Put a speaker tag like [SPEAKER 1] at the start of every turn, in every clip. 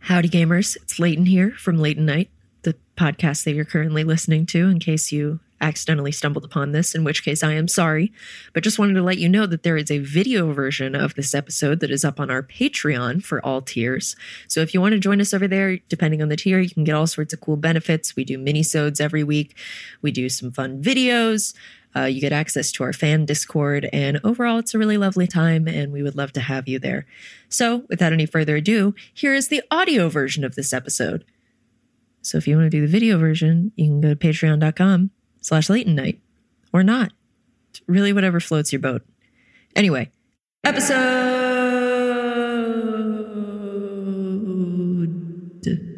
[SPEAKER 1] Howdy, gamers. It's Leighton here from Leighton Night, the podcast that you're currently listening to, in case you accidentally stumbled upon this, in which case I am sorry. But just wanted to let you know that there is a video version of this episode that is up on our Patreon for all tiers. So if you want to join us over there, depending on the tier, you can get all sorts of cool benefits. We do mini-sodes every week, we do some fun videos. Uh, you get access to our fan Discord, and overall, it's a really lovely time, and we would love to have you there. So, without any further ado, here is the audio version of this episode. So, if you want to do the video version, you can go to patreon.com slash Leighton Night or not. It's really, whatever floats your boat. Anyway, episode.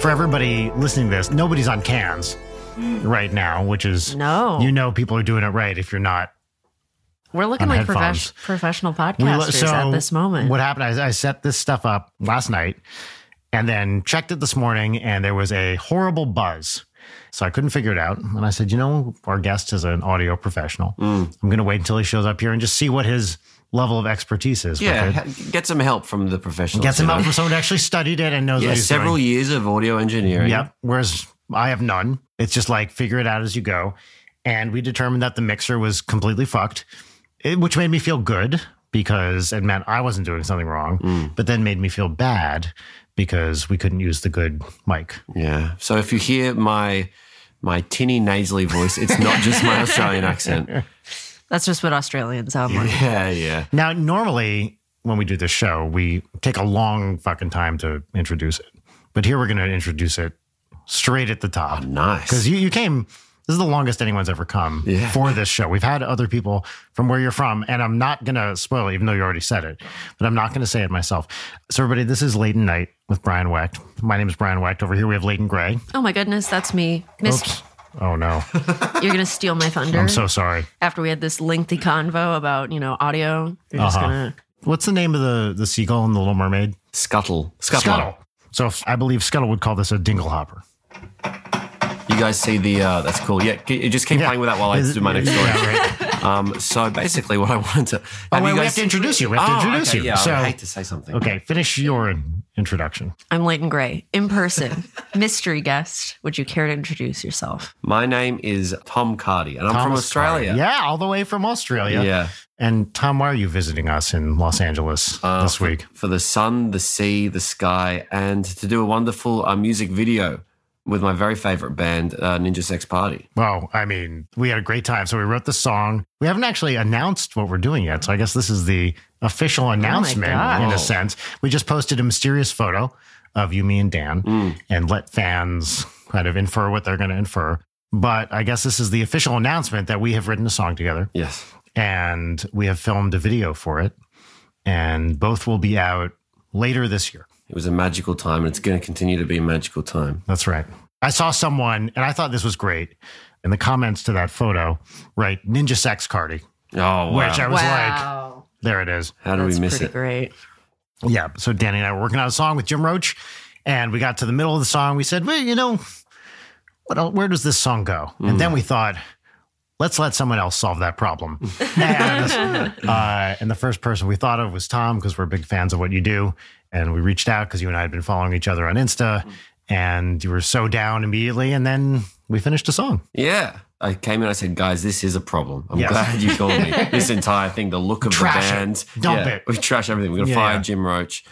[SPEAKER 2] for everybody listening to this, nobody's on cans right now, which is
[SPEAKER 3] Hmm. No.
[SPEAKER 2] You know, people are doing it right if you're not.
[SPEAKER 3] We're looking
[SPEAKER 2] on
[SPEAKER 3] like
[SPEAKER 2] headphones.
[SPEAKER 3] profes- professional
[SPEAKER 2] We
[SPEAKER 3] podcasters
[SPEAKER 2] lo-
[SPEAKER 3] at this moment.
[SPEAKER 2] what happened? I, I set this stuff up last night, and then checked it this morning, and there was a horrible buzz. So I couldn't figure it out, and I said, "You know, our guest is an audio professional.
[SPEAKER 4] Hmm.
[SPEAKER 2] I'm going to wait until he shows up here and just see what his level of expertise is." with
[SPEAKER 4] Yeah,
[SPEAKER 2] it.
[SPEAKER 4] ha- get some help from the professionals.
[SPEAKER 2] gets him
[SPEAKER 4] you know?
[SPEAKER 2] out for someone who actually studied it and knows
[SPEAKER 4] Yeah,
[SPEAKER 2] what he's
[SPEAKER 4] several
[SPEAKER 2] doing.
[SPEAKER 4] years of audio engineering.
[SPEAKER 2] Yep. Whereas I have none. It's just like figure it out as you go. And we determined that the mixer was completely fucked, it, which made me feel good because it meant I wasn't doing something wrong, but then made me feel bad because we couldn't use the good mic.
[SPEAKER 4] Yeah. So if you hear my my tinny nasally voice, it's not just my Australian accent.
[SPEAKER 3] That's just what Australians sound like.
[SPEAKER 4] Yeah, yeah.
[SPEAKER 2] Now, normally when we do this show, we take a long fucking time to introduce it, but here we're going to introduce it straight at the top.
[SPEAKER 4] Nice.
[SPEAKER 2] because you, you came this is the longest anyone's ever come
[SPEAKER 4] Yeah.
[SPEAKER 2] for this show we've had other people from where you're from and i'm not going to spoil it even though you already said it but i'm not going to say it myself so everybody this is leighton night with brian wecht my name is brian wecht over here we have leighton gray
[SPEAKER 3] Oh my goodness, that's me. Miss,
[SPEAKER 2] oops oh no
[SPEAKER 3] you're going to steal my thunder.
[SPEAKER 2] i'm so sorry
[SPEAKER 3] After we had this lengthy convo about, you know, audio, you're just
[SPEAKER 2] Uh-huh.
[SPEAKER 3] going to.
[SPEAKER 2] what's the name of the the seagull in the little mermaid
[SPEAKER 4] Scuttle. Scuttle.
[SPEAKER 2] so if, i believe scuttle would call this a dingle hopper
[SPEAKER 4] You guys see the uh that's cool. Yeah, c- you just keep playing with that while I do my next story. Um so basically what I wanted to
[SPEAKER 2] oh
[SPEAKER 4] have
[SPEAKER 2] wait
[SPEAKER 4] you
[SPEAKER 2] we
[SPEAKER 4] guys-
[SPEAKER 2] have to introduce you we have to
[SPEAKER 4] Oh,
[SPEAKER 2] introduce
[SPEAKER 4] okay,
[SPEAKER 2] you
[SPEAKER 4] Yeah,
[SPEAKER 2] so
[SPEAKER 4] I would hate to say something.
[SPEAKER 2] okay finish your in- introduction
[SPEAKER 3] I'm Leighton Gray, in person, mystery guest. Would you care to introduce yourself?
[SPEAKER 4] My name is Tom Cardy, and I'm from
[SPEAKER 2] Thomas
[SPEAKER 4] Australia.
[SPEAKER 2] Carter. Yeah, all the way from Australia.
[SPEAKER 4] Yeah.
[SPEAKER 2] And Tom, why are you visiting us in Los Angeles
[SPEAKER 4] uh,
[SPEAKER 2] this
[SPEAKER 4] for-
[SPEAKER 2] week?
[SPEAKER 4] for the sun, the sea, the sky, and to do a wonderful uh, music video with my very favorite band, uh, Ninja Sex Party.
[SPEAKER 2] Well, I mean, we had a great time. So we wrote the song. We haven't actually announced what we're doing yet. So I guess this is the official announcement
[SPEAKER 3] God.
[SPEAKER 2] in
[SPEAKER 4] Whoa.
[SPEAKER 2] a sense. We just posted a mysterious photo of you, me, and Dan
[SPEAKER 4] Mm,
[SPEAKER 2] and let fans kind of infer what they're going to infer. But I guess this is the official announcement that we have written a song together.
[SPEAKER 4] Yes.
[SPEAKER 2] and we have filmed a video for it, and both will be out later this year.
[SPEAKER 4] It was a magical time, and it's going to continue to be a magical time.
[SPEAKER 2] That's right. I saw someone, and I thought this was great. In the comments to that photo, right, Ninja Sex Cardi,
[SPEAKER 4] Oh, wow.
[SPEAKER 2] which I was like, there it is.
[SPEAKER 4] How do
[SPEAKER 3] that's
[SPEAKER 4] we miss
[SPEAKER 3] pretty
[SPEAKER 4] it?
[SPEAKER 3] great.
[SPEAKER 2] Yeah. So Danny and I were working on a song with Jim Roach, and we got to the middle of the song. We said, well, you know, what el where does this song go? And then we thought, let's let someone else solve that problem. and, uh, and the first person we thought of was Tom because we're big fans of what you do. And we reached out because you and I had been following each other on Insta, and you were so down immediately. And then we finished a song.
[SPEAKER 4] Yeah. I came in, I said, guys, this is a problem. I'm
[SPEAKER 2] Yes.
[SPEAKER 4] glad you called me. this entire thing, the look of
[SPEAKER 2] Trash it.
[SPEAKER 4] the band.
[SPEAKER 2] Dump
[SPEAKER 4] Yeah,
[SPEAKER 2] it.
[SPEAKER 4] We trash everything. We're going to
[SPEAKER 2] Yeah,
[SPEAKER 4] fire
[SPEAKER 2] yeah.
[SPEAKER 4] Jim Roach.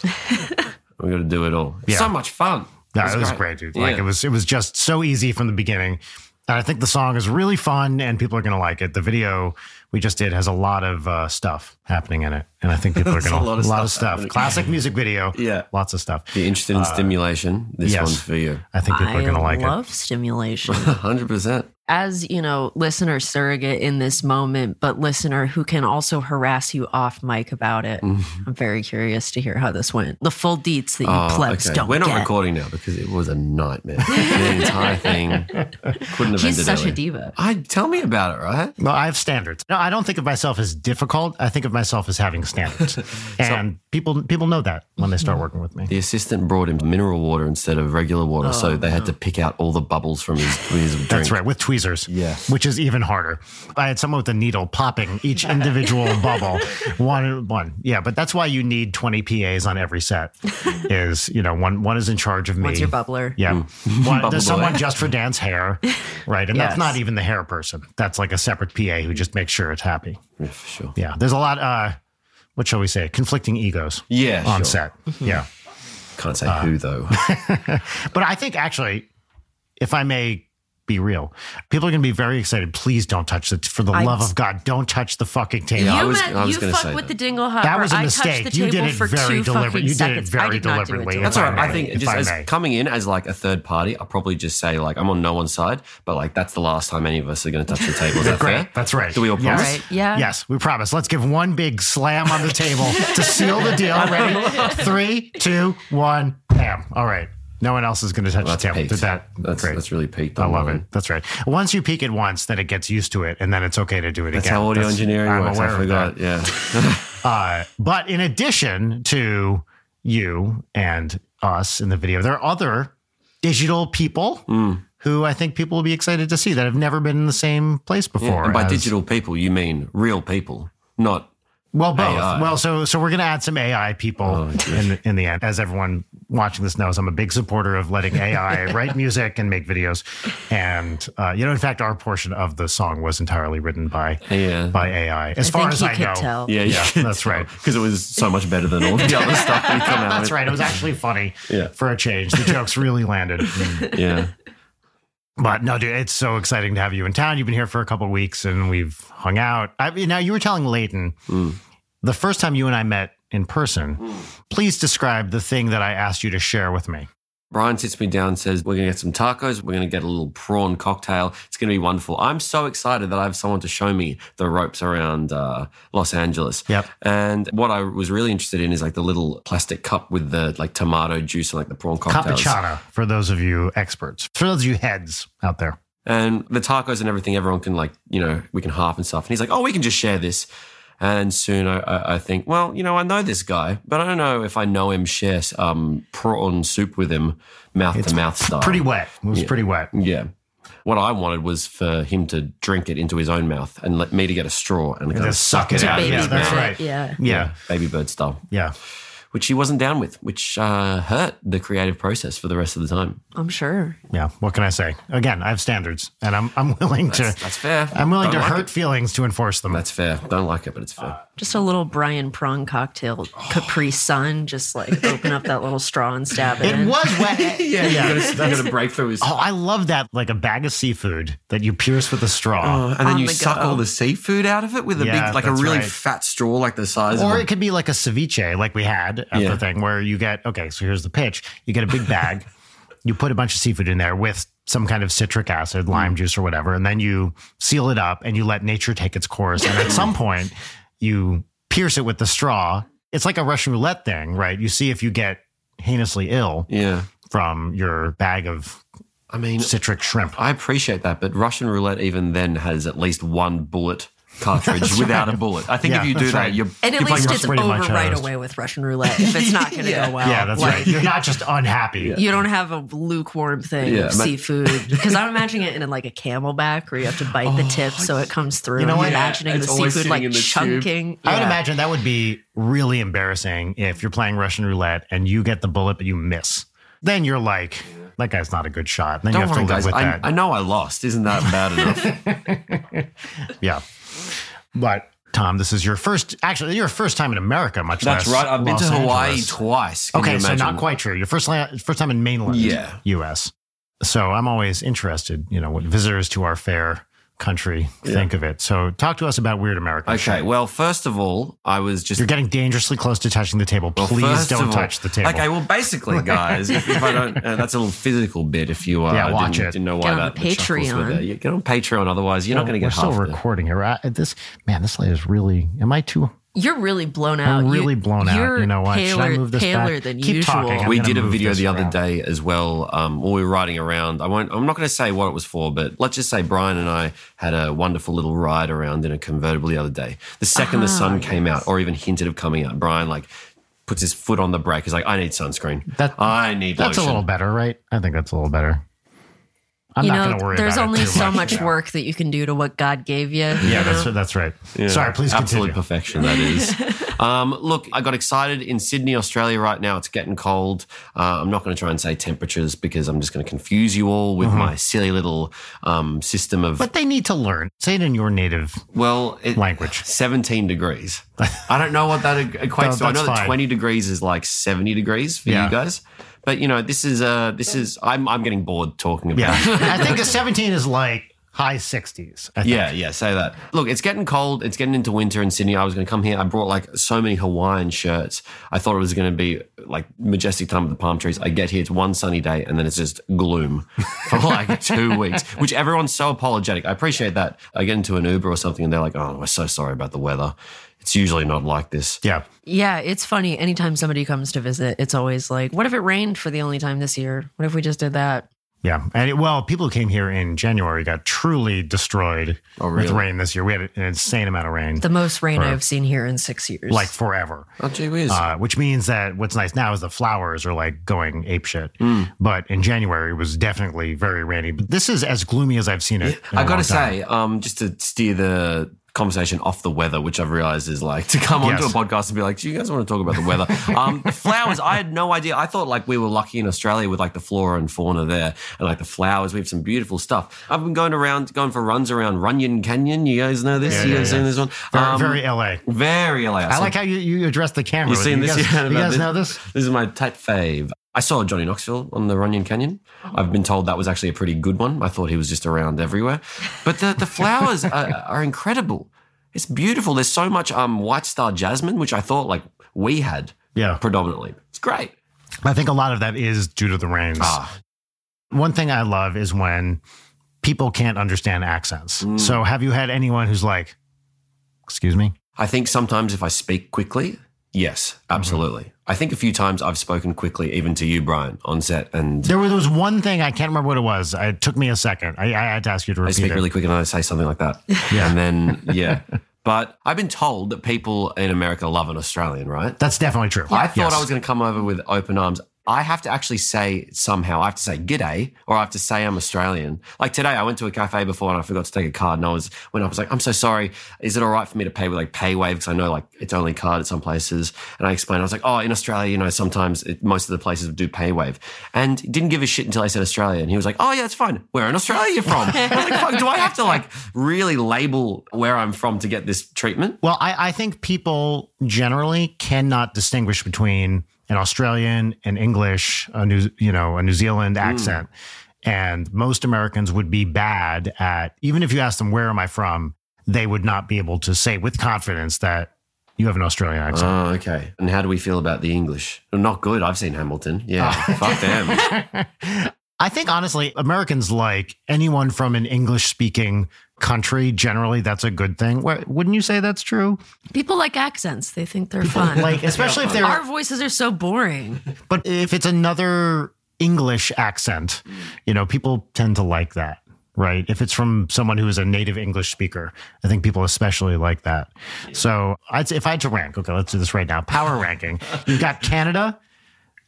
[SPEAKER 4] We're going to do it all.
[SPEAKER 2] Yeah.
[SPEAKER 4] So much fun.
[SPEAKER 2] No, it was great, dude. Like
[SPEAKER 4] Yeah.
[SPEAKER 2] it was it was just so easy from the beginning. And I think the song is really fun and people are gonna like it. The video we just did has a lot of uh, stuff happening in it. And I think people are
[SPEAKER 4] There's
[SPEAKER 2] gonna
[SPEAKER 4] a lot of stuff happening.
[SPEAKER 2] Classic music video.
[SPEAKER 4] Yeah.
[SPEAKER 2] Lots of stuff.
[SPEAKER 4] If you're interested in stimulation, this
[SPEAKER 2] uh, yes.
[SPEAKER 4] one's for you.
[SPEAKER 2] I think people
[SPEAKER 3] I
[SPEAKER 2] are gonna like
[SPEAKER 3] love stimulation.
[SPEAKER 4] A 100%.
[SPEAKER 3] as you know, listener surrogate in this moment, but listener who can also harass you off mic about it.
[SPEAKER 2] Mm.
[SPEAKER 3] I'm very curious to hear how this went. The full deets that you
[SPEAKER 4] Oh,
[SPEAKER 3] plebs
[SPEAKER 4] okay.
[SPEAKER 3] don't
[SPEAKER 4] We're not
[SPEAKER 3] get.
[SPEAKER 4] recording now because it was a nightmare. the entire thing couldn't have ended
[SPEAKER 3] She's such
[SPEAKER 4] earlier.
[SPEAKER 3] a diva.
[SPEAKER 4] I tell me about it, right?
[SPEAKER 2] Well, I have standards. No, I don't think of myself as difficult. I think of myself as having standards, and people people know that when they start working with me.
[SPEAKER 4] The assistant brought him mineral water instead of regular water, so they
[SPEAKER 3] Oh.
[SPEAKER 4] had to pick out all the bubbles from his, from his drink.
[SPEAKER 2] That's right, with tweezers.
[SPEAKER 4] Yeah.
[SPEAKER 2] Which is even harder. I had someone with a needle popping each individual bubble, one one. Yeah, but that's why you need 20 PAs on every set. Is you know, one one is in charge of me.
[SPEAKER 3] What's your bubbler?
[SPEAKER 2] Yeah. One,
[SPEAKER 4] Hmm. Bubble
[SPEAKER 2] there's
[SPEAKER 4] boy.
[SPEAKER 2] someone just for Dan's hair. Right. And that's
[SPEAKER 3] Yes.
[SPEAKER 2] not even the hair person. That's like a separate PA who just makes sure it's happy.
[SPEAKER 4] Yeah, for sure.
[SPEAKER 2] Yeah. There's a lot uh what shall we say? Conflicting egos
[SPEAKER 4] Yeah,
[SPEAKER 2] on
[SPEAKER 4] sure. Mm-hmm.
[SPEAKER 2] set. Yeah.
[SPEAKER 4] Can't say
[SPEAKER 2] Uh,
[SPEAKER 4] who though.
[SPEAKER 2] But I think actually, if I may be real, people are going to be very excited. Please don't touch the, for the
[SPEAKER 3] I-
[SPEAKER 2] love of God, don't touch the fucking table.
[SPEAKER 4] Yeah, I
[SPEAKER 3] you
[SPEAKER 4] was-
[SPEAKER 3] meant
[SPEAKER 4] I was
[SPEAKER 3] you
[SPEAKER 4] gonna
[SPEAKER 3] fucked
[SPEAKER 4] say
[SPEAKER 3] with
[SPEAKER 4] that.
[SPEAKER 3] the dingle hopper.
[SPEAKER 2] That was a
[SPEAKER 3] I
[SPEAKER 2] mistake.
[SPEAKER 3] Touched the
[SPEAKER 2] You did
[SPEAKER 3] table
[SPEAKER 2] it
[SPEAKER 3] for
[SPEAKER 2] very
[SPEAKER 3] two
[SPEAKER 2] deliberate-
[SPEAKER 3] fucking
[SPEAKER 2] you did it
[SPEAKER 3] seconds.
[SPEAKER 2] very
[SPEAKER 3] I did not do it
[SPEAKER 2] deliberately.
[SPEAKER 3] to
[SPEAKER 4] That's
[SPEAKER 2] If
[SPEAKER 4] all
[SPEAKER 2] I
[SPEAKER 4] right. I
[SPEAKER 2] may,
[SPEAKER 4] think
[SPEAKER 2] if
[SPEAKER 4] just
[SPEAKER 2] I
[SPEAKER 4] as
[SPEAKER 2] may.
[SPEAKER 4] coming in as like a third party, I'll probably just say like I'm on no one's side, but like that's the last time any of us are going to touch the table. Is that fair?
[SPEAKER 2] That's right.
[SPEAKER 4] Do we all
[SPEAKER 2] yes.
[SPEAKER 4] promise?
[SPEAKER 3] Right, yeah.
[SPEAKER 2] Yes, we promise. Let's give one big slam on the table to seal the deal. Ready? Three, two, one, bam. All right. No one else is going to touch
[SPEAKER 4] That's
[SPEAKER 2] the table.
[SPEAKER 4] peaked.
[SPEAKER 2] Did that?
[SPEAKER 4] That's
[SPEAKER 2] great.
[SPEAKER 4] that's really peaked.
[SPEAKER 2] I love it. That's right. Once you peak it once, then it gets used to it, and then it's okay to do it
[SPEAKER 4] That's
[SPEAKER 2] again.
[SPEAKER 4] how audio engineering
[SPEAKER 2] I'm
[SPEAKER 4] works.
[SPEAKER 2] aware
[SPEAKER 4] I
[SPEAKER 2] of
[SPEAKER 4] forgot.
[SPEAKER 2] that.
[SPEAKER 4] Yeah.
[SPEAKER 2] Uh, but in addition to you and us in the video, there are other digital people
[SPEAKER 4] Mm.
[SPEAKER 2] who I think people will be excited to see that have never been in the same place before.
[SPEAKER 4] and by
[SPEAKER 2] as-
[SPEAKER 4] digital people, you mean real people, not
[SPEAKER 2] Well, both.
[SPEAKER 4] AI.
[SPEAKER 2] Well, so so we're gonna add some AI people
[SPEAKER 4] Oh,
[SPEAKER 2] in the, in the end. As everyone watching this knows, I'm a big supporter of letting AI write music and make videos. And uh, you know, in fact, our portion of the song was entirely written by
[SPEAKER 4] yeah.
[SPEAKER 2] by AI, as
[SPEAKER 3] I
[SPEAKER 2] far
[SPEAKER 3] think
[SPEAKER 2] as
[SPEAKER 3] you
[SPEAKER 2] I
[SPEAKER 3] could
[SPEAKER 2] know.
[SPEAKER 3] tell.
[SPEAKER 4] yeah, yeah,
[SPEAKER 2] that's right.
[SPEAKER 4] Because it was so much better than all the other stuff we come out
[SPEAKER 2] That's
[SPEAKER 4] with.
[SPEAKER 2] right. It was actually funny
[SPEAKER 4] Yeah.
[SPEAKER 2] for a change. The jokes really landed.
[SPEAKER 4] Yeah.
[SPEAKER 2] But no, dude, it's so exciting to have you in town. You've been here for a couple of weeks and we've hung out. I, now, you were telling Leighton
[SPEAKER 4] Mm.
[SPEAKER 2] the first time you and I met in person, please describe the thing that I asked you to share with me.
[SPEAKER 4] Brian sits me down and says, We're going to get some tacos. We're going to get a little prawn cocktail. It's going to be wonderful. I'm so excited that I have someone to show me the ropes around uh, Los Angeles.
[SPEAKER 2] Yep.
[SPEAKER 4] And what I was really interested in is like the little plastic cup with the like tomato juice and like the prawn cocktails.
[SPEAKER 2] Capuchana, for those of you experts, for those of you heads out there.
[SPEAKER 4] And the tacos and everything, everyone can like, you know, we can harp and stuff. And he's like, Oh, we can just share this. And soon I- I, I think, well, you know, I know this guy, but I don't know if I know him share um, prawn soup with him, mouth to mouth style.
[SPEAKER 2] Pretty wet. It was pretty wet.
[SPEAKER 4] Um, Yeah. What I wanted was for him to drink it into his own mouth and let me to get a straw and, kind of
[SPEAKER 2] Just suck
[SPEAKER 4] suck
[SPEAKER 2] it
[SPEAKER 4] it
[SPEAKER 2] out.
[SPEAKER 4] out.
[SPEAKER 3] Baby
[SPEAKER 2] Yeah, that's
[SPEAKER 3] bird.
[SPEAKER 2] right.
[SPEAKER 3] Yeah.
[SPEAKER 2] Yeah.
[SPEAKER 4] Baby bird style,
[SPEAKER 2] Yeah.
[SPEAKER 4] which he wasn't down with, which uh, hurt the creative process for the rest of the time.
[SPEAKER 3] I'm sure.
[SPEAKER 2] Yeah. What can I say? Again, I have standards and I'm, I'm willing to.
[SPEAKER 4] That's fair.
[SPEAKER 2] I'm willing
[SPEAKER 4] Don't
[SPEAKER 2] to
[SPEAKER 4] like
[SPEAKER 2] hurt
[SPEAKER 4] it.
[SPEAKER 2] feelings to enforce them.
[SPEAKER 4] That's fair. Don't like it, but it's fair.
[SPEAKER 3] Just a little Brian Prong cocktail, Capri Sun. Just like open up that little straw and stab it.
[SPEAKER 2] it
[SPEAKER 3] in.
[SPEAKER 2] was wet.
[SPEAKER 4] yeah, you got to break through his.
[SPEAKER 2] Oh, I love that. Like a bag of seafood that you pierce with a straw.
[SPEAKER 4] Oh, and then
[SPEAKER 3] On
[SPEAKER 4] you
[SPEAKER 3] the
[SPEAKER 4] suck
[SPEAKER 3] go.
[SPEAKER 4] all the seafood out of it with a
[SPEAKER 2] Yeah,
[SPEAKER 4] big, like a
[SPEAKER 2] that's
[SPEAKER 4] really
[SPEAKER 2] right.
[SPEAKER 4] fat straw, like the size
[SPEAKER 2] or
[SPEAKER 4] of
[SPEAKER 2] it
[SPEAKER 4] a.
[SPEAKER 2] could be like a ceviche, like we had at
[SPEAKER 4] Yeah.
[SPEAKER 2] the thing, where you get, okay, so here's the pitch. You get a big bag, you put a bunch of seafood in there with some kind of citric acid, lime juice, or whatever, and then you seal it up and you let nature take its course. And at some point, you pierce it with the straw. It's like a Russian roulette thing, right? You see if you get heinously ill
[SPEAKER 4] Yeah.
[SPEAKER 2] from your bag of
[SPEAKER 4] I mean,
[SPEAKER 2] citric shrimp.
[SPEAKER 4] I appreciate that, but Russian roulette even then has at least one bullet cartridge without a bullet. I think
[SPEAKER 2] Yeah,
[SPEAKER 4] if you do
[SPEAKER 2] that's
[SPEAKER 4] that,
[SPEAKER 2] right.
[SPEAKER 4] you're
[SPEAKER 3] and at least
[SPEAKER 4] you're playing-
[SPEAKER 2] you're
[SPEAKER 3] it's
[SPEAKER 2] pretty
[SPEAKER 3] over
[SPEAKER 2] much
[SPEAKER 3] right
[SPEAKER 2] hosed.
[SPEAKER 3] away with Russian roulette if it's not going to go well.
[SPEAKER 2] Yeah, that's
[SPEAKER 3] Like,
[SPEAKER 2] right. You're not just unhappy.
[SPEAKER 3] You don't have a lukewarm thing
[SPEAKER 4] Yeah,
[SPEAKER 3] of
[SPEAKER 4] but-
[SPEAKER 3] seafood because I'm imagining it in like a camelback where you have to bite the tip so it comes through.
[SPEAKER 2] Oh, know
[SPEAKER 3] I'm
[SPEAKER 2] what?
[SPEAKER 4] Yeah,
[SPEAKER 3] imagining the
[SPEAKER 4] it's always
[SPEAKER 3] seafood
[SPEAKER 4] sitting
[SPEAKER 3] like
[SPEAKER 4] in the tube.
[SPEAKER 3] chunking.
[SPEAKER 2] I would
[SPEAKER 3] Yeah.
[SPEAKER 2] imagine that would be really embarrassing if you're playing Russian roulette and you get the bullet but you miss. Then you're like, that guy's not a good shot. Then
[SPEAKER 4] Don't
[SPEAKER 2] you have to
[SPEAKER 4] worry,
[SPEAKER 2] live
[SPEAKER 4] guys.
[SPEAKER 2] with
[SPEAKER 4] I,
[SPEAKER 2] that.
[SPEAKER 4] I know I lost. Isn't that bad enough?
[SPEAKER 2] yeah. But Tom, this is your first. Actually, your first time in America, much less.
[SPEAKER 4] That's right. I've been
[SPEAKER 2] Los
[SPEAKER 4] to Hawaii
[SPEAKER 2] Angeles.
[SPEAKER 4] twice. Can
[SPEAKER 2] Okay,
[SPEAKER 4] you
[SPEAKER 2] so not
[SPEAKER 4] imagine?
[SPEAKER 2] quite true. Your first la- first time in mainland
[SPEAKER 4] Yeah.
[SPEAKER 2] U.S. So I'm always interested, you know, what visitors to our fair country think of it. So talk to us about Weird America.
[SPEAKER 4] Okay. Well, first of all, I was just
[SPEAKER 2] You're getting dangerously close to touching the table. Please
[SPEAKER 4] first
[SPEAKER 2] don't
[SPEAKER 4] of all-
[SPEAKER 2] touch the table.
[SPEAKER 4] Okay, well, basically, guys, if, if I don't, uh, that's a little physical bit. If you uh,
[SPEAKER 2] Yeah, watch
[SPEAKER 4] didn't,
[SPEAKER 2] it.
[SPEAKER 4] didn't know
[SPEAKER 3] Get
[SPEAKER 4] why
[SPEAKER 3] on
[SPEAKER 4] that
[SPEAKER 3] the
[SPEAKER 4] the chuckles were
[SPEAKER 3] Patreon.
[SPEAKER 4] there. Yeah, get on Patreon. Otherwise, you're not going to
[SPEAKER 2] We're
[SPEAKER 4] get
[SPEAKER 2] still
[SPEAKER 4] half. the-
[SPEAKER 2] recording here. I, this man, this light is really. Am I too?
[SPEAKER 3] You're really blown out.
[SPEAKER 2] I'm
[SPEAKER 3] You-
[SPEAKER 2] really blown out.
[SPEAKER 3] you're
[SPEAKER 2] You know what? Should I
[SPEAKER 3] paler-
[SPEAKER 2] move this
[SPEAKER 3] paler
[SPEAKER 2] back?
[SPEAKER 3] than
[SPEAKER 2] Keep
[SPEAKER 3] usual.
[SPEAKER 2] talking. I'm
[SPEAKER 4] we
[SPEAKER 2] gonna
[SPEAKER 4] did a
[SPEAKER 2] move
[SPEAKER 4] video
[SPEAKER 2] this
[SPEAKER 4] the other
[SPEAKER 2] around.
[SPEAKER 4] day as well. Um, while we were riding around, I won't. I'm not going to say what it was for, but let's just say Brian and I had a wonderful little ride around in a convertible the other day. The 2nd the
[SPEAKER 3] Ah,
[SPEAKER 4] sun came out, or even hinted of coming out, Brian like puts his foot on the brake. He's like, "I need sunscreen.
[SPEAKER 2] That-
[SPEAKER 4] I need
[SPEAKER 2] That's
[SPEAKER 4] lotion."
[SPEAKER 2] a little better, right? I think that's a little better. I'm
[SPEAKER 3] you
[SPEAKER 2] not
[SPEAKER 3] know,
[SPEAKER 2] going to worry.
[SPEAKER 3] there's
[SPEAKER 2] about it
[SPEAKER 3] only
[SPEAKER 2] too
[SPEAKER 3] so
[SPEAKER 2] much,
[SPEAKER 3] much
[SPEAKER 2] yeah.
[SPEAKER 3] work that you can do to what God gave you.
[SPEAKER 2] Yeah, that's that's right. Sorry, please
[SPEAKER 4] absolute
[SPEAKER 2] continue.
[SPEAKER 4] perfection that is um, look i got excited in sydney australia right now it's getting cold uh, i'm not going to try and say temperatures because i'm just going to confuse you all with my silly little um, system of
[SPEAKER 2] Mm-hmm. But they need to learn. Say it in your native.
[SPEAKER 4] well it,
[SPEAKER 2] Language.
[SPEAKER 4] 17 degrees i don't know what that e- equates
[SPEAKER 2] No,
[SPEAKER 4] to i know
[SPEAKER 2] that's
[SPEAKER 4] that
[SPEAKER 2] fine.
[SPEAKER 4] 20 degrees is like 70 degrees for
[SPEAKER 2] Yeah.
[SPEAKER 4] you guys but you know this is uh this is i'm, I'm getting bored talking about
[SPEAKER 2] Yeah,
[SPEAKER 4] it.
[SPEAKER 2] I think a 17 is like high 60s. I think.
[SPEAKER 4] Yeah, yeah, say that. Look, it's getting cold. It's getting into winter in Sydney. I was going to come here. I brought like so many Hawaiian shirts. I thought it was going to be like majestic time with the palm trees. I get here, it's one sunny day, and then it's just gloom for like two weeks, which everyone's so apologetic. I appreciate that. I get into an Uber or something, and they're like, oh, we're so sorry about the weather. It's usually not like this.
[SPEAKER 2] yeah.
[SPEAKER 3] Yeah, it's funny. Anytime somebody comes to visit, it's always like, what if it rained for the only time this year? What if we just did that?
[SPEAKER 2] Yeah, and it, well, people who came here in January got truly destroyed
[SPEAKER 4] Oh,
[SPEAKER 2] with
[SPEAKER 4] really?
[SPEAKER 2] rain this year. We had an insane amount of rain,
[SPEAKER 3] The most rain I've seen here in six years.
[SPEAKER 2] like forever.
[SPEAKER 4] Oh, gee whiz.
[SPEAKER 2] Uh, which means that what's nice now is the flowers are like going apeshit.
[SPEAKER 4] Hmm.
[SPEAKER 2] But in January, it was definitely very rainy. But this is as gloomy as I've seen it. in a
[SPEAKER 4] I got
[SPEAKER 2] long
[SPEAKER 4] to
[SPEAKER 2] time.
[SPEAKER 4] say, um, just to steer the conversation off the weather, which I've realized is like to come onto
[SPEAKER 2] Yes.
[SPEAKER 4] a podcast and be like, do you guys want to talk about the weather? um, the flowers, I had no idea. I thought like we were lucky in Australia with like the flora and fauna there and like the flowers. We have some beautiful stuff. I've been going around, going for runs around Runyon Canyon. You guys know this?
[SPEAKER 2] Yeah,
[SPEAKER 4] you
[SPEAKER 2] yeah,
[SPEAKER 4] guys
[SPEAKER 2] yeah.
[SPEAKER 4] seen this one?
[SPEAKER 2] very,
[SPEAKER 4] Um,
[SPEAKER 2] very LA.
[SPEAKER 4] very LA.
[SPEAKER 2] I like how you, you address the camera.
[SPEAKER 4] You've seen
[SPEAKER 2] you
[SPEAKER 4] this?
[SPEAKER 2] Guys,
[SPEAKER 4] Yeah,
[SPEAKER 2] you
[SPEAKER 4] about
[SPEAKER 2] guys
[SPEAKER 4] this.
[SPEAKER 2] know this?
[SPEAKER 4] This is my type fave. I saw Johnny Knoxville on the Runyon Canyon. I've been told that was actually a pretty good one. I thought he was just around everywhere. But the, the flowers are, are incredible. It's beautiful. There's so much um, white star jasmine, which I thought like we had
[SPEAKER 2] Yeah.
[SPEAKER 4] predominantly. It's great.
[SPEAKER 2] I think a lot of that is due to the rains.
[SPEAKER 4] Ah,
[SPEAKER 2] One thing I love is when people can't understand accents.
[SPEAKER 4] Hmm.
[SPEAKER 2] So have you had anyone who's like, excuse me?
[SPEAKER 4] I think sometimes if I speak quickly, yes, absolutely. I think a few times I've spoken quickly, even to you, Brian, on set, and
[SPEAKER 2] There was, there was one thing I can't remember what it was. It took me a second. I, I had to ask you to
[SPEAKER 4] I
[SPEAKER 2] repeat
[SPEAKER 4] speak
[SPEAKER 2] it.
[SPEAKER 4] really quick and I say something like that. Yeah. And then, yeah. But I've been told that people in America love an Australian, right?
[SPEAKER 2] That's definitely true.
[SPEAKER 4] I thought
[SPEAKER 2] Yes.
[SPEAKER 4] I was going to come over with open arms. I have to actually say somehow, I have to say g'day or I have to say I'm Australian. Like today, I went to a cafe before and I forgot to take a card. And I was, when I was like, I'm so sorry. Is it all right for me to pay with like PayWave? Because I know like it's only card at some places. And I explained, I was like, oh, in Australia, you know, sometimes it, most of the places do PayWave. And he didn't give a shit until I said Australia. And he was like, oh, yeah, it's fine. Where in Australia you from? I was like, fuck, do I have to like really label where I'm from to get this treatment?
[SPEAKER 2] Well, I, I think people generally cannot distinguish between an Australian, an English, a New, you know, a New Zealand accent. And most Americans would be bad at, even if you asked them, where am I from? They would not be able to say with confidence that you have an Australian accent.
[SPEAKER 4] Oh, okay. And how do we feel about the English? Not good. I've seen Hamilton. Yeah,
[SPEAKER 2] Ah.
[SPEAKER 4] fuck them.
[SPEAKER 2] I think honestly, Americans like anyone from an English speaking country. Generally, that's a good thing. Wh- Wouldn't you say that's true?
[SPEAKER 3] people like accents. They think they're fun.
[SPEAKER 2] Like, especially if they're
[SPEAKER 3] Our voices are so boring.
[SPEAKER 2] But if it's another English accent, you know, people tend to like that, right? If it's from someone who is a native English speaker, I think people especially like that. So I'd say if I had to rank, okay, let's do this right now. Power ranking. You've got Canada,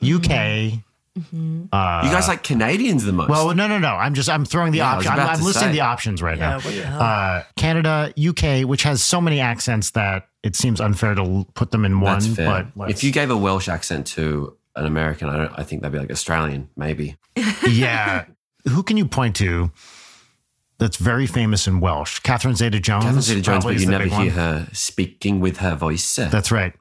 [SPEAKER 2] UK.
[SPEAKER 4] Mm-hmm. you guys like Canadians the most.
[SPEAKER 2] Well, no, no, no. I'm just I'm throwing the
[SPEAKER 4] Yeah, I was
[SPEAKER 2] options. I'm,
[SPEAKER 4] about
[SPEAKER 2] I'm
[SPEAKER 4] to
[SPEAKER 2] listing
[SPEAKER 4] say.
[SPEAKER 2] the options right
[SPEAKER 3] Yeah,
[SPEAKER 2] now.
[SPEAKER 3] what the hell?
[SPEAKER 2] Uh, Canada, UK, which has so many accents that it seems unfair to l- put them in one.
[SPEAKER 4] That's fair.
[SPEAKER 2] But let's-
[SPEAKER 4] if you gave a Welsh accent to an American, I, don't, I think they'd be like Australian, maybe.
[SPEAKER 2] yeah. Who can you point to that's very famous in Welsh? Catherine Zeta Jones.
[SPEAKER 4] Catherine Zeta Jones,
[SPEAKER 2] probably
[SPEAKER 4] but
[SPEAKER 2] is
[SPEAKER 4] you
[SPEAKER 2] the
[SPEAKER 4] never
[SPEAKER 2] big
[SPEAKER 4] hear
[SPEAKER 2] one.
[SPEAKER 4] her speaking with her voice.
[SPEAKER 2] That's right.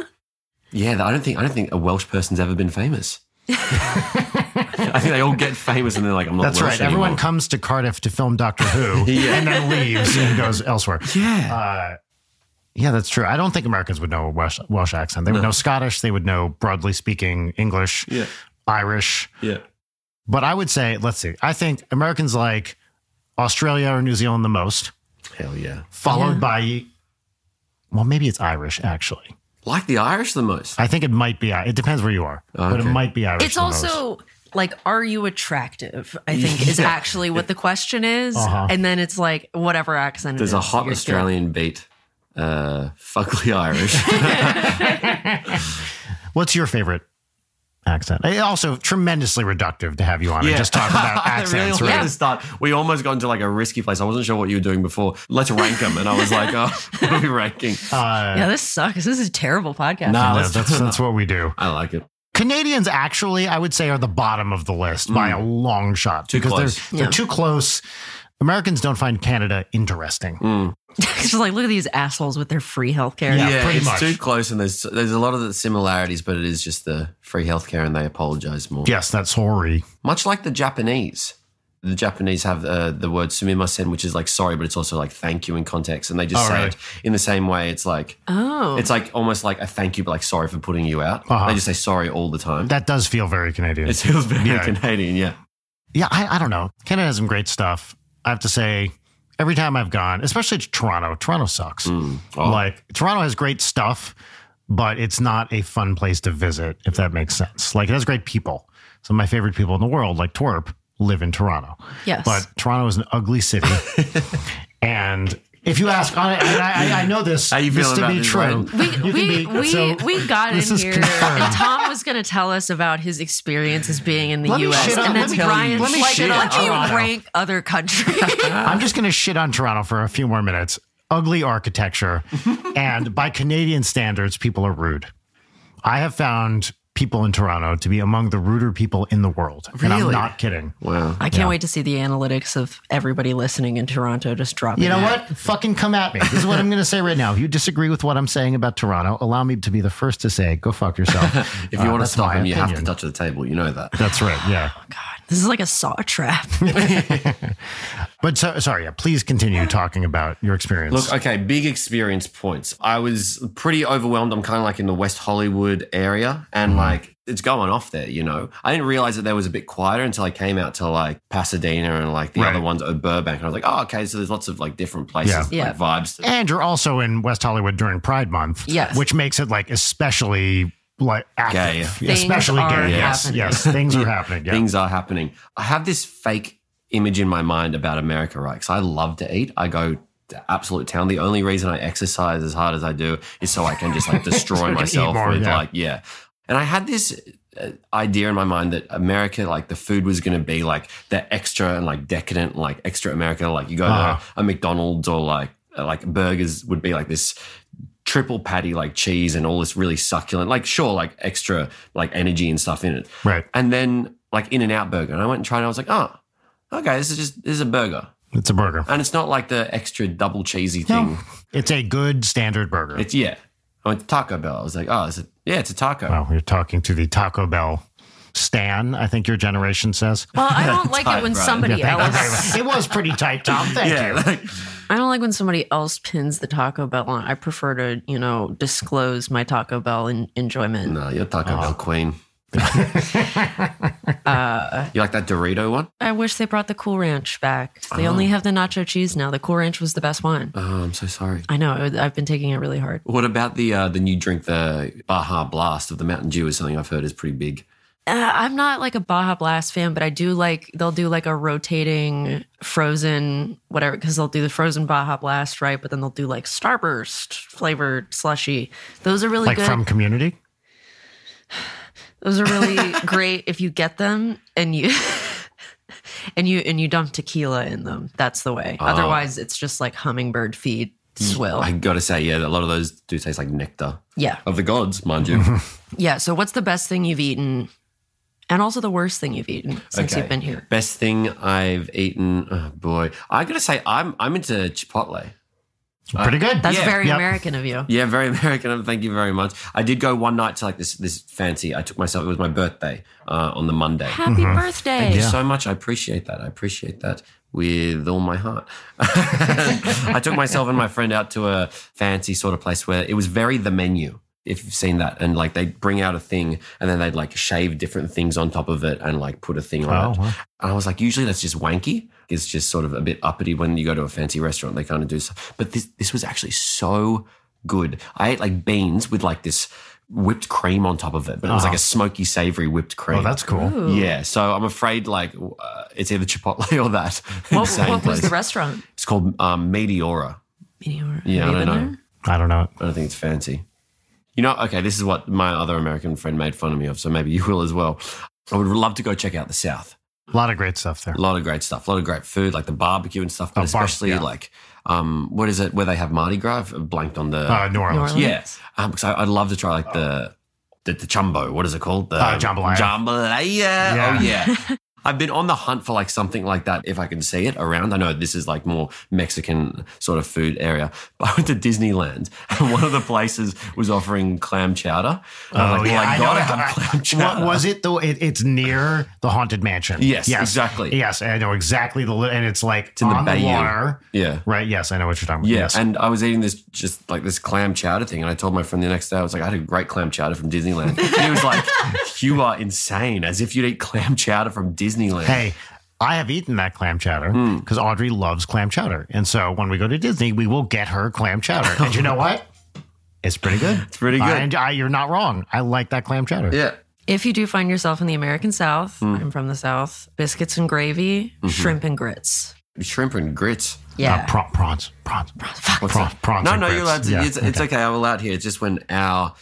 [SPEAKER 4] yeah, I don't think I don't think a Welsh person's ever been famous. I think they all get famous and they're like, I'm not.
[SPEAKER 2] That's
[SPEAKER 4] Welsh
[SPEAKER 2] right. Everyone
[SPEAKER 4] anymore.
[SPEAKER 2] comes to Cardiff to film Doctor Who and then leaves and goes elsewhere.
[SPEAKER 4] Yeah.
[SPEAKER 2] Uh, yeah, that's true. I don't think Americans would know a Welsh, Welsh accent. They would
[SPEAKER 4] No.
[SPEAKER 2] know Scottish. They would know, broadly speaking, English,
[SPEAKER 4] yeah.
[SPEAKER 2] Irish.
[SPEAKER 4] Yeah.
[SPEAKER 2] But I would say, let's see, I think Americans like Australia or New Zealand the most,
[SPEAKER 4] Hell yeah.
[SPEAKER 2] followed by, well, maybe it's Irish, actually.
[SPEAKER 4] Like the Irish the most.
[SPEAKER 2] I think it might be, it depends where you are, but it
[SPEAKER 4] Okay.
[SPEAKER 2] might be Irish.
[SPEAKER 3] It's
[SPEAKER 2] the most.
[SPEAKER 3] also like, are you attractive? I think is
[SPEAKER 4] Yeah.
[SPEAKER 3] actually what the question is,
[SPEAKER 2] Uh-huh.
[SPEAKER 3] and then it's like whatever accent. it
[SPEAKER 4] There's a
[SPEAKER 3] is,
[SPEAKER 4] hot
[SPEAKER 3] you're still-
[SPEAKER 4] Australian beat. Uh, fuckly Irish.
[SPEAKER 2] What's your favorite accent? Eh, Also, tremendously reductive to have you on and just talk about
[SPEAKER 4] I
[SPEAKER 2] accents,
[SPEAKER 4] really wanted
[SPEAKER 2] right?
[SPEAKER 4] to start. We almost got into like a risky place. I wasn't sure what you were doing before. Let's rank them, and I was like, "Oh, what are we ranking?"
[SPEAKER 2] Uh,
[SPEAKER 3] Yeah, this sucks. This is a terrible podcast.
[SPEAKER 4] Nah.
[SPEAKER 2] no,
[SPEAKER 4] let's-
[SPEAKER 2] that's, that's what we do.
[SPEAKER 4] I like it.
[SPEAKER 2] Canadians actually, I would say, are the bottom of the list by a long shot
[SPEAKER 4] Mm. Too
[SPEAKER 2] because
[SPEAKER 4] close.
[SPEAKER 2] they're, they're
[SPEAKER 3] Yeah.
[SPEAKER 2] too close. Americans don't find Canada interesting.
[SPEAKER 4] Mm.
[SPEAKER 3] It's just like look at these assholes with their free healthcare.
[SPEAKER 2] Yeah, pretty
[SPEAKER 4] it's
[SPEAKER 2] much.
[SPEAKER 4] too close, and there's there's a lot of the similarities, but it is just the free healthcare, and they apologize more.
[SPEAKER 2] Yes, that's sorry.
[SPEAKER 4] much like the Japanese. The Japanese have uh, the word sumimasen, which is like sorry, but it's also like thank you in context, and they just
[SPEAKER 2] Oh,
[SPEAKER 4] say
[SPEAKER 2] really?
[SPEAKER 4] it in the same way. It's like
[SPEAKER 3] Oh,
[SPEAKER 4] it's like almost like a thank you, but like sorry for putting you out.
[SPEAKER 2] Uh-huh.
[SPEAKER 4] They just say sorry all the time.
[SPEAKER 2] That does feel very Canadian.
[SPEAKER 4] it feels very
[SPEAKER 2] Yeah.
[SPEAKER 4] Canadian, yeah.
[SPEAKER 2] yeah, I, I don't know. Canada has some great stuff. I have to say, every time I've gone, especially to Toronto, Toronto sucks.
[SPEAKER 4] Mm. Oh,
[SPEAKER 2] Like, Toronto has great stuff, but it's not a fun place to visit, if that makes sense. Like, it has great people. Some of my favorite people in the world, like Twerp, live in Toronto.
[SPEAKER 3] yes.
[SPEAKER 2] but Toronto is an ugly city. and if you ask, I, I, I, I know this,
[SPEAKER 4] How you
[SPEAKER 2] this
[SPEAKER 4] feeling
[SPEAKER 2] to
[SPEAKER 4] about
[SPEAKER 2] be
[SPEAKER 4] this,
[SPEAKER 2] true.
[SPEAKER 4] Ryan?
[SPEAKER 3] we
[SPEAKER 2] You can
[SPEAKER 3] we,
[SPEAKER 2] be-
[SPEAKER 3] we,
[SPEAKER 2] so
[SPEAKER 3] we got in
[SPEAKER 2] this is
[SPEAKER 3] here,
[SPEAKER 2] confirmed.
[SPEAKER 3] and Tom was going to tell us about his experiences being in the
[SPEAKER 2] Let me
[SPEAKER 3] U.S.
[SPEAKER 2] shit on-
[SPEAKER 3] and
[SPEAKER 2] let
[SPEAKER 3] then
[SPEAKER 2] me-
[SPEAKER 3] Brian,
[SPEAKER 2] let me
[SPEAKER 3] like,
[SPEAKER 2] shit
[SPEAKER 3] let
[SPEAKER 2] on
[SPEAKER 3] you
[SPEAKER 2] Toronto.
[SPEAKER 3] rank other countries.
[SPEAKER 2] I'm just going to shit on Toronto for a few more minutes. Ugly architecture. and by Canadian standards, people are rude. I have found people in Toronto to be among the ruder people in the world. And I'm
[SPEAKER 4] Really?
[SPEAKER 2] not kidding.
[SPEAKER 4] wow.
[SPEAKER 3] I can't wait to see the analytics of everybody listening in Toronto just dropping.
[SPEAKER 2] You know
[SPEAKER 3] that.
[SPEAKER 2] what? Fucking come at me. This is what I'm going to say right now. If you disagree with what I'm saying about Toronto, allow me to be the first to say, go fuck yourself.
[SPEAKER 4] If you
[SPEAKER 2] Uh,
[SPEAKER 4] want to
[SPEAKER 2] that's
[SPEAKER 4] stop
[SPEAKER 2] my
[SPEAKER 4] him, you have to
[SPEAKER 2] opinion.
[SPEAKER 4] touch the table. You know that.
[SPEAKER 2] That's right. Yeah.
[SPEAKER 3] God, this is like a saw trap.
[SPEAKER 2] But so, sorry, yeah, please continue talking about your experience.
[SPEAKER 4] Look, okay, big experience points. I was pretty overwhelmed. I'm kind of like in the West Hollywood area
[SPEAKER 2] Mm.
[SPEAKER 4] and like it's going off there, you know. I didn't realize that there was a bit quieter until I came out to like Pasadena and like the
[SPEAKER 2] Right.
[SPEAKER 4] other ones, oh, Burbank. And I was like, oh, okay, so there's lots of like different places,
[SPEAKER 3] Yeah.
[SPEAKER 2] Yeah.
[SPEAKER 4] like vibes. to-
[SPEAKER 2] and you're also in West Hollywood during Pride Month,
[SPEAKER 3] Yes.
[SPEAKER 2] which makes it like especially like active,
[SPEAKER 3] Gay.
[SPEAKER 2] especially
[SPEAKER 3] Things are
[SPEAKER 2] gay. Yes,
[SPEAKER 3] happening.
[SPEAKER 2] yes, things are happening. Yeah.
[SPEAKER 4] Things are happening. I have this fake image in my mind about America, right? Because I love to eat. I go to absolute town. The only reason I exercise as hard as I do is so I can just like
[SPEAKER 2] So
[SPEAKER 4] destroy
[SPEAKER 2] you can eat
[SPEAKER 4] myself
[SPEAKER 2] more,
[SPEAKER 4] with
[SPEAKER 2] yeah.
[SPEAKER 4] like, yeah. And I had this uh, idea in my mind that America, like the food was going to be like the extra and like decadent, like extra America. Like you go
[SPEAKER 2] Uh-huh.
[SPEAKER 4] to a McDonald's or like, uh, like burgers would be like this triple patty, like cheese and all this really succulent, like sure, like extra like energy and stuff in it
[SPEAKER 2] right.
[SPEAKER 4] and then like In and Out Burger. And I went and tried it. And I was like, oh, okay, this is just this is a burger,
[SPEAKER 2] It's a burger.
[SPEAKER 4] and it's not like the extra double cheesy thing.
[SPEAKER 2] It's a good standard burger.
[SPEAKER 4] It's yeah. I went to Taco Bell. I was like, oh, is it? Yeah, it's a taco.
[SPEAKER 2] wow, you're talking to the Taco Bell Stan. I think your generation says.
[SPEAKER 3] Well, I don't like it
[SPEAKER 4] Tight,
[SPEAKER 3] when
[SPEAKER 4] Brian.
[SPEAKER 3] somebody
[SPEAKER 2] Thank you very
[SPEAKER 3] else.
[SPEAKER 2] much. It was pretty tight, Tom. Thank
[SPEAKER 4] Yeah,
[SPEAKER 2] you.
[SPEAKER 4] like,
[SPEAKER 3] I don't like when somebody else pins the Taco Bell on. I prefer to, you know, disclose my Taco Bell en- enjoyment.
[SPEAKER 4] no, you're Taco Bell queen. Uh, you like that Dorito one?
[SPEAKER 3] I wish they brought the Cool Ranch back. They
[SPEAKER 2] Oh.
[SPEAKER 3] only have the nacho cheese now. The Cool Ranch was the best one.
[SPEAKER 4] Oh, I'm so sorry.
[SPEAKER 3] I know. I- I've been taking it really hard.
[SPEAKER 4] What about the uh, the new drink, the Baja Blast of the Mountain Dew? Is something I've heard is pretty big.
[SPEAKER 3] Uh, I'm not like a Baja Blast fan, but I do like they'll do like a rotating frozen whatever because they'll do the frozen Baja Blast right, but then they'll do like Starburst flavored slushy. Those are really
[SPEAKER 2] Like
[SPEAKER 3] good.
[SPEAKER 2] from Community.
[SPEAKER 3] Those are really great if you get them and you and you and you dump tequila in them. That's the way. Otherwise, it's just like hummingbird feed swill.
[SPEAKER 4] Oh. Mm, I gotta say, yeah, a lot of those do taste like nectar
[SPEAKER 3] yeah,
[SPEAKER 4] of the gods, mind you.
[SPEAKER 3] yeah. So, what's the best thing you've eaten, and also the worst thing you've eaten since
[SPEAKER 4] Okay.
[SPEAKER 3] you've been here?
[SPEAKER 4] Best thing I've eaten, oh boy. I gotta say, I'm I'm into Chipotle.
[SPEAKER 2] Pretty good.
[SPEAKER 3] That's
[SPEAKER 4] Yeah.
[SPEAKER 3] very
[SPEAKER 2] Yep.
[SPEAKER 3] American of you.
[SPEAKER 4] Yeah, very American. and Thank you very much. I did go one night to like this this fancy. I took myself. It was my birthday uh, on the Monday.
[SPEAKER 3] Happy
[SPEAKER 4] Mm-hmm.
[SPEAKER 3] birthday.
[SPEAKER 4] Thank you so much. I appreciate that. I appreciate that with all my heart. I took myself and my friend out to a fancy sort of place where it was very the menu. If you've seen that, and like they'd bring out a thing and then they'd like shave different things on top of it and like put a thing on
[SPEAKER 2] Oh,
[SPEAKER 4] it.
[SPEAKER 2] wow.
[SPEAKER 4] And I was like, usually that's just wanky. It's just sort of a bit uppity when you go to a fancy restaurant. They kind of do stuff. But this this was actually so good. I ate like beans with like this whipped cream on top of it, but it was like a
[SPEAKER 3] Uh-huh.
[SPEAKER 4] smoky, savory whipped cream.
[SPEAKER 2] Oh, that's cool.
[SPEAKER 3] Ooh.
[SPEAKER 4] Yeah, so I'm afraid like uh, it's either Chipotle or that
[SPEAKER 3] What,
[SPEAKER 4] same
[SPEAKER 3] what was
[SPEAKER 4] place.
[SPEAKER 3] the restaurant?
[SPEAKER 4] it's called um, Meteora.
[SPEAKER 3] Meteor.
[SPEAKER 4] Yeah,
[SPEAKER 3] Have you
[SPEAKER 4] I don't
[SPEAKER 3] been
[SPEAKER 4] know.
[SPEAKER 3] there?
[SPEAKER 2] I don't know.
[SPEAKER 4] I don't think it's fancy. You know, okay, this is what my other American friend made fun of me of, so maybe you will as well. I would love to go check out the South.
[SPEAKER 2] A lot of great stuff there.
[SPEAKER 4] A lot of great stuff, a lot of great food, like the barbecue and stuff, but
[SPEAKER 2] Oh, bar-
[SPEAKER 4] especially
[SPEAKER 2] yeah.
[SPEAKER 4] like, um, what is it, where they have Mardi Gras? I've blanked on the.
[SPEAKER 2] Uh, New Orleans.
[SPEAKER 3] New Orleans.
[SPEAKER 4] yeah. Um, so I'd love to try like the, the, the chumbo. What is it called? The
[SPEAKER 2] Uh, jambalaya.
[SPEAKER 4] Jambalaya.
[SPEAKER 2] Yeah.
[SPEAKER 4] Oh, yeah. I've been on the hunt for like something like that if I can see it around. I know this is like more Mexican sort of food area, but I went to Disneyland and one of the places was offering clam chowder. And I'm like, well, I,
[SPEAKER 2] know
[SPEAKER 4] gotta
[SPEAKER 2] it.
[SPEAKER 4] have
[SPEAKER 2] Oh, I-
[SPEAKER 4] clam
[SPEAKER 2] What
[SPEAKER 4] chowder.
[SPEAKER 2] was it though? It, it's near the haunted mansion.
[SPEAKER 4] Yes, exactly.
[SPEAKER 2] Yes, I know exactly the li- and it's like
[SPEAKER 4] in the
[SPEAKER 2] on the,
[SPEAKER 4] bayou.
[SPEAKER 2] water.
[SPEAKER 4] Yeah.
[SPEAKER 2] Right. Yes, I know what you're talking about.
[SPEAKER 4] Yeah,
[SPEAKER 2] Yes.
[SPEAKER 4] and I was eating this just like this clam chowder thing, and I told my friend the next day I was like, I had a great clam chowder from Disneyland. And he was like, "You are insane! As if you'd eat clam chowder from Disneyland."
[SPEAKER 2] hey, I have eaten that clam chowder
[SPEAKER 4] Hmm.
[SPEAKER 2] because Audrey loves clam chowder, and so when we go to Disney, we will get her clam chowder. and you know what? It's pretty good. It's
[SPEAKER 4] pretty good.
[SPEAKER 2] And I, you're not wrong. I like that clam chowder.
[SPEAKER 4] yeah,
[SPEAKER 3] If you do find yourself in the American South,
[SPEAKER 4] Mm.
[SPEAKER 3] I'm from the South, biscuits and gravy,
[SPEAKER 4] Mm-hmm.
[SPEAKER 3] shrimp and grits.
[SPEAKER 4] shrimp and grits.
[SPEAKER 3] Yeah.
[SPEAKER 2] Uh, pra- prawns. Prawns.
[SPEAKER 3] Fuck.
[SPEAKER 4] What's
[SPEAKER 2] Prawns.
[SPEAKER 4] that?
[SPEAKER 2] prawns
[SPEAKER 4] no,
[SPEAKER 2] and
[SPEAKER 4] no, you're
[SPEAKER 2] grits.
[SPEAKER 4] allowed to.
[SPEAKER 2] Yeah,
[SPEAKER 4] It's, it's okay. I'm allowed here. It's just when our,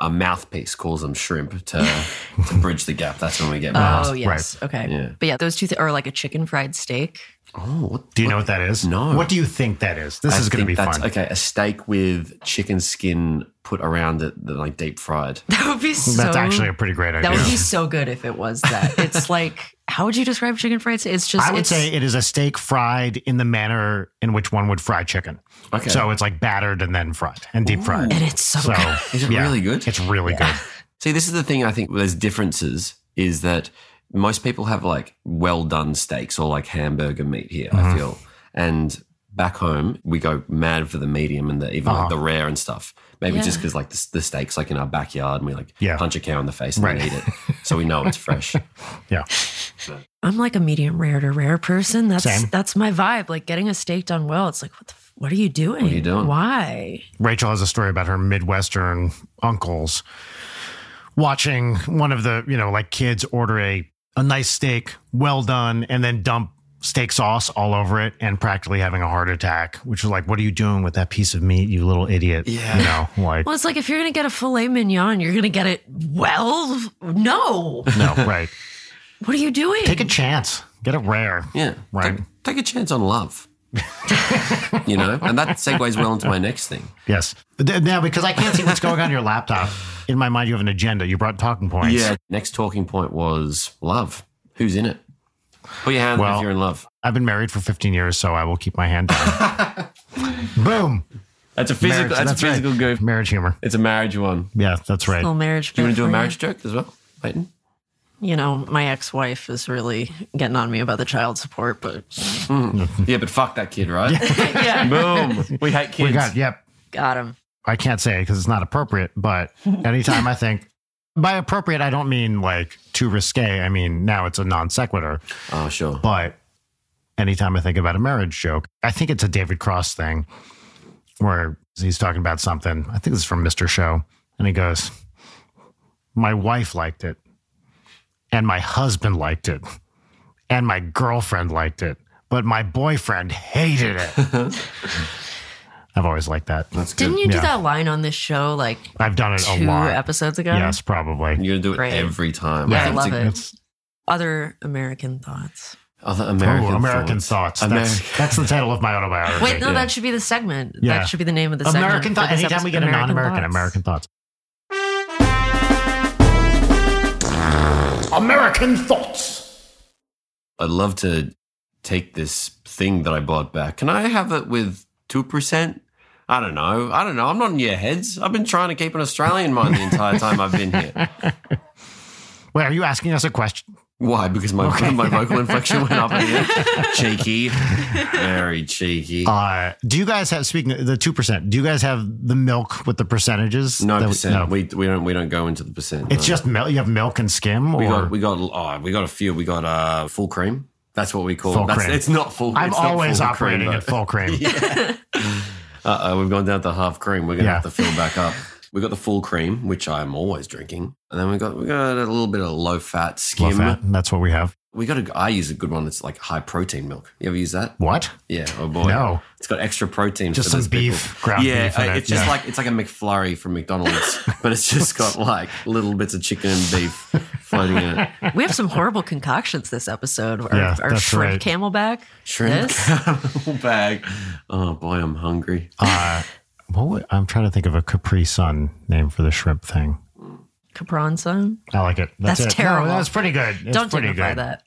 [SPEAKER 4] our mouthpiece calls them shrimp to to bridge the gap. That's when we
[SPEAKER 2] Uh,
[SPEAKER 4] get
[SPEAKER 3] Oh,
[SPEAKER 4] miles.
[SPEAKER 3] yes. Okay.
[SPEAKER 4] Yeah.
[SPEAKER 3] But yeah, those two th- are like a chicken fried steak.
[SPEAKER 4] Oh, what,
[SPEAKER 2] Do you know what that is?
[SPEAKER 4] No.
[SPEAKER 2] What do you think that is? This
[SPEAKER 4] I
[SPEAKER 2] is going to
[SPEAKER 4] think
[SPEAKER 2] be
[SPEAKER 4] that's-
[SPEAKER 2] fun.
[SPEAKER 4] Okay, a steak with chicken skin put around it, like deep fried.
[SPEAKER 3] That would be so.
[SPEAKER 2] That's actually a pretty great idea.
[SPEAKER 3] that would be so good if it was that. It's like, how would you describe chicken fried steak? It's just.
[SPEAKER 2] I would
[SPEAKER 3] it's,
[SPEAKER 2] say it is a steak fried in the manner in which one would fry chicken.
[SPEAKER 4] Okay.
[SPEAKER 2] So it's like battered and then fried and deep fried.
[SPEAKER 3] and it's so.
[SPEAKER 2] So
[SPEAKER 3] good.
[SPEAKER 4] Is it
[SPEAKER 2] yeah,
[SPEAKER 4] really good?
[SPEAKER 2] It's really
[SPEAKER 4] See, this is the thing I think there's differences is that most people have like well done steaks or like hamburger meat here, I
[SPEAKER 2] Mm-hmm.
[SPEAKER 4] feel. And back home, we go mad for the medium and the even
[SPEAKER 2] Uh-huh.
[SPEAKER 4] like the rare and stuff. Maybe just because like the, the steak's like in our backyard and we like
[SPEAKER 2] Yeah.
[SPEAKER 4] punch a cow in the face and
[SPEAKER 2] Right.
[SPEAKER 4] then eat it. So we know it's fresh.
[SPEAKER 2] good. Yeah.
[SPEAKER 3] I'm like a medium rare to rare person. That's
[SPEAKER 2] Same.
[SPEAKER 3] that's my vibe. Like getting a steak done well. It's like what the. f- What are you doing?
[SPEAKER 4] What are you doing?
[SPEAKER 3] Why?
[SPEAKER 2] Rachel has a story about her Midwestern uncles watching one of the, you know, like kids order a, a nice steak, well done, and then dump steak sauce all over it and practically having a heart attack, which was like, what are you doing with that piece of meat, you little idiot?
[SPEAKER 4] Yeah.
[SPEAKER 2] You know, like,
[SPEAKER 3] Well, it's like if you're gonna get a filet mignon, you're gonna get it well. No,
[SPEAKER 2] no, right.
[SPEAKER 3] what are you doing?
[SPEAKER 2] Take a chance, get it rare.
[SPEAKER 4] Yeah.
[SPEAKER 2] Right.
[SPEAKER 4] Take, take a chance on love. you know? And that segues well into my next thing.
[SPEAKER 2] Yes. Th- Now, because I can't see what's going on in your laptop, in my mind, you have an agenda. You brought talking points.
[SPEAKER 4] Yeah. Next talking point was love. Who's in it? Put your hand up
[SPEAKER 2] Well-
[SPEAKER 4] if you're in love.
[SPEAKER 2] I've been married for 15 years, so I will keep my hand down. Boom.
[SPEAKER 4] That's a
[SPEAKER 2] Marriage,
[SPEAKER 4] physical. That's, a
[SPEAKER 2] right.
[SPEAKER 4] physical goof.
[SPEAKER 2] Marriage humor.
[SPEAKER 4] It's a marriage one.
[SPEAKER 2] Yeah, that's right.
[SPEAKER 3] Little marriage.
[SPEAKER 4] Do you want
[SPEAKER 3] bit
[SPEAKER 4] to do a
[SPEAKER 3] for
[SPEAKER 4] marriage joke as well, Leighton?
[SPEAKER 3] You know, my ex-wife is really getting on me about the child support, but
[SPEAKER 4] Yeah, but fuck that kid, right? Boom. We hate kids.
[SPEAKER 2] We got, yep.
[SPEAKER 3] got him.
[SPEAKER 2] I can't say because it's not appropriate, but anytime I think, by appropriate, I don't mean like too risque. I mean, now it's a non sequitur.
[SPEAKER 4] oh, sure.
[SPEAKER 2] But anytime I think about a marriage joke, I think it's a David Cross thing where he's talking about something. I think this is from Mr. Show. And he goes, My wife liked it. And my husband liked it. And my girlfriend liked it. But my boyfriend hated it. I've always liked that.
[SPEAKER 4] That's good.
[SPEAKER 3] Didn't you do
[SPEAKER 2] Yeah.
[SPEAKER 3] that line on this show like
[SPEAKER 2] I've done it
[SPEAKER 3] two
[SPEAKER 2] a lot.
[SPEAKER 3] episodes ago?
[SPEAKER 2] Yes, probably.
[SPEAKER 4] You're gonna do it
[SPEAKER 3] Great.
[SPEAKER 4] every time.
[SPEAKER 3] Yeah, I
[SPEAKER 4] think it's
[SPEAKER 3] love
[SPEAKER 4] a-
[SPEAKER 3] it.
[SPEAKER 2] It's
[SPEAKER 3] Other American thoughts.
[SPEAKER 4] Other
[SPEAKER 2] oh,
[SPEAKER 4] American,
[SPEAKER 2] American, thoughts.
[SPEAKER 4] American.
[SPEAKER 2] That's, that's the title of my autobiography.
[SPEAKER 3] Wait, no,
[SPEAKER 4] yeah.
[SPEAKER 3] that should be the segment.
[SPEAKER 2] Yeah.
[SPEAKER 3] That should be the name of the segment.
[SPEAKER 2] American thoughts.
[SPEAKER 3] for this
[SPEAKER 2] Anytime we get
[SPEAKER 3] episode,
[SPEAKER 2] a non-American,
[SPEAKER 3] Thoughts.
[SPEAKER 2] American thoughts. American thoughts.
[SPEAKER 4] I'd love to take this thing that I bought back. Can I have it with two percent? I don't know. I don't know. I'm not in your heads. I've been trying to keep an Australian mind the entire time I've been here.
[SPEAKER 2] Wait, are you asking us a question?
[SPEAKER 4] Why? Because my my vocal inflection went up in the cheeky, very cheeky.
[SPEAKER 2] Uh, do you guys have speaking of the two percent? Do you guys have the milk with the percentages?
[SPEAKER 4] no
[SPEAKER 2] That we-
[SPEAKER 4] percent.
[SPEAKER 2] no.
[SPEAKER 4] We we don't we don't go into the percent.
[SPEAKER 2] it's
[SPEAKER 4] no.
[SPEAKER 2] just milk. You have milk and skim, or
[SPEAKER 4] we got we got oh, we got a few. We got uh full cream. That's what we call.
[SPEAKER 2] Full
[SPEAKER 4] that's,
[SPEAKER 2] cream.
[SPEAKER 4] It's not full.
[SPEAKER 2] I'm
[SPEAKER 4] it's not
[SPEAKER 2] always
[SPEAKER 4] full
[SPEAKER 2] operating
[SPEAKER 4] cream,
[SPEAKER 2] at full cream.
[SPEAKER 4] Uh oh, we've gone down to half cream. We're gonna
[SPEAKER 2] Yeah.
[SPEAKER 4] have to fill back up. We got the full cream, which I'm always drinking, and then we got we got a little bit of low fat
[SPEAKER 2] Love
[SPEAKER 4] skim.
[SPEAKER 2] that. That's what we have.
[SPEAKER 4] We got a. I use a good one that's like high protein milk. You ever use that?
[SPEAKER 2] What?
[SPEAKER 4] Yeah. Oh boy.
[SPEAKER 2] No.
[SPEAKER 4] It's got extra protein.
[SPEAKER 2] Just
[SPEAKER 4] for
[SPEAKER 2] some
[SPEAKER 4] those people.
[SPEAKER 2] beef, ground
[SPEAKER 4] yeah,
[SPEAKER 2] beef in
[SPEAKER 4] uh,
[SPEAKER 2] it,
[SPEAKER 4] it's just
[SPEAKER 2] yeah.
[SPEAKER 4] like it's like a McFlurry from McDonald's, but it's just got like little bits of chicken and beef floating in it.
[SPEAKER 3] We have some horrible concoctions this episode. Our,
[SPEAKER 2] Yeah,
[SPEAKER 3] our
[SPEAKER 2] that's
[SPEAKER 3] shrimp
[SPEAKER 2] right.
[SPEAKER 3] camelback.
[SPEAKER 4] Shrimp
[SPEAKER 3] Yes.
[SPEAKER 4] caramel bag. Oh boy, I'm hungry.
[SPEAKER 2] Uh, what would, I'm trying to think of a Capri Sun name for the shrimp thing.
[SPEAKER 3] Capron Sun.
[SPEAKER 2] I like it. That's,
[SPEAKER 3] That's
[SPEAKER 2] it. No,
[SPEAKER 3] terrible.
[SPEAKER 2] that's pretty good. It's
[SPEAKER 3] Don't
[SPEAKER 2] pretty
[SPEAKER 3] dignify
[SPEAKER 2] good.
[SPEAKER 3] that.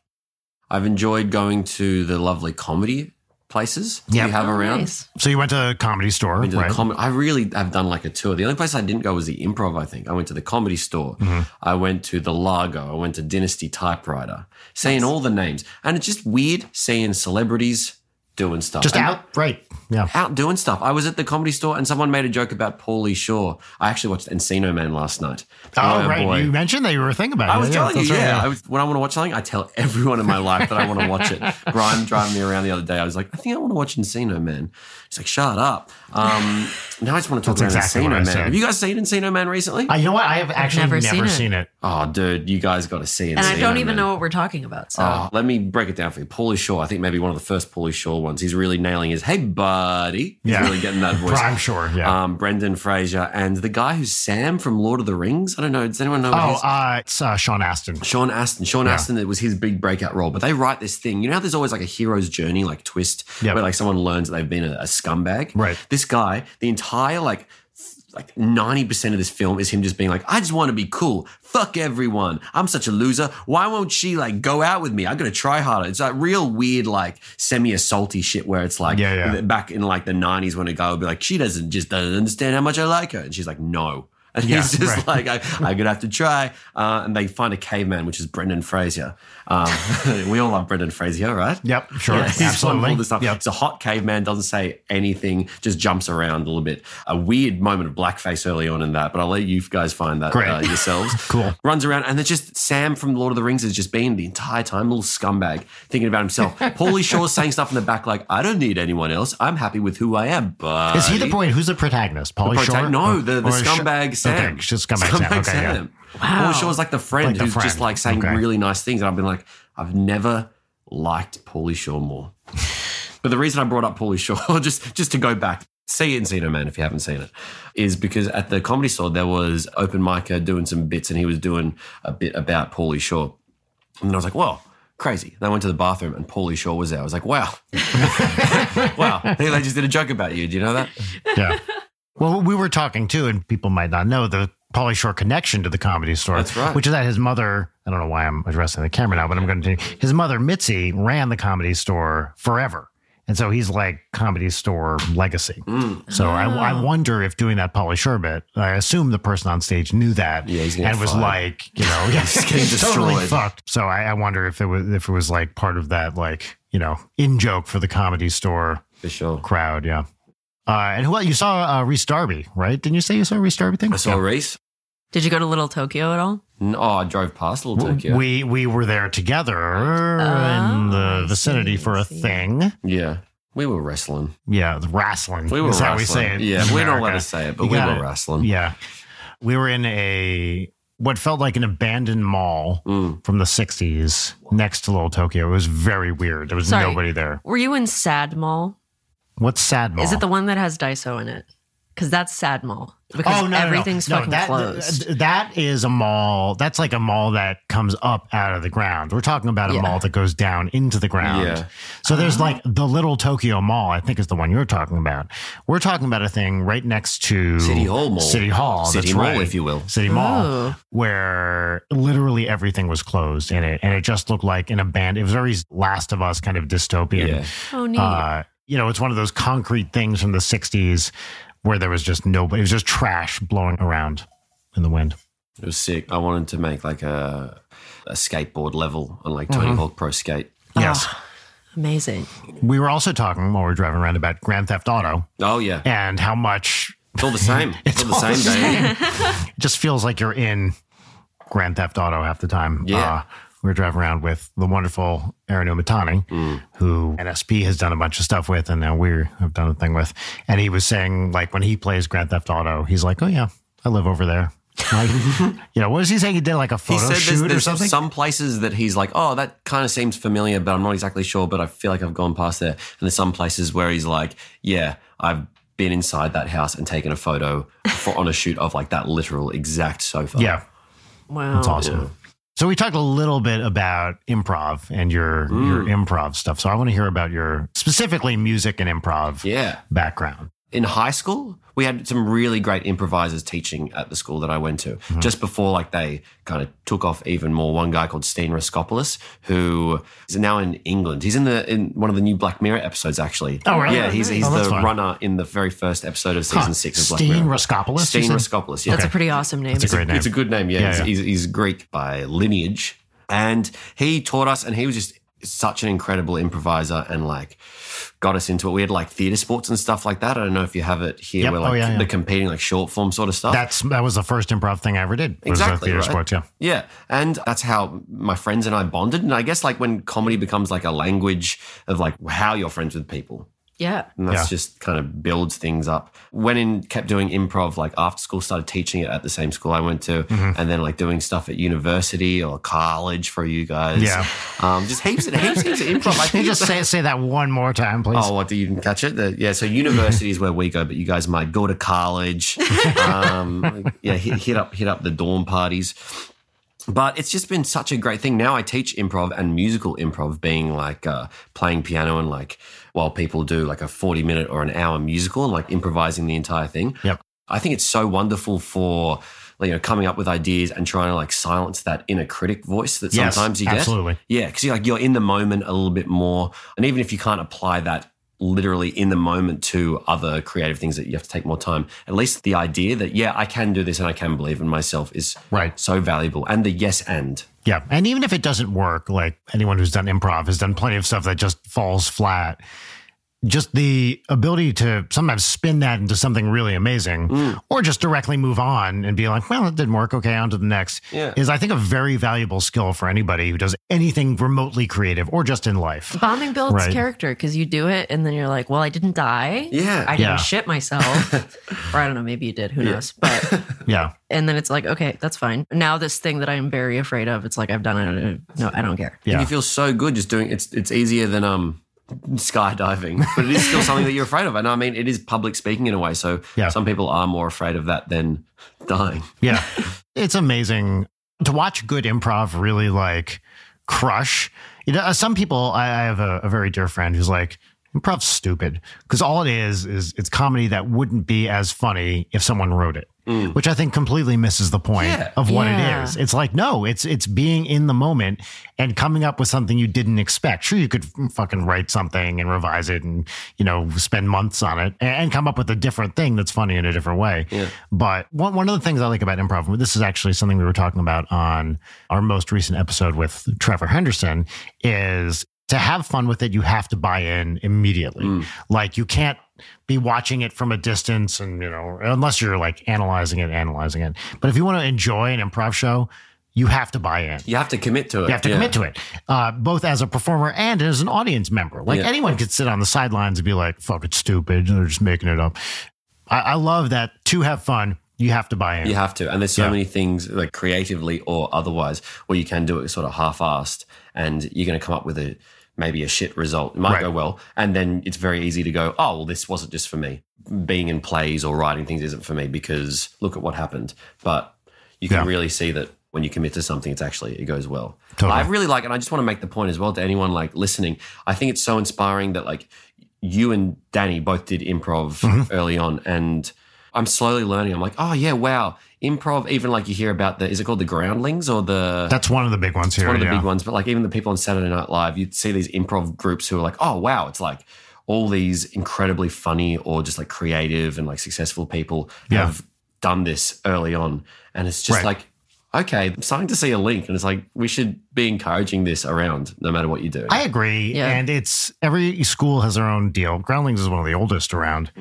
[SPEAKER 4] I've enjoyed going to the lovely comedy places that
[SPEAKER 2] Yep.
[SPEAKER 4] you have
[SPEAKER 3] Oh,
[SPEAKER 4] around.
[SPEAKER 3] nice.
[SPEAKER 2] So you went to the comedy store,
[SPEAKER 4] Went to the
[SPEAKER 2] right?
[SPEAKER 4] com- I really have done like a tour. The only place I didn't go was the improv, I think. I went to the comedy store.
[SPEAKER 2] Mm-hmm.
[SPEAKER 4] I went to the Largo. I went to Dynasty Typewriter. Seeing all the names. And it's just weird seeing celebrities doing stuff.
[SPEAKER 2] just
[SPEAKER 4] And
[SPEAKER 2] out, right? Yeah.
[SPEAKER 4] Out doing stuff. I was at the comedy store and someone made a joke about Paulie Shaw. I actually watched Encino Man last night.
[SPEAKER 2] Oh, right.
[SPEAKER 4] boy.
[SPEAKER 2] You mentioned that you were thinking about it.
[SPEAKER 4] I was
[SPEAKER 2] Yeah,
[SPEAKER 4] telling you,
[SPEAKER 2] that's right,
[SPEAKER 4] yeah. I was, when I want to watch something, I tell everyone in my life that I want to watch it. Brian driving me around the other day, I was like, I think I want to watch Encino Man. He's like, shut up. Um, now I just want to talk
[SPEAKER 2] That's
[SPEAKER 4] about
[SPEAKER 2] exactly
[SPEAKER 4] Encino
[SPEAKER 2] what I
[SPEAKER 4] Man.
[SPEAKER 2] said.
[SPEAKER 4] Have you guys seen Encino Man recently?
[SPEAKER 2] Uh, you know what? I have actually
[SPEAKER 3] never
[SPEAKER 2] never,
[SPEAKER 3] seen
[SPEAKER 2] seen,
[SPEAKER 3] it.
[SPEAKER 2] it.
[SPEAKER 4] oh, dude, you guys got to see Encino
[SPEAKER 3] And I don't even
[SPEAKER 4] Man.
[SPEAKER 3] know what we're talking about. So
[SPEAKER 4] Oh, let me break it down for you. Paulie Shaw, I think maybe one of the first Paulie Shaw ones. He's really nailing his, hey, buddy. He's
[SPEAKER 2] Yeah.
[SPEAKER 4] really getting that voice.
[SPEAKER 2] Prime sure. Yeah.
[SPEAKER 4] Um, Brendan Fraser and the guy who's Sam from Lord of the Rings. I don't know. Does anyone know? what
[SPEAKER 2] oh,
[SPEAKER 4] his-
[SPEAKER 2] uh, it's uh, Sean Astin.
[SPEAKER 4] Sean Astin. Sean
[SPEAKER 2] Yeah.
[SPEAKER 4] Astin, it was his big breakout role. But they write this thing. You know how there's always like a hero's journey, like twist,
[SPEAKER 2] Yep.
[SPEAKER 4] where like someone learns that they've been a, a scumbag.
[SPEAKER 2] Right.
[SPEAKER 4] This guy, the entire like th- like 90% of this film is him just being like, I just want to be cool. Fuck everyone. I'm such a loser. Why won't she like go out with me? I gotta try harder. It's like real weird, like semi-assaulty shit where it's like
[SPEAKER 2] Yeah, yeah.
[SPEAKER 4] th- back in like the 90s when a guy would be like, She doesn't just doesn't understand how much I like her. And she's like, No. And
[SPEAKER 2] Yeah,
[SPEAKER 4] he's just
[SPEAKER 2] right.
[SPEAKER 4] like, I, I'm gonna have to try. Uh, and they find a caveman, which is Brendan Fraser. Um, we all love Brendan Fraser, here, right?
[SPEAKER 2] Yep. Sure.
[SPEAKER 4] Yeah, he's
[SPEAKER 2] absolutely.
[SPEAKER 4] All this stuff.
[SPEAKER 2] Yep.
[SPEAKER 4] It's a hot caveman, doesn't say anything, just jumps around a little bit. A weird moment of blackface early on in that, but I'll let you guys find that
[SPEAKER 2] Great.
[SPEAKER 4] uh, yourselves.
[SPEAKER 2] Cool.
[SPEAKER 4] Runs around, and it's just Sam from Lord of the Rings has just been the entire time a little scumbag thinking about himself. Paulie Shaw's saying stuff in the back like, I don't need anyone else. I'm happy with who I am. But
[SPEAKER 2] Is he the point? Who's the protagonist? Paulie
[SPEAKER 4] Protag-
[SPEAKER 2] Shore?
[SPEAKER 4] No,
[SPEAKER 2] Or-
[SPEAKER 4] Uh, the, the
[SPEAKER 2] or is Sh-
[SPEAKER 4] scumbag Sam.
[SPEAKER 2] Okay, just scumbag, Sam. Okay, yeah.
[SPEAKER 4] Wow. Paulie Shaw's like the friend
[SPEAKER 2] Like the
[SPEAKER 4] who's just
[SPEAKER 2] friend.
[SPEAKER 4] like saying
[SPEAKER 2] Okay.
[SPEAKER 4] really nice things. And I've been like, I've never liked Paulie Shaw more. but the reason I brought up Paulie Shaw, just just to go back, see Encino Man if you haven't seen it, is because at the comedy store there was open micer doing some bits and he was doing a bit about Paulie Shaw. And I was like, whoa, crazy. And I went to the bathroom and Paulie Shaw was there. I was like, wow. wow. They they just did a joke about you. Do you know that?
[SPEAKER 2] yeah. Well, we were talking too, and people might not know the Polly Shore connection to the comedy store.
[SPEAKER 4] That's right.
[SPEAKER 2] Which is that his mother, I don't know why I'm addressing the camera now, but I'm going to continue. His mother, Mitzi, ran the comedy store forever. And so he's like comedy store legacy.
[SPEAKER 4] Mm,
[SPEAKER 2] So I, I wonder if doing that Polly Shore bit, I assume the person on stage knew that
[SPEAKER 4] Yeah, he's gonna
[SPEAKER 2] and was
[SPEAKER 4] fired.
[SPEAKER 2] like, you know, yeah,
[SPEAKER 4] He's getting
[SPEAKER 2] totally
[SPEAKER 4] destroyed.
[SPEAKER 2] fucked. So I, I wonder if it was if it was like part of that like you know in joke for the comedy store
[SPEAKER 4] For sure.
[SPEAKER 2] crowd. Yeah. Uh, and who else? You saw uh, Reese Darby, right? Didn't you say you saw a Reese Darby thing?
[SPEAKER 4] I saw
[SPEAKER 2] Yeah.
[SPEAKER 4] Reese.
[SPEAKER 3] did you go to Little Tokyo at all?
[SPEAKER 4] No, oh, I drove past Little Tokyo.
[SPEAKER 2] We we were there together in
[SPEAKER 3] Oh, I
[SPEAKER 2] the
[SPEAKER 3] see,
[SPEAKER 2] vicinity for
[SPEAKER 3] I
[SPEAKER 2] a
[SPEAKER 3] see.
[SPEAKER 2] thing.
[SPEAKER 4] yeah. We were wrestling.
[SPEAKER 2] Yeah, the wrestling.
[SPEAKER 4] We were
[SPEAKER 2] is
[SPEAKER 4] wrestling.
[SPEAKER 2] how we say it.
[SPEAKER 4] Yeah,
[SPEAKER 2] in
[SPEAKER 4] we don't let
[SPEAKER 2] America.
[SPEAKER 4] us say it, but
[SPEAKER 2] You
[SPEAKER 4] we
[SPEAKER 2] got
[SPEAKER 4] were
[SPEAKER 2] it.
[SPEAKER 4] wrestling.
[SPEAKER 2] Yeah, we were in a what felt like an abandoned mall
[SPEAKER 4] Mm.
[SPEAKER 2] from the '60s next to Little Tokyo. It was very weird. There was
[SPEAKER 3] Sorry.
[SPEAKER 2] nobody there.
[SPEAKER 3] Were you in Sad Mall?
[SPEAKER 2] What's sad mall?
[SPEAKER 3] Is it the one that has Daiso in it? Because that's Sad Mall. Because
[SPEAKER 2] Oh no, no, no.
[SPEAKER 3] everything's
[SPEAKER 2] No,
[SPEAKER 3] fucking
[SPEAKER 2] that,
[SPEAKER 3] closed.
[SPEAKER 2] th- that is a mall. That's like a mall that comes up out of the ground. We're talking about a
[SPEAKER 3] Yeah.
[SPEAKER 2] mall that goes down into the ground.
[SPEAKER 4] Yeah.
[SPEAKER 2] So there's like the little Tokyo Mall. I think is the one you're talking about. We're talking about a thing right next to
[SPEAKER 4] City Hall Mall.
[SPEAKER 2] City Hall.
[SPEAKER 4] City
[SPEAKER 2] Oh, that's
[SPEAKER 4] Mall,
[SPEAKER 2] right.
[SPEAKER 4] if you will.
[SPEAKER 2] City Mall,
[SPEAKER 3] Oh.
[SPEAKER 2] where literally everything was closed in it, and it just looked like an abandoned. It was very Last of Us kind of dystopian.
[SPEAKER 4] Yeah.
[SPEAKER 3] oh, neat.
[SPEAKER 2] Uh, you know, it's one of those concrete things from the 60s where there was just nobody. It was just trash blowing around in the wind.
[SPEAKER 4] It was sick. I wanted to make like a a skateboard level on like Tony
[SPEAKER 2] Mm-hmm.
[SPEAKER 4] Hawk Pro Skate.
[SPEAKER 2] Yes.
[SPEAKER 3] Ah, Amazing.
[SPEAKER 2] We were also talking while we were driving around about Grand Theft Auto
[SPEAKER 4] Oh yeah,
[SPEAKER 2] and how much
[SPEAKER 4] it's all the same. It's, all the
[SPEAKER 2] all
[SPEAKER 4] same.
[SPEAKER 2] the
[SPEAKER 4] baby.
[SPEAKER 2] it just feels like you're in Grand Theft Auto half the time.
[SPEAKER 4] Yeah.
[SPEAKER 2] we were driving around with the wonderful Aaron Umatani,
[SPEAKER 4] Mm.
[SPEAKER 2] who NSP has done a bunch of stuff with, and now we have done a thing with. And he was saying, like, when he plays Grand Theft Auto, he's like, oh, yeah, I live over there. Like, you know, what was he saying? He did like a
[SPEAKER 4] He
[SPEAKER 2] photo
[SPEAKER 4] said
[SPEAKER 2] shoot
[SPEAKER 4] there's,
[SPEAKER 2] or
[SPEAKER 4] there's
[SPEAKER 2] something?
[SPEAKER 4] some places that he's like, oh, that kind of seems familiar, but I'm not exactly sure. But I feel like I've gone past there. And there's some places where he's like, yeah, I've been inside that house and taken a photo for, on a shoot of like that literal exact sofa.
[SPEAKER 2] yeah.
[SPEAKER 3] Wow.
[SPEAKER 4] Oh,
[SPEAKER 2] That's awesome. So we talked a little bit about improv and your your
[SPEAKER 4] Mm.
[SPEAKER 2] improv stuff. So I want to hear about your specifically music and improv
[SPEAKER 4] Yeah.
[SPEAKER 2] background.
[SPEAKER 4] in high school, we had some really great improvisers teaching at the school that I went to.
[SPEAKER 2] Mm-hmm.
[SPEAKER 4] Just before like they kind of took off even more, one guy called Steen Raskopoulos, who is now in England. He's in the in one of the new Black Mirror episodes, actually.
[SPEAKER 2] Oh, really?
[SPEAKER 4] Yeah, he's, he's
[SPEAKER 2] Oh, that's
[SPEAKER 4] the
[SPEAKER 2] fun.
[SPEAKER 4] runner in the very first episode of season
[SPEAKER 2] Huh.
[SPEAKER 4] six of Black
[SPEAKER 2] Steen
[SPEAKER 4] Mirror.
[SPEAKER 2] Raskopoulos.
[SPEAKER 4] Steen
[SPEAKER 2] you said?
[SPEAKER 4] Raskopoulos. Yeah,
[SPEAKER 3] That's a pretty awesome name.
[SPEAKER 2] That's a great name.
[SPEAKER 4] it's a good name, yeah.
[SPEAKER 2] Yeah,
[SPEAKER 4] He's-
[SPEAKER 2] yeah.
[SPEAKER 4] He's, he's Greek by lineage. And he taught us, and he was just such an incredible improviser and like got us into it. We had like theater sports and stuff like that. I don't know if you have it here
[SPEAKER 2] Yep.
[SPEAKER 4] where like
[SPEAKER 2] Oh, yeah, yeah.
[SPEAKER 4] the competing like short form sort of stuff.
[SPEAKER 2] That's that was the first improv thing I ever did. Was
[SPEAKER 4] Exactly,
[SPEAKER 2] a theater
[SPEAKER 4] right?
[SPEAKER 2] sports, yeah.
[SPEAKER 4] Yeah, and that's how my friends and I bonded. And I guess like when comedy becomes like a language of like how you're friends with people,
[SPEAKER 3] Yeah.
[SPEAKER 4] and that's
[SPEAKER 2] Yeah.
[SPEAKER 4] just kind of builds things up. Went in, kept doing improv like after school, started teaching it at the same school I went to,
[SPEAKER 2] Mm-hmm.
[SPEAKER 4] and then like doing stuff at university or college for you guys.
[SPEAKER 2] Yeah.
[SPEAKER 4] um, just heaps and heaps, heaps of improv. I
[SPEAKER 2] Can
[SPEAKER 4] think
[SPEAKER 2] you just say say that one more time, please?
[SPEAKER 4] Oh, what do you didn't catch it? The, yeah, so university is where we go, but you guys might go to college. um, yeah, hit, hit up hit up the dorm parties. But it's just been such a great thing. Now I teach improv and musical improv, being like uh, playing piano and like while people do like a forty minute or an hour musical and like improvising the entire thing.
[SPEAKER 2] Yep.
[SPEAKER 4] I think it's so wonderful for like, you know coming up with ideas and trying to like silence that inner critic voice that
[SPEAKER 2] Yes,
[SPEAKER 4] sometimes you get.
[SPEAKER 2] absolutely.
[SPEAKER 4] Yeah, because you're like you're in the moment a little bit more, and even if you can't apply that literally in the moment to other creative things that you have to take more time, at least the idea that yeah, I can do this and I can believe in myself is
[SPEAKER 2] Right.
[SPEAKER 4] so valuable, and the yes and
[SPEAKER 2] Yeah. And even if it doesn't work, like anyone who's done improv has done plenty of stuff that just falls flat. Just the ability to sometimes spin that into something really amazing
[SPEAKER 4] Mm.
[SPEAKER 2] or just directly move on and be like, well, it didn't work. Okay, on to the next
[SPEAKER 4] Yeah.
[SPEAKER 2] is, I think, a very valuable skill for anybody who does anything remotely creative or just in life.
[SPEAKER 3] Bombing builds
[SPEAKER 2] Right.
[SPEAKER 3] character because you do it and then you're like, well, I didn't die.
[SPEAKER 4] Yeah.
[SPEAKER 3] I didn't
[SPEAKER 2] Yeah.
[SPEAKER 3] shit myself. or I don't know, maybe you did. Who knows? But
[SPEAKER 2] Yeah.
[SPEAKER 3] and then it's like, okay, that's fine. Now this thing that I'm very afraid of, it's like I've done it. uh, No, I don't care.
[SPEAKER 2] Yeah.
[SPEAKER 4] you feel so good just doing it's it's easier than um skydiving but it is still something that you're afraid of and i mean it is public speaking in a way so
[SPEAKER 2] Yeah.
[SPEAKER 4] some people are more afraid of that than dying
[SPEAKER 2] Yeah. it's amazing to watch good improv really like crush. You know, uh, some people, I, I have a, a very dear friend who's like, improv's stupid because all it is is it's comedy that wouldn't be as funny if someone wrote it. Which I think completely misses the point
[SPEAKER 4] Yeah.
[SPEAKER 2] of what
[SPEAKER 3] Yeah.
[SPEAKER 2] it is. It's like no, it's it's being in the moment and coming up with something you didn't expect. Sure, you could f- fucking write something and revise it and you know spend months on it and, and come up with a different thing that's funny in a different way. But one one of the things I like about improv, this is actually something we were talking about on our most recent episode with Trevor Henderson, is to have fun with it, you have to buy in immediately. Like you can't be watching it from a distance and you know unless you're like analyzing it analyzing it but if you want to enjoy an improv show you have to buy in
[SPEAKER 4] you have to commit to it
[SPEAKER 2] you have to commit to it, uh, both as a performer and as an audience member. Like
[SPEAKER 4] Yeah.
[SPEAKER 2] anyone could sit on the sidelines and be like, fuck, it's stupid. They're just making it up. I, I love that to have fun, you have to buy in.
[SPEAKER 4] You have to. And there's so
[SPEAKER 2] Yeah.
[SPEAKER 4] many things, like creatively or otherwise, where you can do it sort of half assed and you're going to come up with a maybe a shit result. It might
[SPEAKER 2] Right.
[SPEAKER 4] go well. And then it's very easy to go, oh, well, this wasn't just for me. Being in plays or writing things isn't for me because look at what happened. But you can
[SPEAKER 2] Yeah.
[SPEAKER 4] really see that when you commit to something, it's actually, it goes well.
[SPEAKER 2] Totally.
[SPEAKER 4] I really like, and I just want to make the point as well to anyone like listening. I think it's so inspiring that like you and Danny both did improv
[SPEAKER 2] Mm-hmm.
[SPEAKER 4] early on, and I'm slowly learning. I'm like, oh yeah, wow, improv. Even like you hear about the is it called the Groundlings or the
[SPEAKER 2] That's one of the big ones here.
[SPEAKER 4] one of the
[SPEAKER 2] yeah.
[SPEAKER 4] big ones, but like even the people on Saturday Night Live, you'd see these improv groups who are like, oh wow, it's like all these incredibly funny or just like creative and like successful people
[SPEAKER 2] Yeah.
[SPEAKER 4] have done this early on. And it's just
[SPEAKER 2] Right.
[SPEAKER 4] like, okay, I'm starting to see a link. And it's like, we should be encouraging this around no matter what you do.
[SPEAKER 2] I agree.
[SPEAKER 3] Yeah.
[SPEAKER 2] And it's every school has their own deal. Groundlings is one of the oldest around,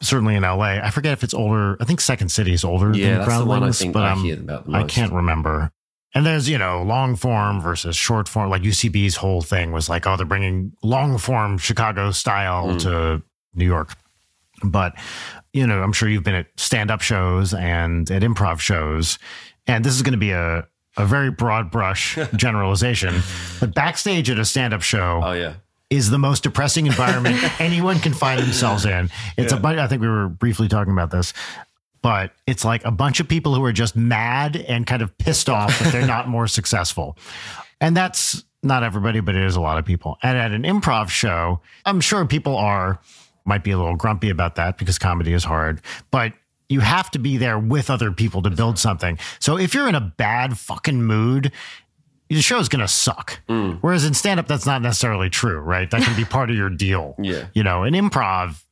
[SPEAKER 2] certainly in LA. I forget if it's older. I think Second City is older than
[SPEAKER 4] yeah, that's the
[SPEAKER 2] Groundlings,
[SPEAKER 4] one I think
[SPEAKER 2] but
[SPEAKER 4] I
[SPEAKER 2] um,
[SPEAKER 4] hear about the most.
[SPEAKER 2] I can't remember. And there's, you know, long form versus short form. Like UCB's whole thing was like, oh, they're bringing long form Chicago style
[SPEAKER 4] Mm.
[SPEAKER 2] to New York. But, you know, I'm sure you've been at stand up shows and at improv shows. And this is going to be a, a very broad brush generalization. But backstage at a stand up show,
[SPEAKER 4] Oh, yeah.
[SPEAKER 2] is the most depressing environment anyone can find themselves in. It's a bunch. I think we were briefly talking about this, but it's like a bunch of people who are just mad and kind of pissed off that they're not more successful, and that's not everybody, but it is a lot of people. And at an improv show, I'm sure people are might be a little grumpy about that because comedy is hard, but. You have to be there with other people to build something. So if you're in a bad fucking mood, the show's going to suck.
[SPEAKER 4] Mm,
[SPEAKER 2] Whereas in stand up, that's not necessarily true, right? That can be part of your deal.
[SPEAKER 4] Yeah.
[SPEAKER 2] You know, in improv,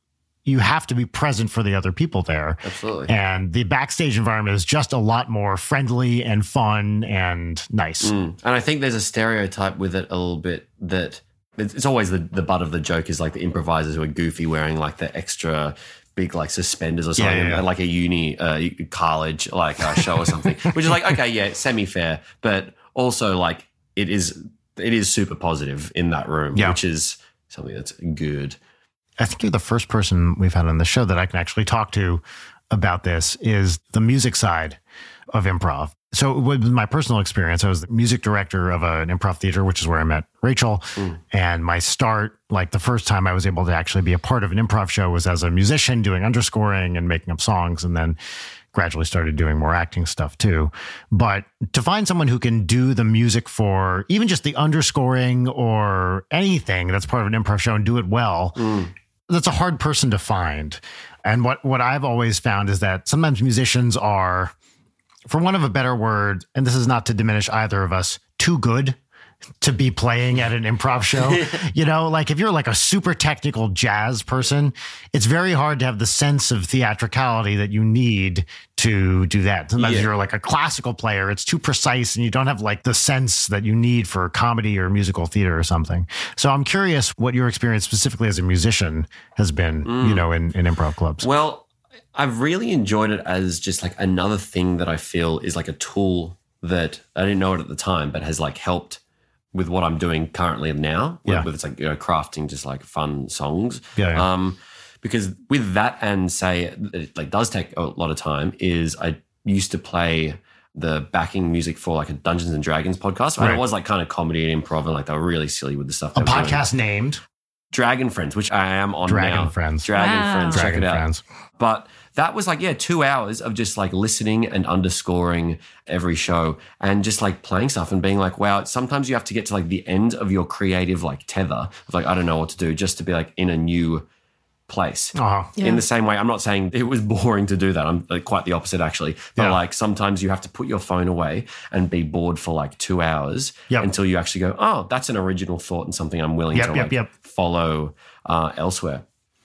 [SPEAKER 2] you have to be present for the other people there.
[SPEAKER 4] Absolutely.
[SPEAKER 2] And the backstage environment is just a lot more friendly and fun and nice.
[SPEAKER 4] Mm. And I think there's a stereotype with it a little bit that it's it's always the, the butt of the joke is like the improvisers who are goofy wearing like the extra big like suspenders or something
[SPEAKER 2] yeah, yeah.
[SPEAKER 4] at, like a uni uh, college like uh, show or something which is like okay yeah semi fair but also like it is it is super positive in that room
[SPEAKER 2] Yeah.
[SPEAKER 4] which is something that's good
[SPEAKER 2] I think you're the first person we've had on the show that I can actually talk to about this is the music side of improv. So with my personal experience, I was the music director of an improv theater, which is where I met Rachel. And my start, like the first time I was able to actually be a part of an improv show was as a musician doing underscoring and making up songs and then gradually started doing more acting stuff too. But to find someone who can do the music for even just the underscoring or anything that's part of an improv show and do it well that's a hard person to find. And what what I've always found is that sometimes musicians are, for want of a better word, and this is not to diminish either of us, too good to be playing at an improv show. you know, like if you're like a super technical jazz person, it's very hard to have the sense of theatricality that you need to do that. Sometimes
[SPEAKER 4] Yeah.
[SPEAKER 2] you're like a classical player, it's too precise and you don't have like the sense that you need for comedy or musical theater or something. So I'm curious what your experience specifically as a musician has been, you know, in, in improv clubs.
[SPEAKER 4] Mm. Well, I've really enjoyed it as just like another thing that I feel is like a tool that I didn't know it at the time, but has like helped with what I'm doing currently now. with-
[SPEAKER 2] Yeah.
[SPEAKER 4] With it's like you know, crafting just like fun songs.
[SPEAKER 2] Yeah, yeah.
[SPEAKER 4] Um, because with that and say it like does take a lot of time is I used to play the backing music for like a Dungeons and Dragons podcast. And
[SPEAKER 2] Right.
[SPEAKER 4] it was like kind of comedy and improv and like they were really silly with the stuff.
[SPEAKER 2] a
[SPEAKER 4] they were doing.
[SPEAKER 2] podcast named
[SPEAKER 4] Dragon Friends, which I am on
[SPEAKER 2] Dragon
[SPEAKER 4] now.
[SPEAKER 2] Friends.
[SPEAKER 4] Dragon
[SPEAKER 3] Wow.
[SPEAKER 4] Friends. Check
[SPEAKER 2] Dragon
[SPEAKER 4] it out.
[SPEAKER 2] Friends.
[SPEAKER 4] But that was like, yeah, two hours of just like listening and underscoring every show and just like playing stuff and being like, wow, sometimes you have to get to like the end of your creative like tether of like, I don't know what to do just to be like in a new place.
[SPEAKER 2] Uh-huh.
[SPEAKER 3] Yeah.
[SPEAKER 4] In the same way, I'm not saying it was boring to do that. I'm like, quite the opposite, actually. But
[SPEAKER 2] Yeah.
[SPEAKER 4] like sometimes you have to put your phone away and be bored for like two hours
[SPEAKER 2] Yep.
[SPEAKER 4] until you actually go, oh, that's an original thought and something I'm willing
[SPEAKER 2] Yep,
[SPEAKER 4] to
[SPEAKER 2] yep,
[SPEAKER 4] like
[SPEAKER 2] yep.
[SPEAKER 4] follow uh, elsewhere.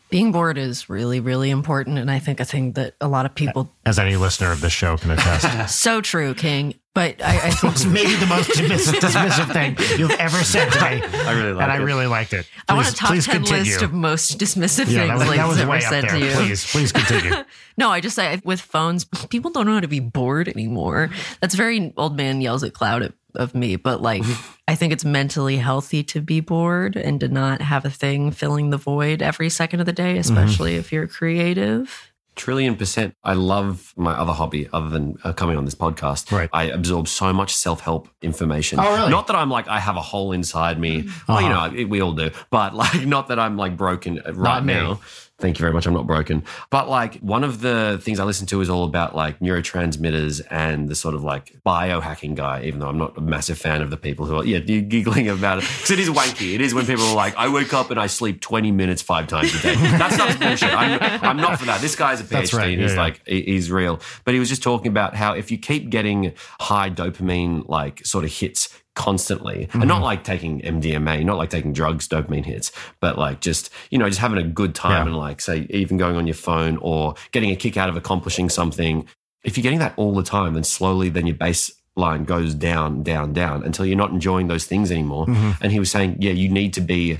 [SPEAKER 3] Being bored is really, really important. And I think a thing that a lot of people
[SPEAKER 2] As any listener of this show can attest.
[SPEAKER 3] so true, King. But I, I think
[SPEAKER 2] It's maybe the most dismiss- dismissive thing you've ever said to me.
[SPEAKER 4] I really like
[SPEAKER 2] and I
[SPEAKER 4] it.
[SPEAKER 2] really liked it. Please,
[SPEAKER 3] I want a top
[SPEAKER 2] please
[SPEAKER 3] 10
[SPEAKER 2] continue.
[SPEAKER 3] list of most dismissive
[SPEAKER 2] yeah,
[SPEAKER 3] things
[SPEAKER 2] that was,
[SPEAKER 3] Lane's
[SPEAKER 2] that was
[SPEAKER 3] ever
[SPEAKER 2] way
[SPEAKER 3] said
[SPEAKER 2] up
[SPEAKER 3] to
[SPEAKER 2] there.
[SPEAKER 3] you.
[SPEAKER 2] Please, please continue.
[SPEAKER 3] No, I just say with phones, people don't know how to be bored anymore. That's very old man yells at cloud of, of me, but like I think it's mentally healthy to be bored and to not have a thing filling the void every second of the day, especially if you're creative.
[SPEAKER 4] trillion percent. I love my other hobby other than uh, coming on this podcast.
[SPEAKER 2] Right.
[SPEAKER 4] I absorb so much self help information.
[SPEAKER 2] Oh, really? Mm. Uh-huh.
[SPEAKER 4] Not that I'm like, I have a hole inside me. Well, you know, I- we all do, but like, not that I'm like broken uh, right
[SPEAKER 2] Not me.
[SPEAKER 4] now. Thank you very much. I'm not broken. But like, one of the things I listen to is all about like neurotransmitters and the sort of like biohacking guy, even though I'm not a massive fan of the people who are, yeah, you're giggling about it. Because it is wanky. It is when people are like, I wake up and I sleep 20 minutes five times a day. That's not bullshit. I'm, I'm not for that. This guy's a PhD.
[SPEAKER 2] That's right.
[SPEAKER 4] and
[SPEAKER 2] Yeah,
[SPEAKER 4] he's
[SPEAKER 2] yeah.
[SPEAKER 4] like, he- he's real. But he was just talking about how if you keep getting high dopamine, like sort of hits, constantly. And not like taking MDMA, not like taking drugs, dopamine hits, but like just, you know, just having a good time
[SPEAKER 2] Yeah.
[SPEAKER 4] and like, say, even going on your phone or getting a kick out of accomplishing something. If you're getting that all the time, then slowly then your baseline goes down, down, down until you're not enjoying those things anymore.
[SPEAKER 2] Hmm. Mm-hmm.
[SPEAKER 4] And he was saying, yeah, you need to be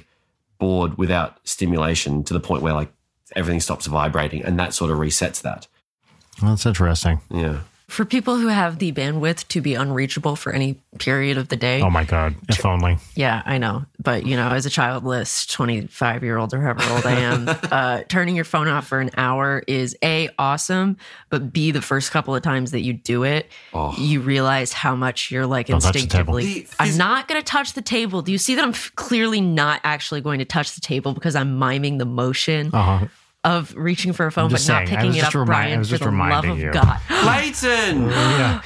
[SPEAKER 4] bored without stimulation to the point where like everything stops vibrating and that sort of resets that.
[SPEAKER 2] Well, that's interesting.
[SPEAKER 4] Yeah.
[SPEAKER 3] For people who have the bandwidth to be unreachable for any period of the day,
[SPEAKER 2] Oh my God. If only.
[SPEAKER 3] Yeah, I know. But, you know, as a childless 25 year old or however old I am, uh, turning your phone off for an hour is A, awesome, but B, the first couple of times that you do it,
[SPEAKER 4] Oh.
[SPEAKER 3] you realize how much you're like
[SPEAKER 2] touch the table.
[SPEAKER 3] instinctively.
[SPEAKER 4] The
[SPEAKER 3] I'm
[SPEAKER 4] phys-
[SPEAKER 3] not going to touch the table. Do you see that I'm f- clearly not actually going to touch the table because I'm miming the motion
[SPEAKER 2] Uh huh.
[SPEAKER 3] of reaching for a phone but
[SPEAKER 2] just
[SPEAKER 3] not
[SPEAKER 2] saying, I
[SPEAKER 3] picking
[SPEAKER 2] was
[SPEAKER 3] it up,
[SPEAKER 2] just remi- I
[SPEAKER 3] Brian,
[SPEAKER 2] was
[SPEAKER 3] for
[SPEAKER 2] just
[SPEAKER 3] the love
[SPEAKER 2] reminding
[SPEAKER 3] of
[SPEAKER 2] you.
[SPEAKER 3] God.
[SPEAKER 4] Leighton!
[SPEAKER 2] Yeah.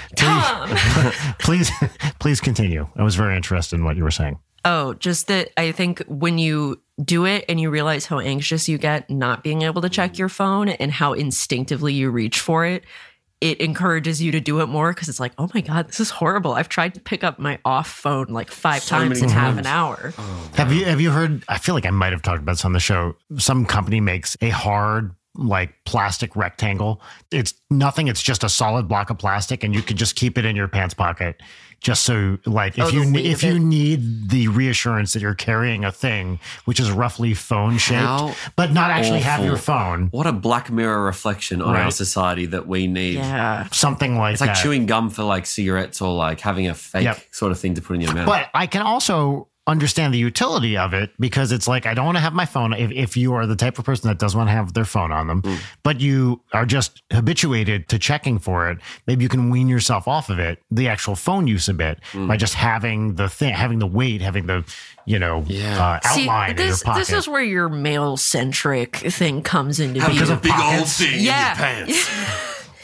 [SPEAKER 2] Please,
[SPEAKER 3] Tom!
[SPEAKER 2] please, please continue. I was very interested in what you were saying.
[SPEAKER 3] Oh, just that I think when you do it and you realize how anxious you get not being able to
[SPEAKER 2] Mm.
[SPEAKER 3] check your phone and how instinctively you reach for it, it encourages you to do it more because it's like, oh my God, this is horrible. I've tried to pick up my off phone like five times in
[SPEAKER 4] many
[SPEAKER 3] half
[SPEAKER 4] times.
[SPEAKER 3] an hour.
[SPEAKER 2] Have you have you heard? I feel like I might have talked about this on the show. Some company makes a hard like plastic rectangle. It's nothing. It's just a solid block of plastic, and you can just keep it in your pants pocket, just so like if
[SPEAKER 3] Oh, the
[SPEAKER 2] you
[SPEAKER 3] weight
[SPEAKER 2] if
[SPEAKER 3] of it.
[SPEAKER 2] you need the reassurance that you're carrying a thing which is roughly phone
[SPEAKER 4] How
[SPEAKER 2] shaped, but not actually have
[SPEAKER 4] awful.
[SPEAKER 2] your phone.
[SPEAKER 4] What a black mirror reflection on our
[SPEAKER 2] Right.
[SPEAKER 4] society that we need.
[SPEAKER 3] Yeah.
[SPEAKER 2] Something like
[SPEAKER 4] It's like
[SPEAKER 2] that.
[SPEAKER 4] chewing gum for like cigarettes or like having a fake
[SPEAKER 2] Yep.
[SPEAKER 4] sort of thing to put in your mouth.
[SPEAKER 2] But I can also understand the utility of it because it's like I don't want to have my phone if, if you are the type of person that doesn't want to have their phone on
[SPEAKER 3] Mm.
[SPEAKER 2] them, but you are just habituated to checking for it. Maybe you can wean yourself off of it, the actual phone use a bit,
[SPEAKER 3] Mm.
[SPEAKER 2] by just having the thing, having the weight, having the you know
[SPEAKER 4] Yeah.
[SPEAKER 2] uh, outline
[SPEAKER 3] this,
[SPEAKER 2] in your pocket.
[SPEAKER 3] this is where your male centric thing comes into
[SPEAKER 4] Have
[SPEAKER 3] being.
[SPEAKER 2] because of
[SPEAKER 4] Big old
[SPEAKER 2] pockets.
[SPEAKER 4] thing
[SPEAKER 3] yeah.
[SPEAKER 4] in your pants.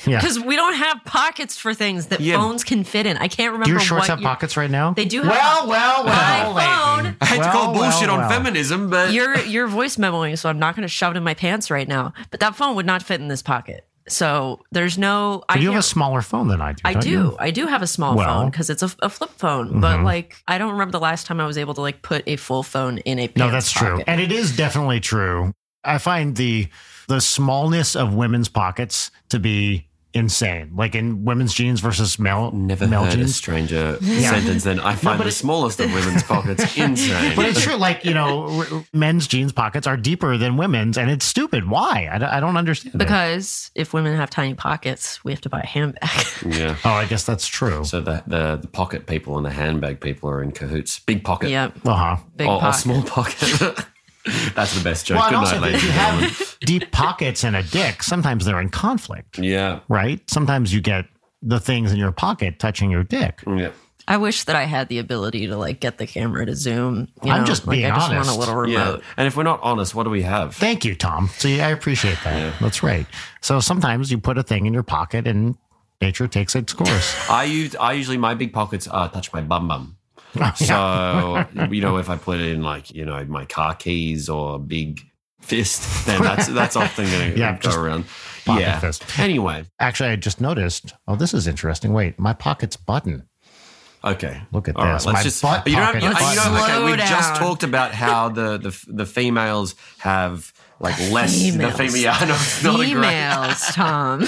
[SPEAKER 2] yeah.
[SPEAKER 3] Because we don't have pockets for things that
[SPEAKER 4] Yeah.
[SPEAKER 3] phones can fit in. I can't remember
[SPEAKER 2] Do your shorts
[SPEAKER 3] what
[SPEAKER 2] have
[SPEAKER 3] your-
[SPEAKER 2] pockets right now?
[SPEAKER 3] They do have
[SPEAKER 2] well, well, well.
[SPEAKER 3] My
[SPEAKER 2] Leighton.
[SPEAKER 3] phone.
[SPEAKER 4] I hate to
[SPEAKER 2] Well,
[SPEAKER 4] call bullshit
[SPEAKER 2] well,
[SPEAKER 4] on
[SPEAKER 2] well.
[SPEAKER 4] feminism, but
[SPEAKER 3] you're you're voice memoing, so I'm not going to shove it in my pants right now. But that phone would not fit in this pocket. So there's no. I
[SPEAKER 2] But you have a
[SPEAKER 3] can't-
[SPEAKER 2] smaller phone than I do.
[SPEAKER 3] I
[SPEAKER 2] don't
[SPEAKER 3] do.
[SPEAKER 2] you?
[SPEAKER 3] I do have a small
[SPEAKER 2] Well. Mm-hmm.
[SPEAKER 3] phone because it's a, a flip phone. But like, I don't remember the last time I was able to like put a full phone in a. Pants
[SPEAKER 2] No, that's true.
[SPEAKER 3] pocket.
[SPEAKER 2] And it is definitely true. I find the the smallness of women's pockets to be insane. Like in women's jeans versus male
[SPEAKER 4] never
[SPEAKER 2] male
[SPEAKER 4] heard a
[SPEAKER 2] jeans.
[SPEAKER 4] stranger sentence. Then I find the smallest of women's pockets insane.
[SPEAKER 2] But it's true. Like, you know, r- men's jeans pockets are deeper than women's, and it's stupid. Why? I don't, I don't understand. it.
[SPEAKER 3] Because if women have tiny pockets, we have to buy a handbag.
[SPEAKER 4] yeah.
[SPEAKER 2] Oh, I guess that's true.
[SPEAKER 4] So the, the the pocket people and the handbag people are in cahoots. Big pocket.
[SPEAKER 3] yeah,
[SPEAKER 2] Uh huh.
[SPEAKER 3] big
[SPEAKER 4] or, or
[SPEAKER 3] pocket.
[SPEAKER 4] small pocket. That's the best joke.
[SPEAKER 2] Well, and
[SPEAKER 4] Good
[SPEAKER 2] also,
[SPEAKER 4] night,
[SPEAKER 2] if
[SPEAKER 4] ladies
[SPEAKER 2] you
[SPEAKER 4] and gentlemen.
[SPEAKER 2] have deep pockets and a dick, sometimes they're in conflict,
[SPEAKER 4] Yeah.
[SPEAKER 2] right? Sometimes you get the things in your pocket touching your dick.
[SPEAKER 4] Yeah.
[SPEAKER 3] I wish that I had the ability to like get the camera to zoom. You
[SPEAKER 2] I'm
[SPEAKER 3] know?
[SPEAKER 2] just
[SPEAKER 3] like,
[SPEAKER 2] being
[SPEAKER 3] I just want
[SPEAKER 2] honest.
[SPEAKER 3] a little
[SPEAKER 4] Yeah.
[SPEAKER 3] remote.
[SPEAKER 4] And if we're not honest, what do we have?
[SPEAKER 2] Thank you, Tom. See, I appreciate that. That's right. So sometimes you put a thing in your pocket and nature takes its course.
[SPEAKER 4] I use I usually my big pockets are touch my bum bum.
[SPEAKER 2] Oh,
[SPEAKER 4] So you know if I put it in like you know my car keys or a big fist, then that's that's often going to
[SPEAKER 2] Yeah,
[SPEAKER 4] go
[SPEAKER 2] just
[SPEAKER 4] around.
[SPEAKER 2] pocket
[SPEAKER 4] yeah.
[SPEAKER 2] fist.
[SPEAKER 4] Anyway,
[SPEAKER 2] Actually, I just noticed. Oh, this is interesting. Wait, my pocket's button.
[SPEAKER 4] okay.
[SPEAKER 2] Look at
[SPEAKER 4] All right,
[SPEAKER 2] this.
[SPEAKER 4] let's
[SPEAKER 2] My
[SPEAKER 4] just.
[SPEAKER 2] butt
[SPEAKER 4] you don't have, you,
[SPEAKER 2] pocket
[SPEAKER 4] you
[SPEAKER 2] button.
[SPEAKER 4] know, okay,
[SPEAKER 3] Slow
[SPEAKER 4] we've just
[SPEAKER 3] down.
[SPEAKER 4] talked about how the the the females have like less
[SPEAKER 3] females.
[SPEAKER 4] the female yeah, no, it's not a great-
[SPEAKER 3] Females, Tom.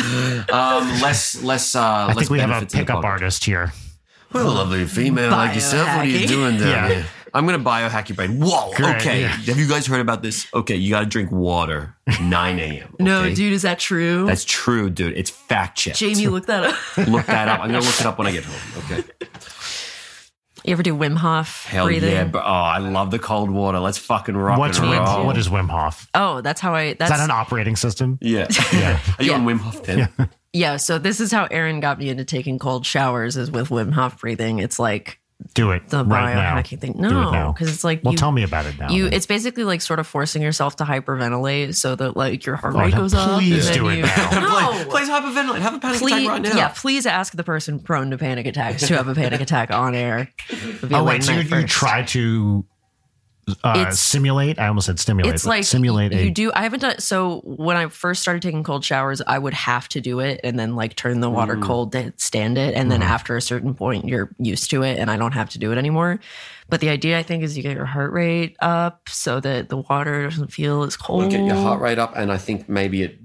[SPEAKER 4] um, less less uh
[SPEAKER 2] I
[SPEAKER 4] less
[SPEAKER 2] think we have a
[SPEAKER 4] benefits in the
[SPEAKER 2] pickup
[SPEAKER 4] pocket.
[SPEAKER 2] artist here.
[SPEAKER 4] What a lovely female like yourself. What are you
[SPEAKER 3] Biohacking.
[SPEAKER 4] doing down
[SPEAKER 2] Yeah.
[SPEAKER 4] here? I'm gonna biohack your brain. Whoa.
[SPEAKER 2] Great,
[SPEAKER 4] okay.
[SPEAKER 2] yeah.
[SPEAKER 4] Have you guys heard about this? Okay, you gotta drink water. 9 a.m.
[SPEAKER 3] No,
[SPEAKER 4] okay?
[SPEAKER 3] dude, is that true?
[SPEAKER 4] That's true, dude. It's fact checked.
[SPEAKER 3] Jamie, look that up.
[SPEAKER 4] Look that up. I'm gonna look it up when I get home. Okay.
[SPEAKER 3] You ever do Wim Hof
[SPEAKER 4] Hell
[SPEAKER 3] breathing?
[SPEAKER 4] yeah, bro. Oh, I love the cold water. Let's fucking rock
[SPEAKER 2] What's
[SPEAKER 4] and
[SPEAKER 2] Wim?
[SPEAKER 4] roll.
[SPEAKER 2] What is Wim Hof?
[SPEAKER 3] Oh, that's how I. That's
[SPEAKER 2] Is that an operating system?
[SPEAKER 4] yeah. yeah. Are you on Wim Hof then?
[SPEAKER 3] yeah. So this is how Aaron got me into taking cold showers is with Wim Hof breathing. It's like
[SPEAKER 2] Do it
[SPEAKER 3] the
[SPEAKER 2] right now.
[SPEAKER 3] biohacking thing.
[SPEAKER 2] Do it
[SPEAKER 3] No,
[SPEAKER 2] now.
[SPEAKER 3] because it's like
[SPEAKER 2] Well,
[SPEAKER 3] you,
[SPEAKER 2] tell me about it now.
[SPEAKER 3] you.
[SPEAKER 2] then.
[SPEAKER 3] It's basically like sort of forcing yourself to hyperventilate so that like your heart
[SPEAKER 2] Oh,
[SPEAKER 3] rate
[SPEAKER 2] no,
[SPEAKER 3] goes up.
[SPEAKER 2] please
[SPEAKER 3] and then
[SPEAKER 2] do it
[SPEAKER 3] you-
[SPEAKER 2] now.
[SPEAKER 3] No.
[SPEAKER 4] Please, please hyperventilate. Have a panic
[SPEAKER 3] Please,
[SPEAKER 4] attack right now.
[SPEAKER 3] yeah, please ask the person prone to panic attacks to have a panic attack on air. It'd be
[SPEAKER 2] oh
[SPEAKER 3] a
[SPEAKER 2] wait,
[SPEAKER 3] late
[SPEAKER 2] so you,
[SPEAKER 3] night
[SPEAKER 2] you
[SPEAKER 3] first.
[SPEAKER 2] try to uh,
[SPEAKER 3] It's-
[SPEAKER 2] simulate. I almost said stimulate.
[SPEAKER 3] It's
[SPEAKER 2] but
[SPEAKER 3] like
[SPEAKER 2] simulate
[SPEAKER 3] You
[SPEAKER 2] a
[SPEAKER 3] do. I haven't done. So when I first started taking cold showers, I would have to do it and then like turn the water
[SPEAKER 4] Mm.
[SPEAKER 3] cold to stand it. And then
[SPEAKER 2] Mm-hmm.
[SPEAKER 3] after a certain point, you're used to it, and I don't have to do it anymore. But the idea I think is you get your heart rate up so that the water doesn't feel as cold.
[SPEAKER 4] Look at your heart rate up, and I think maybe it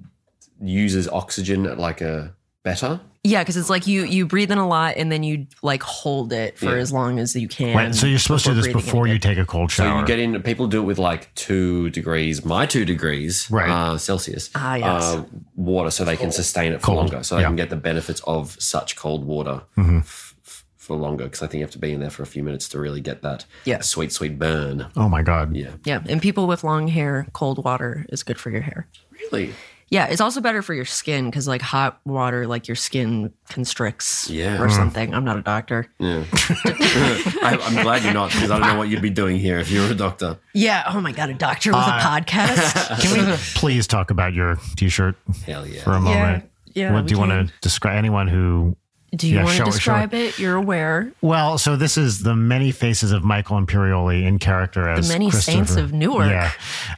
[SPEAKER 4] uses oxygen at like a better.
[SPEAKER 3] Yeah, because it's like you you breathe in a lot and then you like hold it for
[SPEAKER 4] Yeah.
[SPEAKER 3] as long as you can.
[SPEAKER 2] Wait, so you're supposed to do this
[SPEAKER 3] breathing
[SPEAKER 2] before
[SPEAKER 3] in
[SPEAKER 2] you
[SPEAKER 3] again.
[SPEAKER 2] take a cold
[SPEAKER 4] So
[SPEAKER 2] shower.
[SPEAKER 4] you get in. People do it with like two degrees, my two degrees,
[SPEAKER 2] Right.
[SPEAKER 4] uh, Celsius,
[SPEAKER 3] Ah, yes.
[SPEAKER 2] Um,
[SPEAKER 4] uh, water, so they can sustain it for
[SPEAKER 2] Cold.
[SPEAKER 4] longer, so they
[SPEAKER 2] Yeah.
[SPEAKER 4] can get the benefits of such cold water
[SPEAKER 2] Mhm.
[SPEAKER 4] f- f- for longer. Because I think you have to be in there for a few minutes to really get that
[SPEAKER 3] Yeah.
[SPEAKER 4] sweet, sweet burn.
[SPEAKER 2] oh my god.
[SPEAKER 4] Yeah,
[SPEAKER 3] Yeah, and people with long hair, cold water is good for your hair.
[SPEAKER 4] really.
[SPEAKER 3] Yeah, it's also better for your skin because like hot water, like your skin constricts
[SPEAKER 4] Yeah.
[SPEAKER 3] or something. I'm not a doctor.
[SPEAKER 4] Yeah, I, I'm glad you're not because I don't know what you'd be doing here if you were a doctor.
[SPEAKER 3] Yeah. Oh my god, a doctor with
[SPEAKER 2] Uh,
[SPEAKER 3] a podcast.
[SPEAKER 2] Can we please talk about your t-shirt
[SPEAKER 4] Hell yeah.
[SPEAKER 2] for a moment?
[SPEAKER 3] Yeah.
[SPEAKER 2] what
[SPEAKER 3] we
[SPEAKER 2] do you
[SPEAKER 3] can.
[SPEAKER 2] want to describe? Anyone who
[SPEAKER 3] Do you
[SPEAKER 2] yeah,
[SPEAKER 3] want
[SPEAKER 2] show
[SPEAKER 3] to
[SPEAKER 2] it, show
[SPEAKER 3] describe it? You're aware.
[SPEAKER 2] Well, so this is the many faces of Michael Imperioli in character as
[SPEAKER 3] many saints
[SPEAKER 2] Christopher-
[SPEAKER 3] of Newark.
[SPEAKER 2] yeah,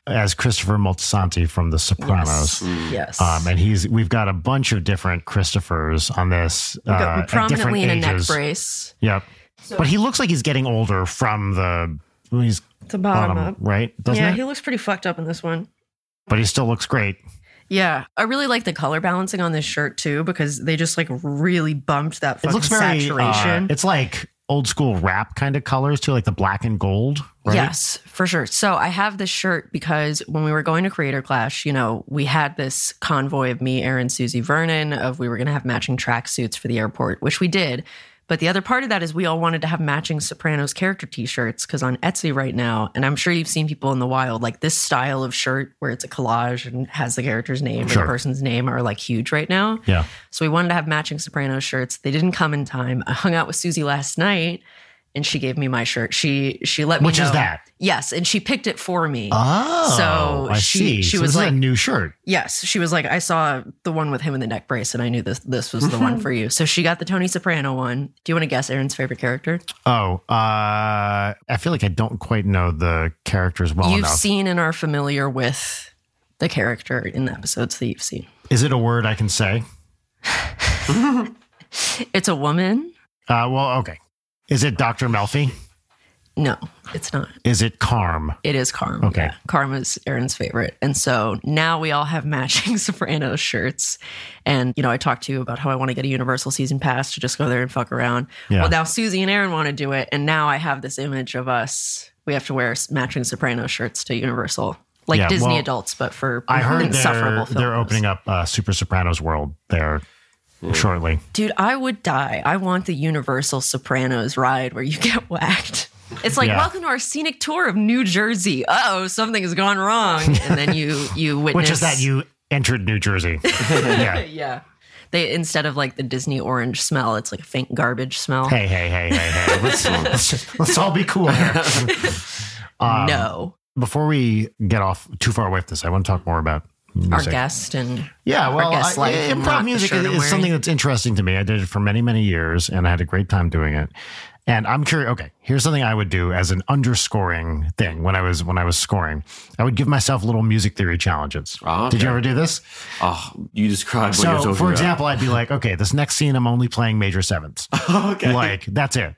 [SPEAKER 2] as Christopher Moltisanti from The Sopranos.
[SPEAKER 3] Yes.
[SPEAKER 2] Um, and he's we've got a bunch of different Christophers on this,
[SPEAKER 3] But
[SPEAKER 2] uh, at different
[SPEAKER 3] prominently in a neck
[SPEAKER 2] ages.
[SPEAKER 3] brace.
[SPEAKER 2] Yep, but he looks like he's getting older from the well, he's
[SPEAKER 3] The bottom, up.
[SPEAKER 2] bottom right, doesn't
[SPEAKER 3] yeah,
[SPEAKER 2] it?
[SPEAKER 3] he looks pretty fucked up in this one.
[SPEAKER 2] but he still looks great.
[SPEAKER 3] Yeah, I really like the color balancing on this shirt too because they just like really bumped that
[SPEAKER 2] It
[SPEAKER 3] fucking
[SPEAKER 2] looks very
[SPEAKER 3] saturation.
[SPEAKER 2] Uh, it's like old school rap kind of colors too, like the black and gold. Right?
[SPEAKER 3] Yes, for sure. So I have this shirt because when we were going to Creator Clash, you know, we had this convoy of me, Aaron, Susie, Vernon, of we were going to have matching tracksuits for the airport, which we did. But the other part of that is we all wanted to have matching Sopranos character t-shirts because on Etsy right now, and I'm sure you've seen people in the wild, like this style of shirt where it's a collage and has the character's name
[SPEAKER 2] Sure.
[SPEAKER 3] or the person's name are like huge right now.
[SPEAKER 2] Yeah.
[SPEAKER 3] So we wanted to have matching Soprano shirts. They didn't come in time. I hung out with Susie last night and she gave me my shirt. She she let me
[SPEAKER 2] Which is
[SPEAKER 3] know-
[SPEAKER 2] that?
[SPEAKER 3] Yes, and she picked it for me.
[SPEAKER 2] Oh,
[SPEAKER 3] So
[SPEAKER 2] I
[SPEAKER 3] she-
[SPEAKER 2] see.
[SPEAKER 3] she
[SPEAKER 2] So
[SPEAKER 3] was
[SPEAKER 2] this is
[SPEAKER 3] like-
[SPEAKER 2] a new shirt.
[SPEAKER 3] yes, she was like I saw the one with him in the neck brace and I knew this this was the one for you. So she got the Tony Soprano one. Do you want to guess Aaron's favorite character?
[SPEAKER 2] Oh, uh, I feel like I don't quite know the characters well
[SPEAKER 3] you've
[SPEAKER 2] enough.
[SPEAKER 3] seen and are familiar with the character in the episodes that you've seen.
[SPEAKER 2] is it a word I can say?
[SPEAKER 3] It's a woman?
[SPEAKER 2] Uh, well, okay. Is it Dr. Melfi?
[SPEAKER 3] No, it's not.
[SPEAKER 2] Is it Carm?
[SPEAKER 3] It is Carm.
[SPEAKER 2] Okay.
[SPEAKER 3] Yeah. Carm is Aaron's favorite. And so now we all have matching Sopranos shirts. And, you know, I talked to you about how I want to get a Universal season pass to just go there and fuck around.
[SPEAKER 2] Yeah.
[SPEAKER 3] Well, now Susie and Aaron want to do it. And now I have this image of us. We have to wear s- matching Soprano shirts to Universal, like
[SPEAKER 2] Yeah,
[SPEAKER 3] Disney
[SPEAKER 2] well,
[SPEAKER 3] adults, but for
[SPEAKER 2] I heard they're,
[SPEAKER 3] insufferable
[SPEAKER 2] they're
[SPEAKER 3] filmmakers.
[SPEAKER 2] opening up uh, Super Sopranos World there shortly.
[SPEAKER 3] Dude, I would die. I want the Universal Sopranos ride where you get whacked. It's like
[SPEAKER 2] Yeah.
[SPEAKER 3] welcome to our scenic tour of New Jersey. Uh oh, something has gone wrong, and then you you witness
[SPEAKER 2] Which is that you entered New Jersey. yeah.
[SPEAKER 3] yeah. They instead of like the Disney orange smell, it's like a faint garbage smell.
[SPEAKER 2] Hey, hey, hey, hey, hey. Let's, let's, just- let's all be cool here. Um,
[SPEAKER 3] no,
[SPEAKER 2] Before we get off too far away from this, I want to talk more about music.
[SPEAKER 3] our guest and
[SPEAKER 2] Yeah, well,
[SPEAKER 3] guest
[SPEAKER 2] I-
[SPEAKER 3] life and not
[SPEAKER 2] improv
[SPEAKER 3] the
[SPEAKER 2] music
[SPEAKER 3] shirt
[SPEAKER 2] is,
[SPEAKER 3] I'm
[SPEAKER 2] is
[SPEAKER 3] wearing.
[SPEAKER 2] something that's interesting to me. I did it for many, many years, and I had a great time doing it. And I'm curious. Okay, here's something I would do as an underscoring thing when I was when I was scoring. I would give myself little music theory challenges.
[SPEAKER 4] Ah,
[SPEAKER 2] Did you
[SPEAKER 4] okay.
[SPEAKER 2] ever do this?
[SPEAKER 4] Oh, you described what you're
[SPEAKER 2] so,
[SPEAKER 4] talking
[SPEAKER 2] for
[SPEAKER 4] about.
[SPEAKER 2] example, I'd be like, okay, this next scene, I'm only playing major sevenths.
[SPEAKER 4] okay.
[SPEAKER 2] Like that's it.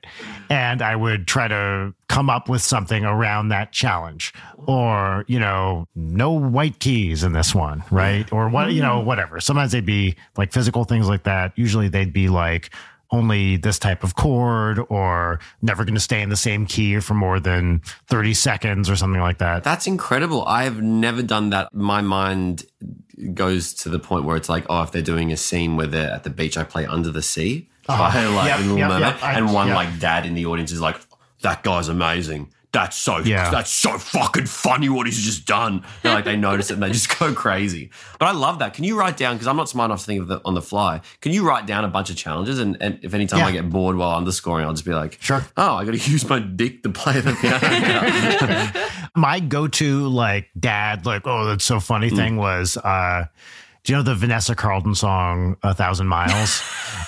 [SPEAKER 2] And I would try to come up with something around that challenge or, you know, no white keys in this one, right? Or what, you
[SPEAKER 4] Mm.
[SPEAKER 2] know, whatever. Sometimes they'd be like physical things like that. Usually they'd be like only this type of chord or never going to stay in the same key for more than 30 seconds or something like that.
[SPEAKER 4] That's incredible. I have never done that. My mind goes to the point where it's like, oh, if they're doing a scene where they're at the beach, I play Under the Sea by like
[SPEAKER 2] Uh-huh. Yep,
[SPEAKER 4] the Little
[SPEAKER 2] yep,
[SPEAKER 4] Mermaid,
[SPEAKER 2] yep. I-
[SPEAKER 4] and one
[SPEAKER 2] yeah.
[SPEAKER 4] like dad in the audience is like, that guy's amazing. That's so
[SPEAKER 2] Yeah.
[SPEAKER 4] that's so fucking funny what he's just done. And, like they notice it and they just go crazy. But I love that. Can you write down because I'm not smart enough to think of it on the fly? Can you write down a bunch of challenges and, and if any time
[SPEAKER 2] Yeah.
[SPEAKER 4] I get bored while underscoring, I'll just be like,
[SPEAKER 2] Sure.
[SPEAKER 4] Oh, I got to use my dick to play the piano. now."
[SPEAKER 3] Hmm.
[SPEAKER 2] my go-to like dad like oh that's so funny thing was uh Do you know the Vanessa Carlton song "A Thousand Miles"?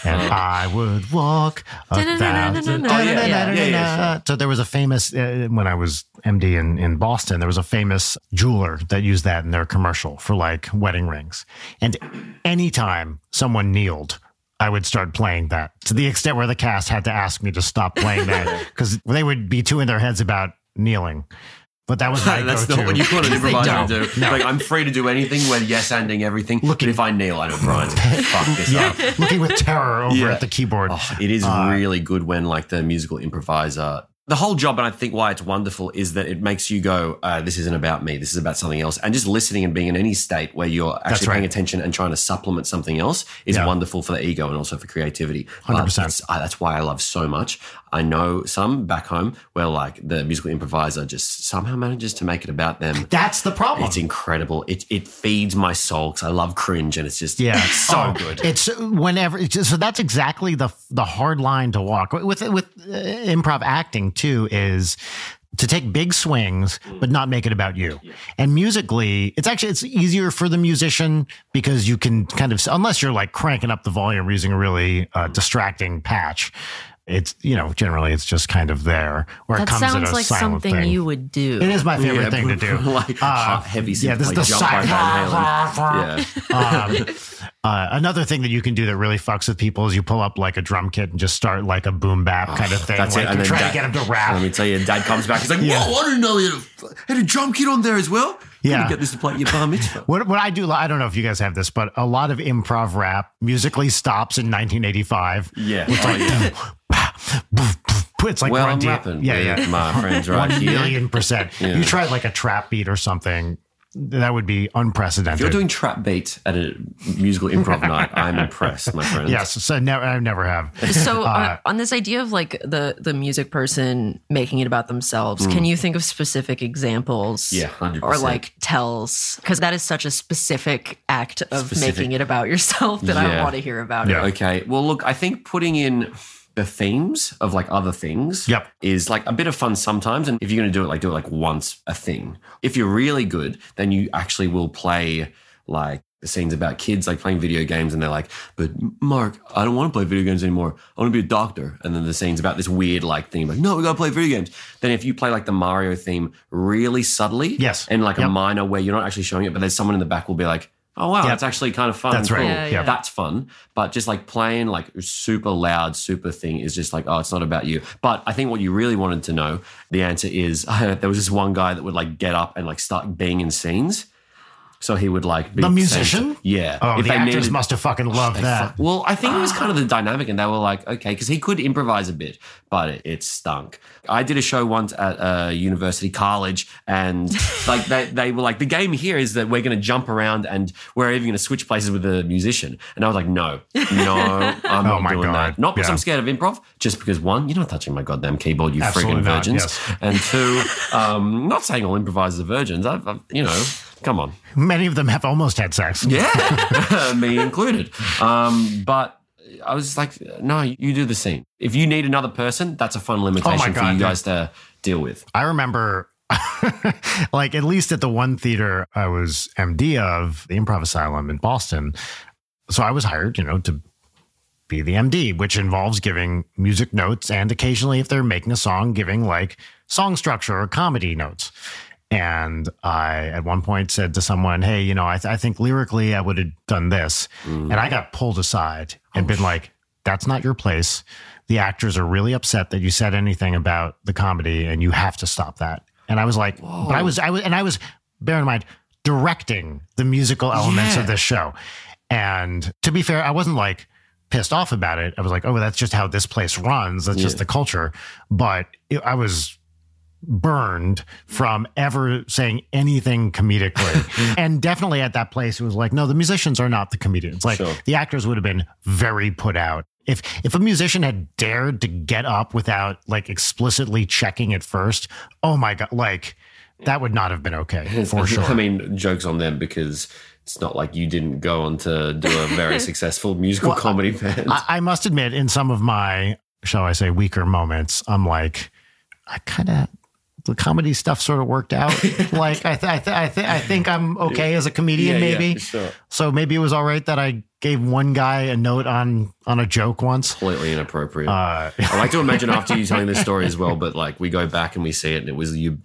[SPEAKER 2] and I would walk a thousand.
[SPEAKER 3] Uh-huh. Oh, yeah, yeah,
[SPEAKER 4] yeah, yeah,
[SPEAKER 2] So there was a famous uh, when I was MD in in Boston. There was a famous jeweler that used that in their commercial for like wedding rings. And anytime someone kneeled. I would start playing that to the extent where the cast had to ask me to stop playing that because they would be two in their heads about kneeling. But that was my
[SPEAKER 4] That's
[SPEAKER 2] go-to.
[SPEAKER 4] not what you put an
[SPEAKER 3] Because they
[SPEAKER 4] improviser
[SPEAKER 3] don't.
[SPEAKER 4] to do. Like, I'm free to do anything with yes ending everything. Look, but if I kneel, I don't grind. Fuck this up.
[SPEAKER 2] yeah, Uh, looking with terror over
[SPEAKER 4] Yeah.
[SPEAKER 2] at the keyboard.
[SPEAKER 4] Oh, it is really good when like the musical improviser. The whole job, and I think why it's wonderful is that it makes you go, uh, "This isn't about me. This is about something else." And just listening and being in any state where you're actually
[SPEAKER 2] right.
[SPEAKER 4] paying attention and trying to supplement something else is
[SPEAKER 2] Yeah.
[SPEAKER 4] wonderful for the ego and also for creativity.
[SPEAKER 2] 100%.
[SPEAKER 4] But it's- I- that's why I love so much. I know some back home where like the musical improviser just somehow manages to make it about them.
[SPEAKER 2] That's the problem.
[SPEAKER 4] It's e- incredible. It it feeds my soul because I love cringe, and it's just
[SPEAKER 2] yeah,
[SPEAKER 4] so
[SPEAKER 2] Oh,
[SPEAKER 4] good.
[SPEAKER 2] It's whenever. it's just- so that's exactly the the hard line to walk with with uh, improv acting too is to take big swings
[SPEAKER 4] Mm.
[SPEAKER 2] but not make it about you. And musically, it's actually it's easier for the musician because you can kind of unless you're like cranking up the volume using a really uh,
[SPEAKER 4] Mm.
[SPEAKER 2] distracting patch. It's you know generally it's just kind of there where it
[SPEAKER 3] That
[SPEAKER 2] comes at
[SPEAKER 3] sounds
[SPEAKER 2] a
[SPEAKER 3] like
[SPEAKER 2] silent
[SPEAKER 3] something
[SPEAKER 2] thing.
[SPEAKER 3] you would do.
[SPEAKER 2] It is my favorite
[SPEAKER 4] Yeah,
[SPEAKER 2] thing to do.
[SPEAKER 4] like
[SPEAKER 2] Uh,
[SPEAKER 4] heavy
[SPEAKER 2] yeah, this is
[SPEAKER 4] like
[SPEAKER 2] the
[SPEAKER 4] jump by
[SPEAKER 2] side.
[SPEAKER 4] Van Halen. Yeah.
[SPEAKER 2] um, uh, another thing that you can do that really fucks with people is you pull up like a drum kit and just start like a boom bap kind of thing.
[SPEAKER 4] Oh, That's
[SPEAKER 2] like
[SPEAKER 4] it.
[SPEAKER 2] you
[SPEAKER 4] then
[SPEAKER 2] try
[SPEAKER 4] dad,
[SPEAKER 2] to get him to
[SPEAKER 4] Let me
[SPEAKER 2] rap.
[SPEAKER 4] tell you, dad comes back. He's like,
[SPEAKER 2] Yeah.
[SPEAKER 4] whoa, I didn't know you had a, had a drum kit on there as well. You
[SPEAKER 2] Yeah.
[SPEAKER 4] gotta get this to play at your bar mitzvah.
[SPEAKER 2] What, what I do, I don't know if you guys have this, but a lot of improv rap musically stops in 1985.
[SPEAKER 4] Yeah. Oh, yeah.
[SPEAKER 2] It's like
[SPEAKER 4] well, I'm
[SPEAKER 2] run D-
[SPEAKER 4] rapping
[SPEAKER 2] Yeah,
[SPEAKER 4] with
[SPEAKER 2] yeah.
[SPEAKER 4] my friends right
[SPEAKER 2] One
[SPEAKER 4] here.
[SPEAKER 2] million percent.
[SPEAKER 4] Yeah.
[SPEAKER 2] You tried like a trap beat or something, that would be
[SPEAKER 4] If you're
[SPEAKER 2] unprecedented.
[SPEAKER 4] doing trap beats at a musical improv night, I'm impressed, my friend.
[SPEAKER 2] yes, so never, I never have.
[SPEAKER 3] so
[SPEAKER 2] Uh,
[SPEAKER 3] on, on this idea of like the the music person making it about themselves
[SPEAKER 2] Mm.
[SPEAKER 3] can you think of specific examples
[SPEAKER 4] Yeah, 100%.
[SPEAKER 3] or like tells because that is such a specific act of
[SPEAKER 4] Specific.
[SPEAKER 3] making it about yourself that i
[SPEAKER 4] Yeah.
[SPEAKER 3] want to hear about
[SPEAKER 2] Yeah.
[SPEAKER 3] it
[SPEAKER 4] Okay. Well, look, I think putting in the themes of like other things
[SPEAKER 2] Yep.
[SPEAKER 4] is like a bit of fun sometimes. And if you're going to do it, like do it like once a thing. If you're really good, then you actually will play like the scenes about kids like playing video games and they're like, but Mark, I don't want to play video games anymore. I want to be a doctor. And then the scenes about this weird like thing, like, no, we got to play video games. Then if you play like the Mario theme really subtly
[SPEAKER 2] Yes.
[SPEAKER 4] and like a
[SPEAKER 2] Yep.
[SPEAKER 4] minor where you're not actually showing it, but there's someone in the back will be like, oh, wow,
[SPEAKER 2] Yep.
[SPEAKER 4] that's actually kind of fun.
[SPEAKER 2] That's
[SPEAKER 4] and
[SPEAKER 2] right.
[SPEAKER 4] cool."
[SPEAKER 3] Yeah, yeah.
[SPEAKER 4] That's fun. But just like playing like super loud, super thing is just like, oh, it's not about you. But I think what you really wanted to know, the answer is there was this one guy that would like get up and like start being in scenes. So he would like be
[SPEAKER 2] The musician?
[SPEAKER 4] Yeah.
[SPEAKER 2] Oh, the
[SPEAKER 4] they
[SPEAKER 2] actors
[SPEAKER 4] needed-
[SPEAKER 2] must have fucking loved
[SPEAKER 4] they
[SPEAKER 2] that.
[SPEAKER 4] fuck- well, I think it was kind of the dynamic, and they were like, okay, because he could improvise a bit, but it, it stunk. I did a show once at a university college, and like they, they were like, the game here is that we're going to jump around and we're even going to switch places with the musician. And I was like, no, no, I'm
[SPEAKER 2] Oh
[SPEAKER 4] not
[SPEAKER 2] my
[SPEAKER 4] doing
[SPEAKER 2] God.
[SPEAKER 4] that. Not because
[SPEAKER 2] Yeah.
[SPEAKER 4] I'm scared of improv, just because one, you're not touching my goddamn keyboard, you
[SPEAKER 2] Absolutely
[SPEAKER 4] friggin'
[SPEAKER 2] not,
[SPEAKER 4] virgins.
[SPEAKER 2] yes.
[SPEAKER 4] And two, um, not saying all improvisers are virgins. I've, I've you know, come on.
[SPEAKER 2] Many of them have almost had sex.
[SPEAKER 4] Yeah, me included. Um, but I was just like, no, you do the scene. If you need another person, that's a fun limitation for
[SPEAKER 2] Oh God,
[SPEAKER 4] you
[SPEAKER 2] yeah.
[SPEAKER 4] guys to deal with.
[SPEAKER 2] I remember, like, at least at the one theater I was MD of, the Improv Asylum in Boston. So I was hired, you know, to be the MD, which involves giving music notes and occasionally, if they're making a song, giving like song structure or comedy notes. And I, at one point, said to someone, Hey, you know, I, th- I think lyrically I would have done this.
[SPEAKER 4] Mm.
[SPEAKER 2] And I got pulled aside and been like, That's not your place. The actors are really upset that you said anything about the comedy and you have to stop that. And I was like, But I was, I was, and I was, bear in mind, directing the musical elements
[SPEAKER 4] Yeah.
[SPEAKER 2] of this show. And to be fair, I wasn't like, pissed off about it. I was like, oh, that's just how this place runs. That's just the culture. But it, I was burned from ever saying anything comedically. and definitely at that place, it was like, no, the musicians are not the comedians. Like
[SPEAKER 4] Sure.
[SPEAKER 2] the actors would have been very put out. If, if a musician had dared to get up without like explicitly checking it first, oh my God, like that would not have been okay for sure.
[SPEAKER 4] I mean, jokes on them because it's not like you didn't go on to do a very successful musical comedy band.
[SPEAKER 2] I, I must admit, in some of my, shall I say, weaker moments, I'm like, I kind of the comedy stuff sort of worked out. like I, th- I, th- I, th- I think I'm okay as a comedian, maybe.
[SPEAKER 4] sure.
[SPEAKER 2] So maybe it was all right that I gave one guy a note on on a joke once.
[SPEAKER 4] Completely inappropriate.
[SPEAKER 2] Uh,
[SPEAKER 4] I like to imagine after you telling this story as well, but like we go back and we see it, and it was you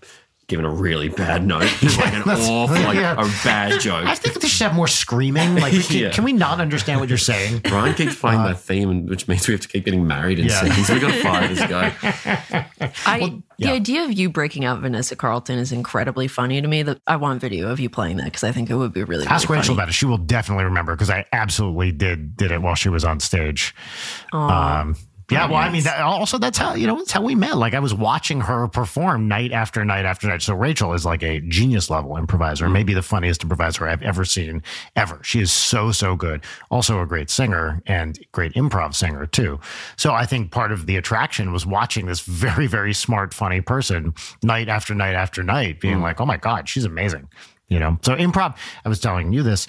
[SPEAKER 4] giving a really bad note, Just like an
[SPEAKER 2] that's-
[SPEAKER 4] awful, like
[SPEAKER 2] yeah.
[SPEAKER 4] a bad joke.
[SPEAKER 2] I think they should have more screaming. Like, can,
[SPEAKER 4] Yeah.
[SPEAKER 2] can we not understand what you're saying?
[SPEAKER 4] Brian keeps playing that theme, and- which means we have to keep getting married in
[SPEAKER 2] Uh, Yeah.
[SPEAKER 4] seconds. We got to fire this guy.
[SPEAKER 3] I,
[SPEAKER 2] yeah.
[SPEAKER 3] The idea of you breaking out Vanessa Carlton is incredibly funny to me. That I want video of you playing that because I think it would be really, really
[SPEAKER 2] Ask
[SPEAKER 3] funny.
[SPEAKER 2] Rachel about it. She will definitely remember because I absolutely did did it while she was on stage. Um, yeah, well, I mean, that, also that's how you know that's how we met. Like I was watching her perform night after night after night. So Rachel is like a genius level improviser, maybe the funniest improviser I've ever seen ever. She is so so good. Also a great singer and great improv singer too. So I think part of the attraction was watching this very very smart funny person night after night after night, being like, oh my god, she's amazing. You know, so improv. I was telling you this,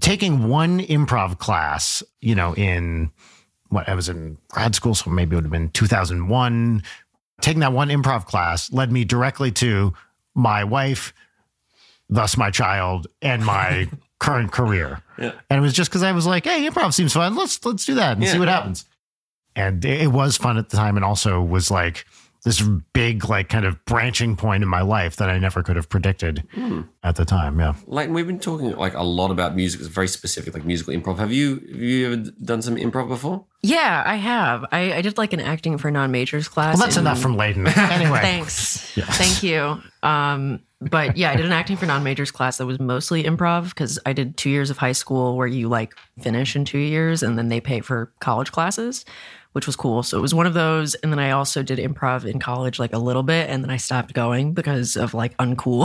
[SPEAKER 2] taking one improv class. You know, in what I was in grad school, so maybe it would have been 2001. Taking that one improv class led me directly to my wife, thus my child, and my current career.
[SPEAKER 4] Yeah.
[SPEAKER 2] And it was just because I was like, "Hey, improv seems fun. Let's let's do that and
[SPEAKER 4] Yeah.
[SPEAKER 2] see what happens." And it it was fun at the time, and also was like this big, like, kind of branching point in my life that I never could have predicted
[SPEAKER 4] Hmm.
[SPEAKER 2] at the time. Yeah.
[SPEAKER 4] Leighton, we've been talking like a lot about music. It's very specific, like musical improv. Have you have you ever done some improv before?
[SPEAKER 3] Yeah, I have. I, I did like an acting for non majors class.
[SPEAKER 2] Well, that's
[SPEAKER 3] in-
[SPEAKER 2] enough from Layden. Anyway,
[SPEAKER 3] Thanks. Thank you. Um, but yeah, I did an acting for non majors class that was mostly improv because I did two years of high school where you like finish in two years and then they pay for college classes, which was cool. So it was one of those. And then I also did improv in college like a little bit and then I stopped going because of like uncool,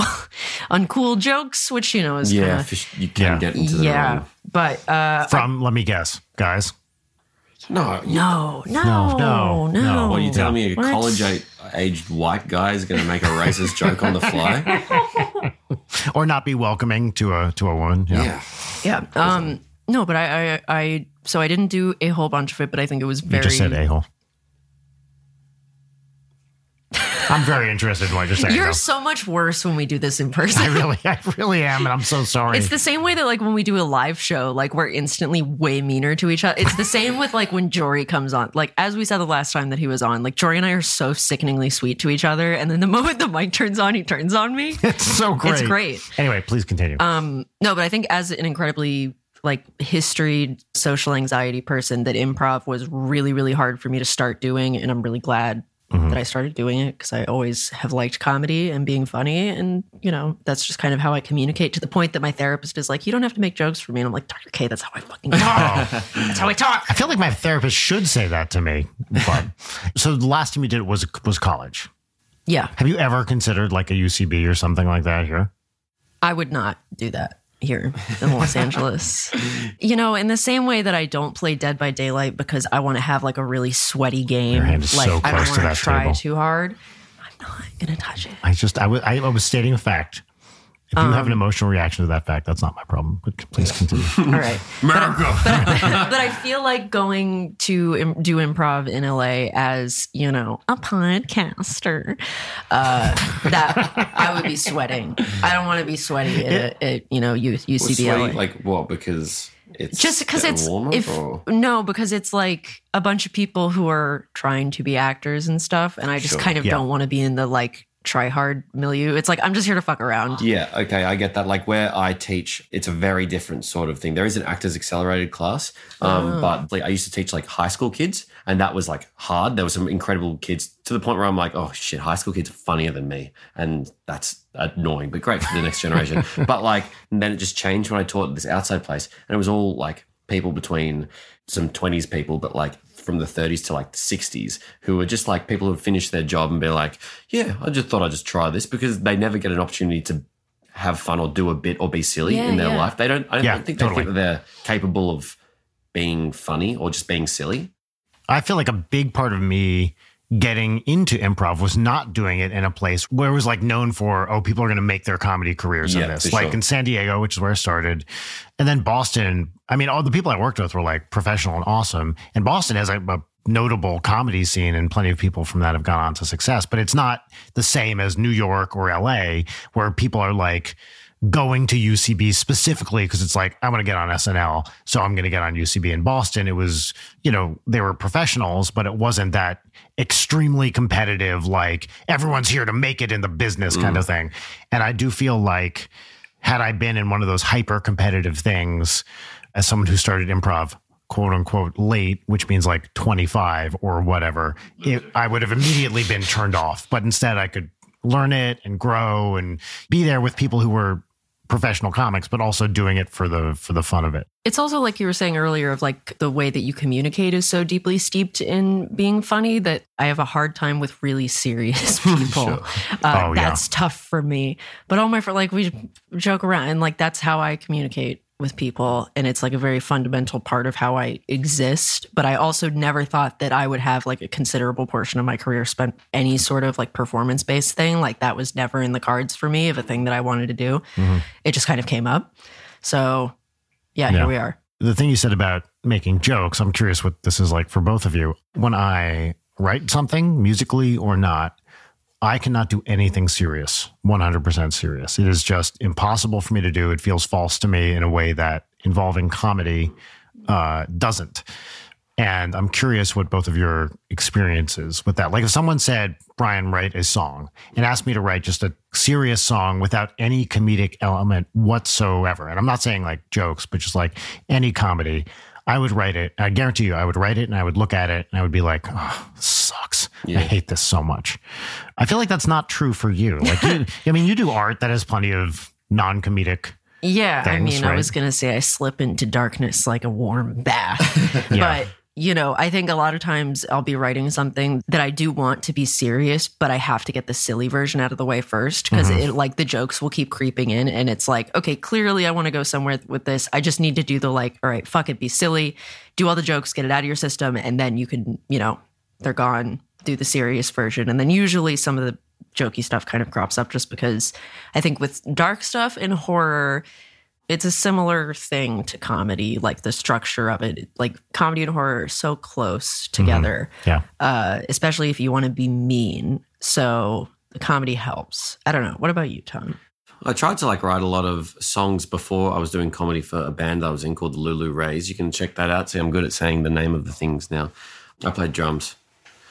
[SPEAKER 3] uncool jokes, which you know is
[SPEAKER 4] Yeah,
[SPEAKER 3] kind of.
[SPEAKER 4] fish- you can
[SPEAKER 2] Yeah.
[SPEAKER 4] get into the
[SPEAKER 3] Yeah.
[SPEAKER 4] wrong-
[SPEAKER 3] But uh,
[SPEAKER 2] from let me guess, guys.
[SPEAKER 4] No, you-
[SPEAKER 3] no, no,
[SPEAKER 2] No, no,
[SPEAKER 3] no,
[SPEAKER 2] no.
[SPEAKER 4] What are you telling me? A
[SPEAKER 3] What?
[SPEAKER 4] college aged white guy is going to make a racist joke on the fly?
[SPEAKER 2] or not be welcoming to a to a woman. Yeah.
[SPEAKER 3] Yeah. Um, no, but I, I, I, so I didn't do a whole bunch of it, but I think it was
[SPEAKER 2] You
[SPEAKER 3] very.
[SPEAKER 2] just said a hole. I'm very interested in what you're saying.
[SPEAKER 3] You're
[SPEAKER 2] though.
[SPEAKER 3] so much worse when we do this in
[SPEAKER 2] I
[SPEAKER 3] person.
[SPEAKER 2] really, I really am, and I'm so sorry.
[SPEAKER 3] It's the same way that like when we do a live show, like we're instantly way meaner to each other. It's the same with like when Jory comes on. Like as we said the last time that he was on, like Jory and I are so sickeningly sweet to each other, and then the moment the mic turns on, he turns on me.
[SPEAKER 2] it's so great.
[SPEAKER 3] It's great.
[SPEAKER 2] Anyway, please continue.
[SPEAKER 3] Um, no, but I think as an incredibly like history social anxiety person, that improv was really really hard for me to start doing, and I'm really glad that I started doing it because I always have liked comedy and being funny, and you know that's just kind of how I communicate. To the point that my therapist is like, "You don't have to make jokes for me," and I'm like, "Dr. K, that's how I fucking talk.
[SPEAKER 2] Oh,
[SPEAKER 3] that's how I talk."
[SPEAKER 2] I feel like my therapist should say that to me. But so the last time you did it was was college.
[SPEAKER 3] Yeah,
[SPEAKER 2] Have you ever considered like a UCB or something like that here?
[SPEAKER 3] I would not do that here in Los Angeles. You know, in the same way that I don't play Dead by Daylight because I want to have like a really sweaty game.
[SPEAKER 2] Your hand is
[SPEAKER 3] like
[SPEAKER 2] so
[SPEAKER 3] I don't
[SPEAKER 2] close to
[SPEAKER 3] want to
[SPEAKER 2] that
[SPEAKER 3] try
[SPEAKER 2] table.
[SPEAKER 3] too hard. I'm not gonna touch it.
[SPEAKER 2] I just I was I was stating a fact. If you have an
[SPEAKER 3] Um,
[SPEAKER 2] emotional reaction to that fact, that's not my problem. But please continue.
[SPEAKER 3] All right.
[SPEAKER 4] America.
[SPEAKER 3] but I feel like going to Im- do improv in LA as you know a podcaster, uh, that I would be sweating. I don't want to be sweaty at, at you know U-
[SPEAKER 4] Well,
[SPEAKER 3] UCB LA.
[SPEAKER 4] sweet, like what? Because it's
[SPEAKER 3] E. just because
[SPEAKER 4] getting
[SPEAKER 3] it's
[SPEAKER 4] warmer,
[SPEAKER 3] if
[SPEAKER 4] or-
[SPEAKER 3] no because it's like a bunch of people who are trying to be actors and stuff and i just
[SPEAKER 4] Sure,
[SPEAKER 3] kind of
[SPEAKER 2] yeah.
[SPEAKER 3] don't want to be in the like try hard milieu it's like i'm just here to fuck around
[SPEAKER 4] Yeah, okay, I get that. Like where I teach, it's a very different sort of thing. There is an actors accelerated class, um, but like, I used to teach like high school kids, and that was like hard. There were some incredible kids to the point where I'm like, oh shit, high school kids are funnier than me, and that's annoying, but great for the next generation. but like then it just changed when I taught at this outside place, and it was all like people between some 20s people, but like from the 30s to like the 60s, who were just like people who finished their job and be like, yeah, I just thought I'd just try this because they never get an opportunity to have fun or do a bit or be silly
[SPEAKER 3] Yeah,
[SPEAKER 4] in their
[SPEAKER 3] yeah.
[SPEAKER 4] life. They don't, I don't
[SPEAKER 2] Yeah,
[SPEAKER 4] think
[SPEAKER 2] totally.
[SPEAKER 4] they think that they're capable of being funny or just being silly.
[SPEAKER 2] I feel like a big part of me getting into improv was not doing it in a place where it was like known for oh people are going to make their comedy careers in
[SPEAKER 4] Yeah,
[SPEAKER 2] this
[SPEAKER 4] for
[SPEAKER 2] like
[SPEAKER 4] sure.
[SPEAKER 2] in san diego which is where i started and then boston i mean all the people i worked with were like professional and awesome and boston has a, a notable comedy scene, and plenty of people from that have gone on to success. But it's not the same as New York or LA, where people are like going to UCB specifically because it's like, I'm going to get on SNL. So I'm going to get on UCB in Boston. It was, you know, they were professionals, but it wasn't that extremely competitive, like everyone's here to make it in the business kind of thing. And I do feel like, had I been in one of those hyper competitive things as someone who started improv, quote unquote, late, which means like 25 or whatever, it, I would have immediately been turned off. But instead, I could learn it and grow and be there with people who were professional comics but also doing it for the for the fun of it
[SPEAKER 3] It's also like you were saying earlier of like the way that you communicate is so deeply steeped in being funny that I have a hard time with really serious people.
[SPEAKER 4] Sure.
[SPEAKER 3] Uh,
[SPEAKER 2] Oh, yeah.
[SPEAKER 3] that's tough for me. But all my friends, like we joke around and like that's how I communicate with people. And it's like a very fundamental part of how I exist. But I also never thought that I would have like a considerable portion of my career spent any sort of like performance based thing. Like that was never in the cards for me of a thing that I wanted to do.
[SPEAKER 2] Mm-hmm.
[SPEAKER 3] It just kind of came up. So yeah,
[SPEAKER 2] Yeah.
[SPEAKER 3] here we are.
[SPEAKER 2] the thing you said about making jokes, I'm curious what this is like for both of you. When I write something, musically or not, I cannot do anything serious, 100% serious. It is just impossible for me to do. It feels false to me in a way that involving comedy uh, doesn't. And I'm curious what both of your experiences with that. Like if someone said, Brian, write a song and asked me to write just a serious song without any comedic element whatsoever. And I'm not saying like jokes, but just like any comedy, I would write it. I guarantee you, I would write it and I would look at it and I would be like, oh, this sucks. I hate this so much. I feel like that's not true for you. Like, you, I mean, you do art that has plenty of non comedic.
[SPEAKER 3] Yeah, I
[SPEAKER 2] things,
[SPEAKER 3] mean, I
[SPEAKER 2] right?
[SPEAKER 3] was gonna say I slip into darkness like a warm bath,
[SPEAKER 2] Yeah.
[SPEAKER 3] but you know, I think a lot of times I'll be writing something that I do want to be serious, but I have to get the silly version out of the way first because
[SPEAKER 2] Mm-hmm.
[SPEAKER 3] it like the jokes will keep creeping in, and it's like, okay, clearly I want to go somewhere with this. I just need to do the like, all right, fuck it, be silly, do all the jokes, get it out of your system, and then you can, you know, they're gone. Do the serious version, and then usually some of the jokey stuff kind of crops up just because I think with dark stuff and horror it's a similar thing to comedy like the structure of it like comedy and horror are so close together
[SPEAKER 2] Mm-hmm. Yeah.
[SPEAKER 3] uh, especially if you want to be mean so the comedy helps i don't know what about you tom
[SPEAKER 4] I tried to like write a lot of songs before I was doing comedy for a band I was in called the Lulu Rays. You can check that out. See, I'm good at saying the name of the things now. I played drums,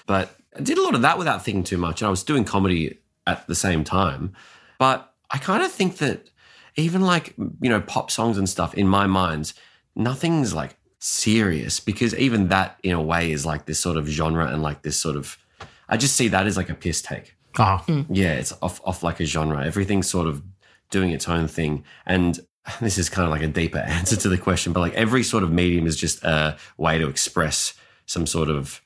[SPEAKER 4] but I did a lot of that without thinking too much. And I was doing comedy at the same time. But I kind of think that even like, you know, pop songs and stuff in my mind, nothing's like serious because even that in a way is like this sort of genre and like this sort of, I just see that as like a piss take
[SPEAKER 2] Uh,
[SPEAKER 4] yeah, it's off off like a genre. Everything's sort of doing its own thing. And this is kind of like a deeper answer to the question, but like every sort of medium is just a way to express some sort of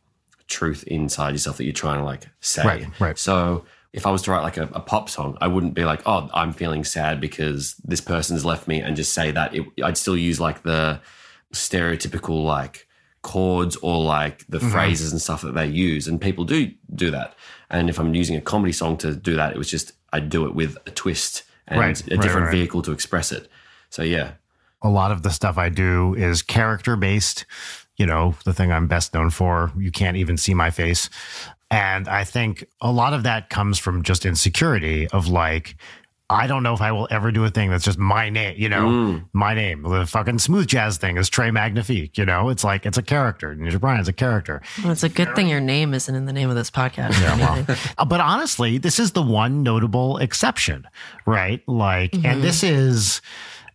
[SPEAKER 4] truth inside yourself that you're trying to like say.
[SPEAKER 2] Right, right.
[SPEAKER 4] So if I was to write like a, a pop song, I wouldn't be like, oh, I'm feeling sad because this person's left me and just say that. It, I'd still use like the stereotypical like chords or like the
[SPEAKER 2] Mm-hmm.
[SPEAKER 4] phrases and stuff that they use. And people do do that. And if I'm using a comedy song to do that, it was just, I'd do it with a twist and
[SPEAKER 2] Right,
[SPEAKER 4] a
[SPEAKER 2] right,
[SPEAKER 4] different
[SPEAKER 2] right.
[SPEAKER 4] vehicle to express it. So yeah,
[SPEAKER 2] a lot of the stuff I do is character based. You know, the thing I'm best known for, you can't even see my face. And I think a lot of that comes from just insecurity of like, I don't know if I will ever do a thing that's just my name, you know,
[SPEAKER 4] Mm.
[SPEAKER 2] my name. The fucking smooth jazz thing is Trey Magnifique, you know, it's like, it's a character. Ninja Brian's a character.
[SPEAKER 3] well, it's a good thing your name isn't in the name of this podcast
[SPEAKER 2] Uh, But honestly, this is the one notable exception, right? Like, and this is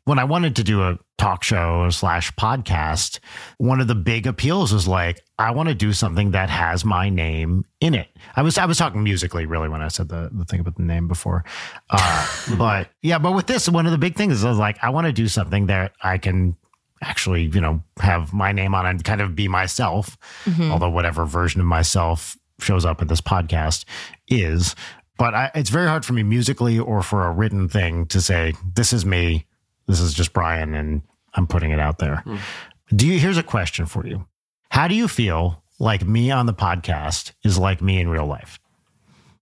[SPEAKER 2] when I wanted to do a talk show slash podcast. One of the big appeals was like, I want to do something that has my name in it. I was I was talking musically, really, when I said the, the thing about the name before. Uh, but yeah, but with this, one of the big things is I was like, I want to do something that I can actually, you know, have my name on and kind of be myself,
[SPEAKER 3] Mm-hmm.
[SPEAKER 2] although whatever version of myself shows up in this podcast is. But I, it's very hard for me musically or for a written thing to say, this is me, this is just Brian, and I'm putting it out there.
[SPEAKER 3] Hmm.
[SPEAKER 2] Do you, here's a question for you How do you feel like me on the podcast is like me in real life?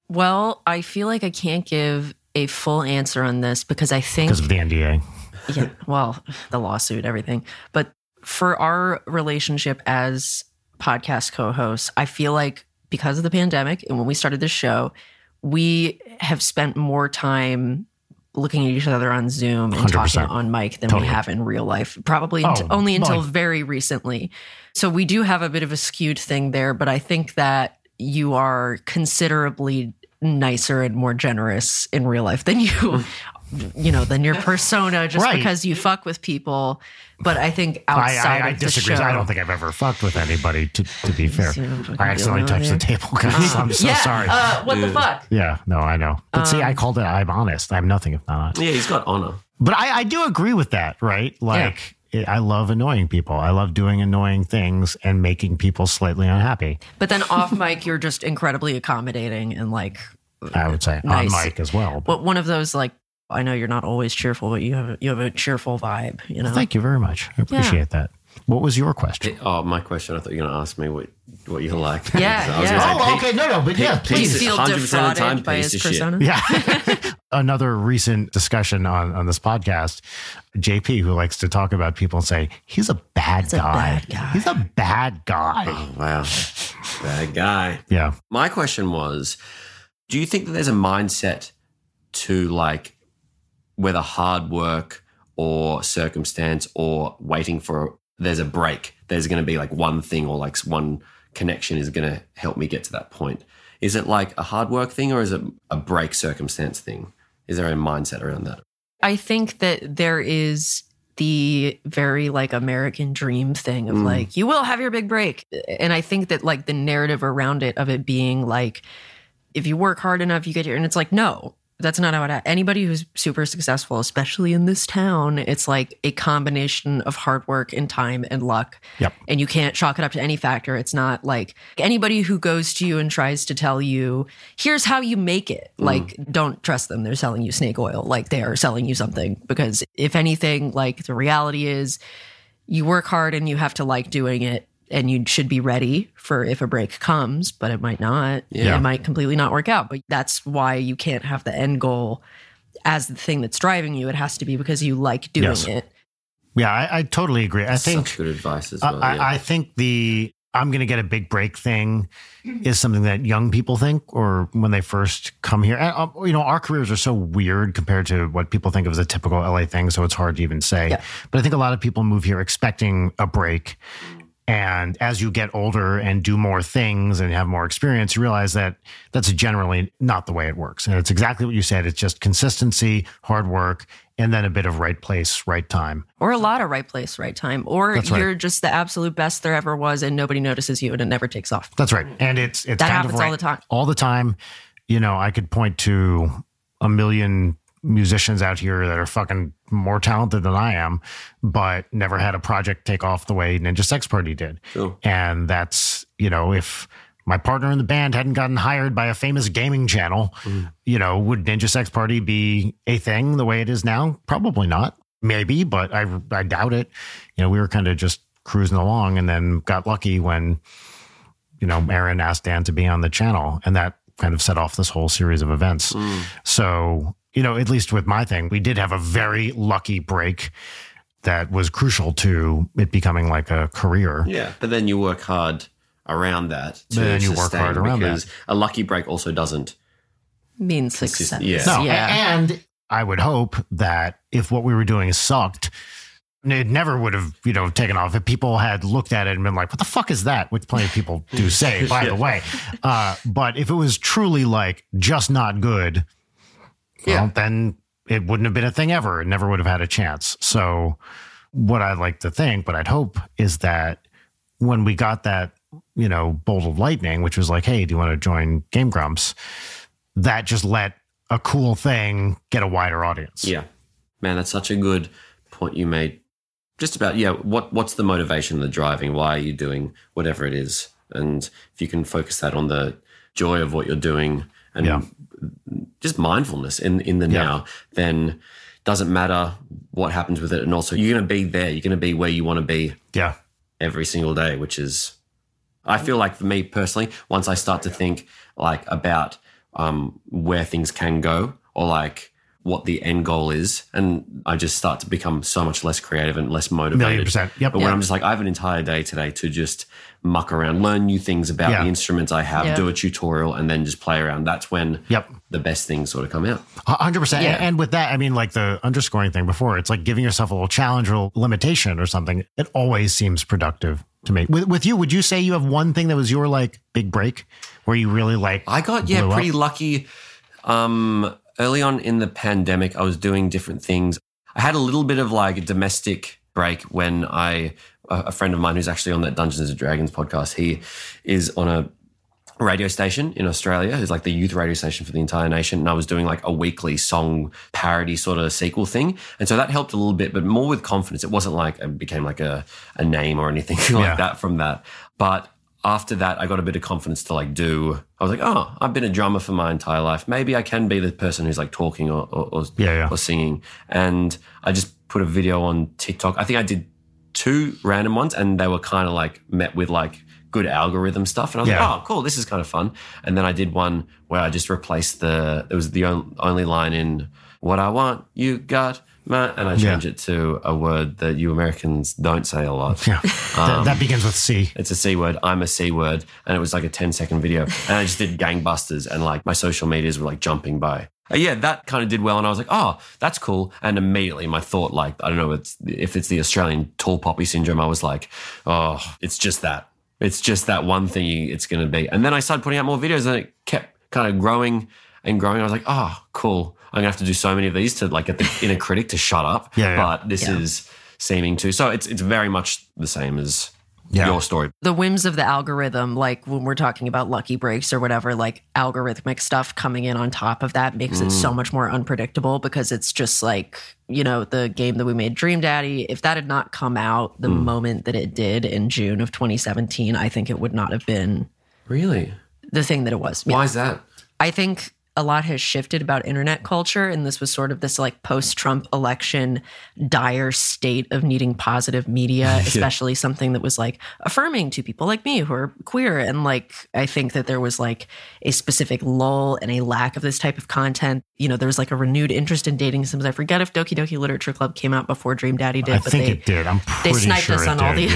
[SPEAKER 3] well i feel like i can't give a full answer on this because i think
[SPEAKER 2] Because of the NDA.
[SPEAKER 3] yeah, well, the lawsuit, everything. But for our relationship as podcast co-hosts, I feel like because of the pandemic and when we started this show, we have spent more time looking at each other on Zoom and
[SPEAKER 2] 100%.
[SPEAKER 3] talking on mic than
[SPEAKER 2] Totally.
[SPEAKER 3] we have in real life. Probably unt-
[SPEAKER 2] Oh,
[SPEAKER 3] only until
[SPEAKER 2] my-
[SPEAKER 3] very recently. So we do have a bit of a skewed thing there, but I think that you are considerably nicer and more generous in real life than
[SPEAKER 2] Mm.
[SPEAKER 3] you you know than your persona just
[SPEAKER 2] Right.
[SPEAKER 3] because you fuck with people but i think
[SPEAKER 2] I,
[SPEAKER 3] outside
[SPEAKER 2] I, I
[SPEAKER 3] of the
[SPEAKER 2] disagree.
[SPEAKER 3] show
[SPEAKER 2] I don't think I've ever fucked with anybody. To, to be fair,
[SPEAKER 3] See what I'm fucking
[SPEAKER 2] I accidentally
[SPEAKER 3] doing
[SPEAKER 2] touched
[SPEAKER 3] over
[SPEAKER 2] the table, guys. I'm so
[SPEAKER 3] yeah,
[SPEAKER 2] sorry.
[SPEAKER 3] Uh, what the
[SPEAKER 4] Yeah.
[SPEAKER 3] fuck?
[SPEAKER 2] yeah, no, I know. But see,
[SPEAKER 3] Um,
[SPEAKER 2] I called it. I'm honest. I'm nothing if not honest.
[SPEAKER 4] Yeah, he's got honor.
[SPEAKER 2] But I, I do agree with that, right? Like, it, I love annoying people. I love doing annoying things and making people slightly unhappy.
[SPEAKER 3] But then off mic, you're just incredibly accommodating and like
[SPEAKER 2] I would say
[SPEAKER 3] Nice.
[SPEAKER 2] on mic as well.
[SPEAKER 3] what one of those like I know you're not always cheerful, but you have a, you have a cheerful vibe. You know,
[SPEAKER 2] Thank you very much. I appreciate that. What was your question?
[SPEAKER 4] Oh, my question. I thought you were going to ask me what, what you like.
[SPEAKER 3] Yeah,
[SPEAKER 4] So I was
[SPEAKER 3] yeah.
[SPEAKER 4] gonna say Pete-
[SPEAKER 2] Oh, no, no, but yeah,
[SPEAKER 3] do you
[SPEAKER 4] please.
[SPEAKER 3] feel
[SPEAKER 4] 100% of the
[SPEAKER 3] defrauded
[SPEAKER 4] time,
[SPEAKER 3] by
[SPEAKER 4] piece
[SPEAKER 3] his
[SPEAKER 4] of shit.
[SPEAKER 3] persona?
[SPEAKER 2] Yeah. Another recent discussion on, on this podcast, JP, who likes to talk about people and say, he's a bad,
[SPEAKER 3] a
[SPEAKER 2] guy.
[SPEAKER 3] bad guy."
[SPEAKER 2] He's a bad guy.
[SPEAKER 4] Oh, wow. Bad guy.
[SPEAKER 2] Yeah.
[SPEAKER 4] My question was Do you think that there's a mindset to like whether hard work or circumstance or waiting for there's a break, there's going to be like one thing or like one connection is going to help me get to that point? Is it like a hard work thing or is it a break circumstance thing? Is there a mindset around that?
[SPEAKER 3] I think that there is the very like American dream thing of
[SPEAKER 4] Mm.
[SPEAKER 3] like you will have your big break, and I think that like the narrative around it of it being like if you work hard enough, you get here, and it's like no. That's not how it. Anybody who's super successful, especially in this town, it's like a combination of hard work and time and luck.
[SPEAKER 2] Yep.
[SPEAKER 3] and you can't chalk it up to any factor. It's not like anybody who goes to you and tries to tell you, here's how you make it.
[SPEAKER 2] Mm.
[SPEAKER 3] Like, don't trust them. They're selling you snake oil. Like, they are selling you something. Because if anything, like, the reality is you work hard and you have to like doing it. And you should be ready for if a break comes, but it might not.
[SPEAKER 4] Yeah.
[SPEAKER 3] It might completely not work out. But that's why you can't have the end goal as the thing that's driving you. It has to be because you like doing
[SPEAKER 2] Yes.
[SPEAKER 3] it.
[SPEAKER 2] Yeah. I, I totally agree. I think
[SPEAKER 4] Such good advice as
[SPEAKER 2] I-
[SPEAKER 4] well.
[SPEAKER 2] I,
[SPEAKER 4] yeah.
[SPEAKER 2] I think the I'm going to get a big break thing is something that young people think, or when they first come here. And, uh, you know, our careers are so weird compared to what people think of as a typical LA thing, so it's hard to even say.
[SPEAKER 3] Yeah.
[SPEAKER 2] But I think a lot of people move here expecting a break. And as you get older and do more things and have more experience, you realize that that's generally not the way it works. And it's exactly what you said it's just consistency, hard work, and then a bit of right place, right time.
[SPEAKER 3] or a lot of right place, right time, or
[SPEAKER 2] That's right.
[SPEAKER 3] you're just the absolute best there ever was, and nobody notices you, and it never takes off.
[SPEAKER 2] That's right. And it's it's
[SPEAKER 3] That
[SPEAKER 2] kind
[SPEAKER 3] happens
[SPEAKER 2] of
[SPEAKER 3] all
[SPEAKER 2] right.
[SPEAKER 3] the time.
[SPEAKER 2] all the time. You know, I could point to a million musicians out here that are fucking more talented than I am, but never had a project take off the way Ninja Sex Party did.
[SPEAKER 4] Cool.
[SPEAKER 2] And that's, you know, if my partner in the band hadn't gotten hired by a famous gaming channel, you know, would Ninja Sex Party be a thing the way it is now? Probably not. Maybe, but I, I doubt it. You know, we were kind of just cruising along and then got lucky when, you know, Aaron asked Dan to be on the channel and that kind of set off this whole series of events.
[SPEAKER 4] Mm.
[SPEAKER 2] So, you know, at least with my thing, we did have a very lucky break that was crucial to it becoming like a career.
[SPEAKER 4] Yeah, but then you work hard around that. To
[SPEAKER 2] But then you work
[SPEAKER 4] sustain,
[SPEAKER 2] hard around
[SPEAKER 4] because A lucky break also doesn't.
[SPEAKER 3] Means success.
[SPEAKER 4] yeah.
[SPEAKER 2] No,
[SPEAKER 3] yeah.
[SPEAKER 2] and I would hope that if what we were doing sucked, it never would have, you know, taken off. If people had looked at it and been like, "What the fuck is that?" Which plenty of people do say, by the way. Uh, but if it was truly like just not good,
[SPEAKER 4] Yeah.
[SPEAKER 2] well, then it wouldn't have been a thing ever. It never would have had a chance. So, what I'd like to think, what I'd hope is that when we got that, you know, bolt of lightning, which was like, "Hey, do you want to join Game Grumps?" that just let a cool thing get a wider audience.
[SPEAKER 4] Yeah. Man, that's such a good point you made. Just about, yeah, what what's the motivation, the driving? Why are you doing whatever it is? And if you can focus that on the joy of what you're doing and
[SPEAKER 2] Yeah.
[SPEAKER 4] just mindfulness in, in the
[SPEAKER 2] Yeah.
[SPEAKER 4] now, then doesn't matter what happens with it. And also you're gonna be there. You're gonna be where you wanna be
[SPEAKER 2] Yeah.
[SPEAKER 4] every single day, which is, I feel like for me personally, once I start to think like about um, where things can go or like what the end goal is, and I just start to become so much less creative and less
[SPEAKER 2] Million
[SPEAKER 4] motivated.
[SPEAKER 2] percent. Yep.
[SPEAKER 4] But when I'm just like, I have an entire day today to just muck around, learn new things about
[SPEAKER 2] Yeah.
[SPEAKER 4] the instruments I have,
[SPEAKER 3] Yeah.
[SPEAKER 4] do a tutorial, and then just play around. That's when
[SPEAKER 2] Yep.
[SPEAKER 4] the best things sort of come out.
[SPEAKER 2] hundred percent.
[SPEAKER 3] Yeah.
[SPEAKER 2] And with that, I mean, like the underscoring thing before, it's like giving yourself a little challenge or limitation or something. It always seems productive to me. With, with you, would you say you have one thing that was your like big break where you really like?
[SPEAKER 4] I got yeah
[SPEAKER 2] blew up?
[SPEAKER 4] pretty lucky. Um, early on in the pandemic, I was doing different things. I had a little bit of like a domestic break when I a a friend of mine who's actually on that Dungeons and Dragons podcast. He is on a radio station in Australia, who's like the youth radio station for the entire nation. And I was doing like a weekly song parody sort of sequel thing. And so that helped a little bit, but more with confidence. It wasn't like it became like a, a name or anything like
[SPEAKER 2] Yeah.
[SPEAKER 4] that from that. But after that, I got a bit of confidence to like do. I was like, oh, I've been a drummer for my entire life. Maybe I can be the person who's like talking or, or, or,
[SPEAKER 2] Yeah, yeah.
[SPEAKER 4] or singing. And I just put a video on TikTok. I think I did two random ones and they were kind of like met with like good algorithm stuff. And I was
[SPEAKER 2] Yeah.
[SPEAKER 4] like, oh, cool, this is kind of fun. And then I did one where I just replaced the, it was the on, only line in what I want, you got, man. And I changed it to a word that you Americans don't say a lot.
[SPEAKER 2] yeah, that,
[SPEAKER 4] um,
[SPEAKER 2] that begins with C.
[SPEAKER 4] It's a C word. I'm a C word. And it was like a 10 second video. And I just did gangbusters and like my social medias were like jumping by. Uh, yeah, that kind of did well. And I was like, oh, that's cool. And immediately my thought, like, I don't know it's, if it's the Australian tall poppy syndrome, I was like, oh, it's just that. It's just that one thing it's going to be. And then I started putting out more videos and it kept kind of growing and growing. I was like, oh, cool. I'm going to have to do so many of these to like get the inner critic to shut up.
[SPEAKER 2] Yeah, yeah.
[SPEAKER 4] But this
[SPEAKER 1] Yeah.
[SPEAKER 4] is seeming to. So it's, it's very much the same as
[SPEAKER 2] Yeah.
[SPEAKER 4] your story.
[SPEAKER 3] the whims of the algorithm, like when we're talking about lucky breaks or whatever, like algorithmic stuff coming in on top of that makes it
[SPEAKER 2] Mm.
[SPEAKER 3] so much more unpredictable because it's just like, you know, the game that we made, Dream Daddy, if that had not come out the
[SPEAKER 2] Mm.
[SPEAKER 3] moment that it did in June of 2017, I think it would not have been
[SPEAKER 4] Really?
[SPEAKER 3] the thing that it was.
[SPEAKER 4] Why is that?
[SPEAKER 3] I think a lot has shifted about internet culture, and this was sort of this like post Trump election dire state of needing positive media, especially something that was like affirming to people like me who are queer. And like, I think that there was like a specific lull and a lack of this type of content. You know, there was like a renewed interest in dating sims. I forget if Doki Doki Literature Club came out before Dream Daddy did,
[SPEAKER 2] I
[SPEAKER 3] but
[SPEAKER 2] think
[SPEAKER 3] they
[SPEAKER 2] it did. I'm
[SPEAKER 3] they
[SPEAKER 2] pretty
[SPEAKER 3] sniped
[SPEAKER 2] sure
[SPEAKER 3] us
[SPEAKER 2] it
[SPEAKER 3] on all the
[SPEAKER 2] did,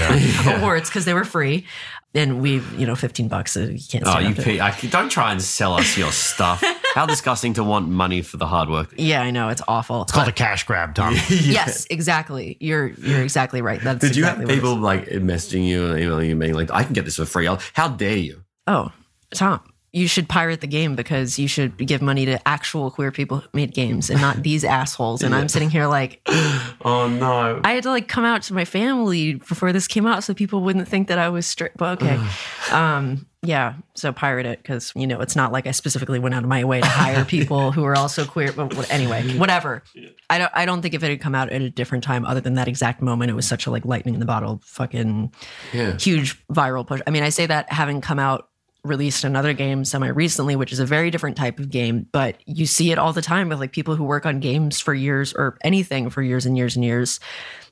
[SPEAKER 2] yeah.
[SPEAKER 3] awards because they were free. And we, you know, 15 bucks. So you can't
[SPEAKER 4] Oh,
[SPEAKER 3] stand
[SPEAKER 4] you
[SPEAKER 3] up to it.
[SPEAKER 4] pe- I, don't try and sell us your stuff. How disgusting to want money for the hard work.
[SPEAKER 3] Yeah, I know. It's awful.
[SPEAKER 2] It's called a cash grab, Tom.
[SPEAKER 3] Yes, exactly. You're you're exactly right. That's
[SPEAKER 4] Did you
[SPEAKER 3] exactly
[SPEAKER 4] have
[SPEAKER 3] what it
[SPEAKER 4] people
[SPEAKER 3] is.
[SPEAKER 4] like messaging you and emailing you, being like, "I can get this for free"? I'll- How dare you?
[SPEAKER 3] Oh, Tom, you should pirate the game because you should give money to actual queer people who made games and not these assholes. And I'm sitting here like
[SPEAKER 4] Oh no!
[SPEAKER 3] I had to like come out to my family before this came out so people wouldn't think that I was straight. But okay, um, yeah. So pirate it because you know it's not like I specifically went out of my way to hire people who are also queer. But what- anyway, whatever. I don't. I don't think if it had come out at a different time other than that exact moment, it was such a like lightning in the bottle, fucking
[SPEAKER 4] Yeah.
[SPEAKER 3] huge viral push. I mean, I say that having come out released another game semi recently, which is a very different type of game, but you see it all the time with like people who work on games for years or anything for years and years and years.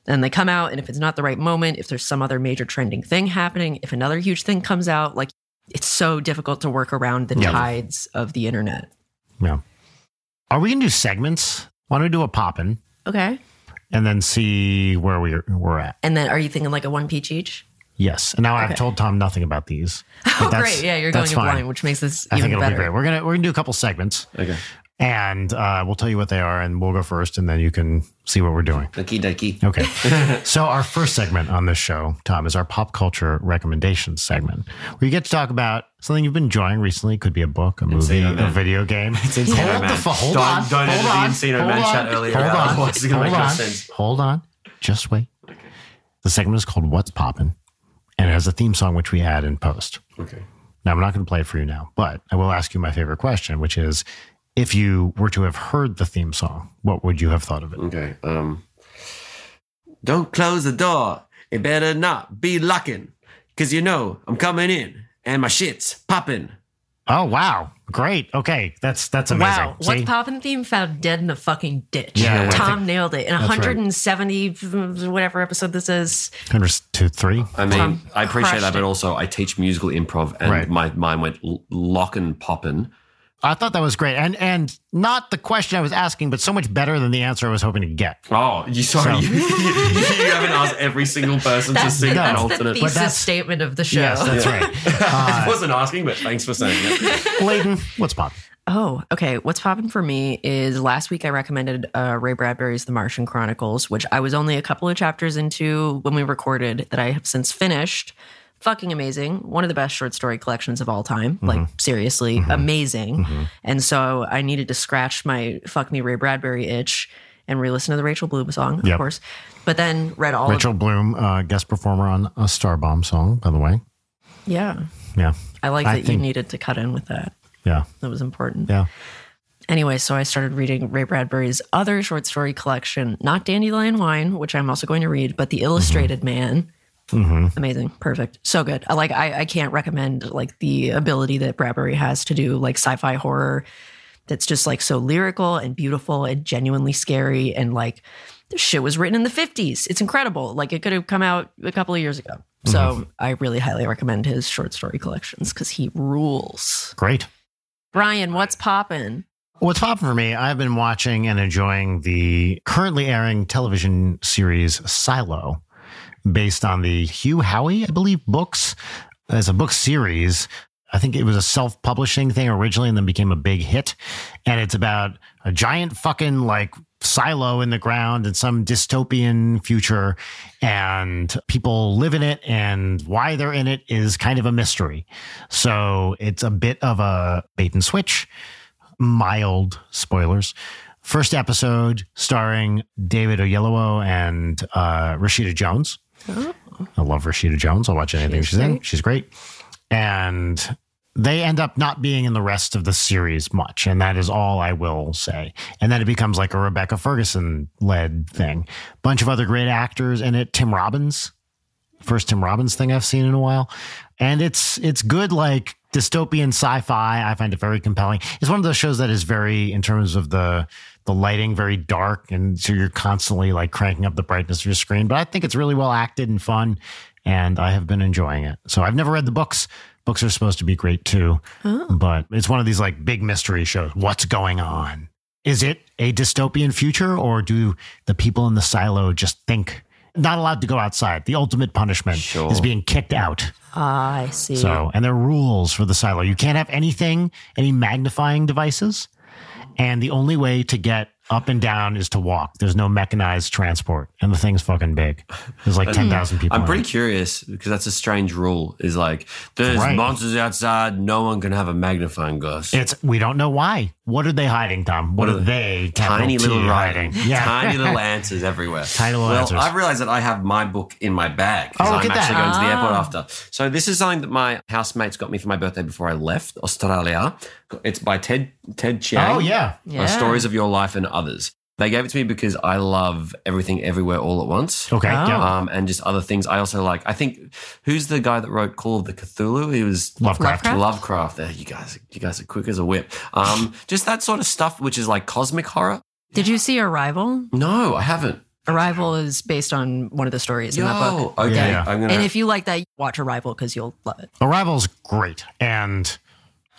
[SPEAKER 3] And they come out, and if it's not the right moment, if there's some other major trending thing happening, if another huge thing comes out, like it's so difficult to work around the
[SPEAKER 2] Yeah.
[SPEAKER 3] tides of the internet.
[SPEAKER 2] yeah. Are we gonna do segments? Why don't we do a poppin'
[SPEAKER 3] Okay.
[SPEAKER 2] and then see where we're we're at?
[SPEAKER 3] And then are you thinking like a one peach each?
[SPEAKER 2] Yes. And now
[SPEAKER 3] Okay.
[SPEAKER 2] I've told Tom nothing about these.
[SPEAKER 3] Oh,
[SPEAKER 2] but that's-
[SPEAKER 3] great. Yeah, you're going
[SPEAKER 2] that's
[SPEAKER 3] in
[SPEAKER 2] fine.
[SPEAKER 3] blind, which makes this
[SPEAKER 2] I
[SPEAKER 3] even
[SPEAKER 2] think it'll
[SPEAKER 3] better.
[SPEAKER 2] be great. We're gonna we're gonna do a couple segments,
[SPEAKER 4] Okay.
[SPEAKER 2] and uh, we'll tell you what they are, and we'll go first, and then you can see what we're doing.
[SPEAKER 4] Okie dokie.
[SPEAKER 2] Okay. so our first segment on this show, Tom, is our pop culture recommendations segment, where you get to talk about something you've been enjoying recently. Could be a book, a movie,
[SPEAKER 4] Encino
[SPEAKER 2] a
[SPEAKER 4] Man.
[SPEAKER 2] video game. hold the fu- hold
[SPEAKER 4] don't,
[SPEAKER 2] on. hold
[SPEAKER 4] Don't edit
[SPEAKER 2] on.
[SPEAKER 4] the Encino
[SPEAKER 2] hold
[SPEAKER 4] Man
[SPEAKER 2] on,
[SPEAKER 4] chat earlier.
[SPEAKER 2] Hold on.
[SPEAKER 4] Otherwise, it's gonna
[SPEAKER 2] hold
[SPEAKER 4] make no
[SPEAKER 2] on.
[SPEAKER 4] sense.
[SPEAKER 2] Hold on. Just wait. The segment is called "What's Poppin'," and it has a theme song which we add in post.
[SPEAKER 4] Okay.
[SPEAKER 2] Now, I'm not going to play it for you now, but I will ask you my favorite question, which is if you were to have heard the theme song, what would you have thought of it?
[SPEAKER 4] Okay. Um. Don't close the door. It better not be locking, cause you know I'm coming in and my shit's popping.
[SPEAKER 2] Oh, wow. Great. Okay. That's that's amazing.
[SPEAKER 3] Wow,
[SPEAKER 2] See?
[SPEAKER 3] what's poppin' theme found dead in a fucking ditch.
[SPEAKER 2] Yeah, right.
[SPEAKER 3] Tom nailed it in
[SPEAKER 2] right.
[SPEAKER 3] 170 whatever episode this is.
[SPEAKER 2] 100 to 3.
[SPEAKER 4] I mean,
[SPEAKER 3] Tom
[SPEAKER 4] I appreciate
[SPEAKER 3] crushed
[SPEAKER 4] that, but
[SPEAKER 3] it.
[SPEAKER 4] also I teach musical improv, and
[SPEAKER 2] Right.
[SPEAKER 4] my mind went l- lock and poppin',
[SPEAKER 2] I thought that was great, and and not the question I was asking, but so much better than the answer I was hoping to get.
[SPEAKER 4] Oh, you sorry,
[SPEAKER 2] So-
[SPEAKER 4] you, you haven't asked every single person to
[SPEAKER 3] That's,
[SPEAKER 4] sing an
[SPEAKER 3] that's the
[SPEAKER 4] alternate.
[SPEAKER 3] thesis
[SPEAKER 2] that's-
[SPEAKER 3] statement of the show.
[SPEAKER 2] Yes, that's right.
[SPEAKER 4] I wasn't asking, but thanks for saying it.
[SPEAKER 2] Layton, what's pop?
[SPEAKER 3] Oh, okay. What's popping for me is last week I recommended uh, Ray Bradbury's The Martian Chronicles, which I was only a couple of chapters into when we recorded that I have since finished. Fucking amazing. One of the best short story collections of all time.
[SPEAKER 2] Mm-hmm.
[SPEAKER 3] Like, seriously, amazing. And so I needed to scratch my fuck me Ray Bradbury itch and re listen to the Rachel Bloom song, of
[SPEAKER 2] Yep.
[SPEAKER 3] course. But then read all
[SPEAKER 2] Rachel Bloom, uh, guest performer on a Starbomb song, by the way.
[SPEAKER 3] of Yeah.
[SPEAKER 2] Yeah,
[SPEAKER 3] I like
[SPEAKER 2] I
[SPEAKER 3] that you
[SPEAKER 2] think-
[SPEAKER 3] needed to cut in with that.
[SPEAKER 2] yeah,
[SPEAKER 3] That was important.
[SPEAKER 2] yeah.
[SPEAKER 3] Anyway, so I started reading Ray Bradbury's other short story collection, not Dandelion Wine, which I'm also going to read, but The Illustrated Man.
[SPEAKER 2] Mm-hmm.
[SPEAKER 3] Amazing, perfect, so good. I Like I, I can't recommend like the ability that Bradbury has to do like sci-fi horror that's just like so lyrical and beautiful and genuinely scary and like this shit was written in the 50s. It's incredible. Like it could have come out a couple of years ago. So I really highly recommend his short story collections because he rules.
[SPEAKER 2] Great.
[SPEAKER 3] Brian, what's poppin'?
[SPEAKER 2] What's popping for me? I've been watching and enjoying the currently airing television series Silo, based on the Hugh Howey, I believe, books as a book series. I think it was a self publishing thing originally and then became a big hit. And it's about a giant fucking like silo in the ground in some dystopian future. And people live in it. And why they're in it is kind of a mystery. So it's a bit of a bait and switch mild spoilers. First episode starring David Oyelowo and uh, Rashida Jones. I love Rashida Jones. I'll watch anything she's, in. She's great. And they end up not being in the rest of the series much. And that is all I will say. And then it becomes like a Rebecca Ferguson led thing. Bunch of other great actors in it. Tim Robbins, first Tim Robbins thing I've seen in a while. And it's it's good like dystopian sci-fi. I find it very compelling. It's one of those shows that is very in terms of the the lighting very dark and so you're constantly like cranking up the brightness of your screen, but I think it's really well acted and fun and I have been enjoying it. So I've never read the books. Books are supposed to be great too. But it's one of these like big mystery shows. What's going on? Is it a dystopian future or do the people in the silo just think not allowed to go outside? The ultimate punishment
[SPEAKER 4] Sure.
[SPEAKER 2] is being kicked out.
[SPEAKER 3] Ah, I see.
[SPEAKER 2] So, and there are rules for the silo. You can't have anything, any magnifying devices. And the only way to get up and down is to walk. There's no mechanized transport. And the thing's fucking big. There's like 10,000 people.
[SPEAKER 4] I'm
[SPEAKER 2] in
[SPEAKER 4] pretty
[SPEAKER 2] it.
[SPEAKER 4] curious because that's a strange rule. Is like there's
[SPEAKER 2] Right.
[SPEAKER 4] monsters outside. No one can have a magnifying glass.
[SPEAKER 2] It's, we don't know why. What are they hiding, Tom? What,
[SPEAKER 4] What
[SPEAKER 2] are
[SPEAKER 4] are
[SPEAKER 2] they? capital
[SPEAKER 4] tiny
[SPEAKER 2] T,
[SPEAKER 4] little writing.
[SPEAKER 2] Yeah.
[SPEAKER 4] Tiny little answers everywhere.
[SPEAKER 2] Tiny little
[SPEAKER 4] well,
[SPEAKER 2] answers.
[SPEAKER 4] I've realized that I have my book in my bag because
[SPEAKER 2] Oh, look
[SPEAKER 4] I'm
[SPEAKER 2] at that.
[SPEAKER 4] actually going to the airport after. So this is something that my housemates got me for my birthday before I left Australia. It's by Ted Ted Chiang.
[SPEAKER 2] oh, yeah.
[SPEAKER 4] Uh, Stories of Your Life and Others. They gave it to me because I love everything everywhere all at once.
[SPEAKER 2] Okay. Yeah.
[SPEAKER 4] Um, and just other things. I also like. I think who's the guy that wrote Call of the Cthulhu? He was
[SPEAKER 2] Lovecraft.
[SPEAKER 3] Lovecraft?
[SPEAKER 4] Lovecraft. There, you guys, you guys are quick as a whip. Um, just that sort of stuff, which is like cosmic horror.
[SPEAKER 3] Did you see Arrival?
[SPEAKER 4] No, I haven't.
[SPEAKER 3] Arrival is based on one of the stories in that book.
[SPEAKER 4] Yo, okay.
[SPEAKER 2] Yeah.
[SPEAKER 4] I'm gonna.
[SPEAKER 3] And if you like that, watch Arrival because you'll love it.
[SPEAKER 2] Arrival's great and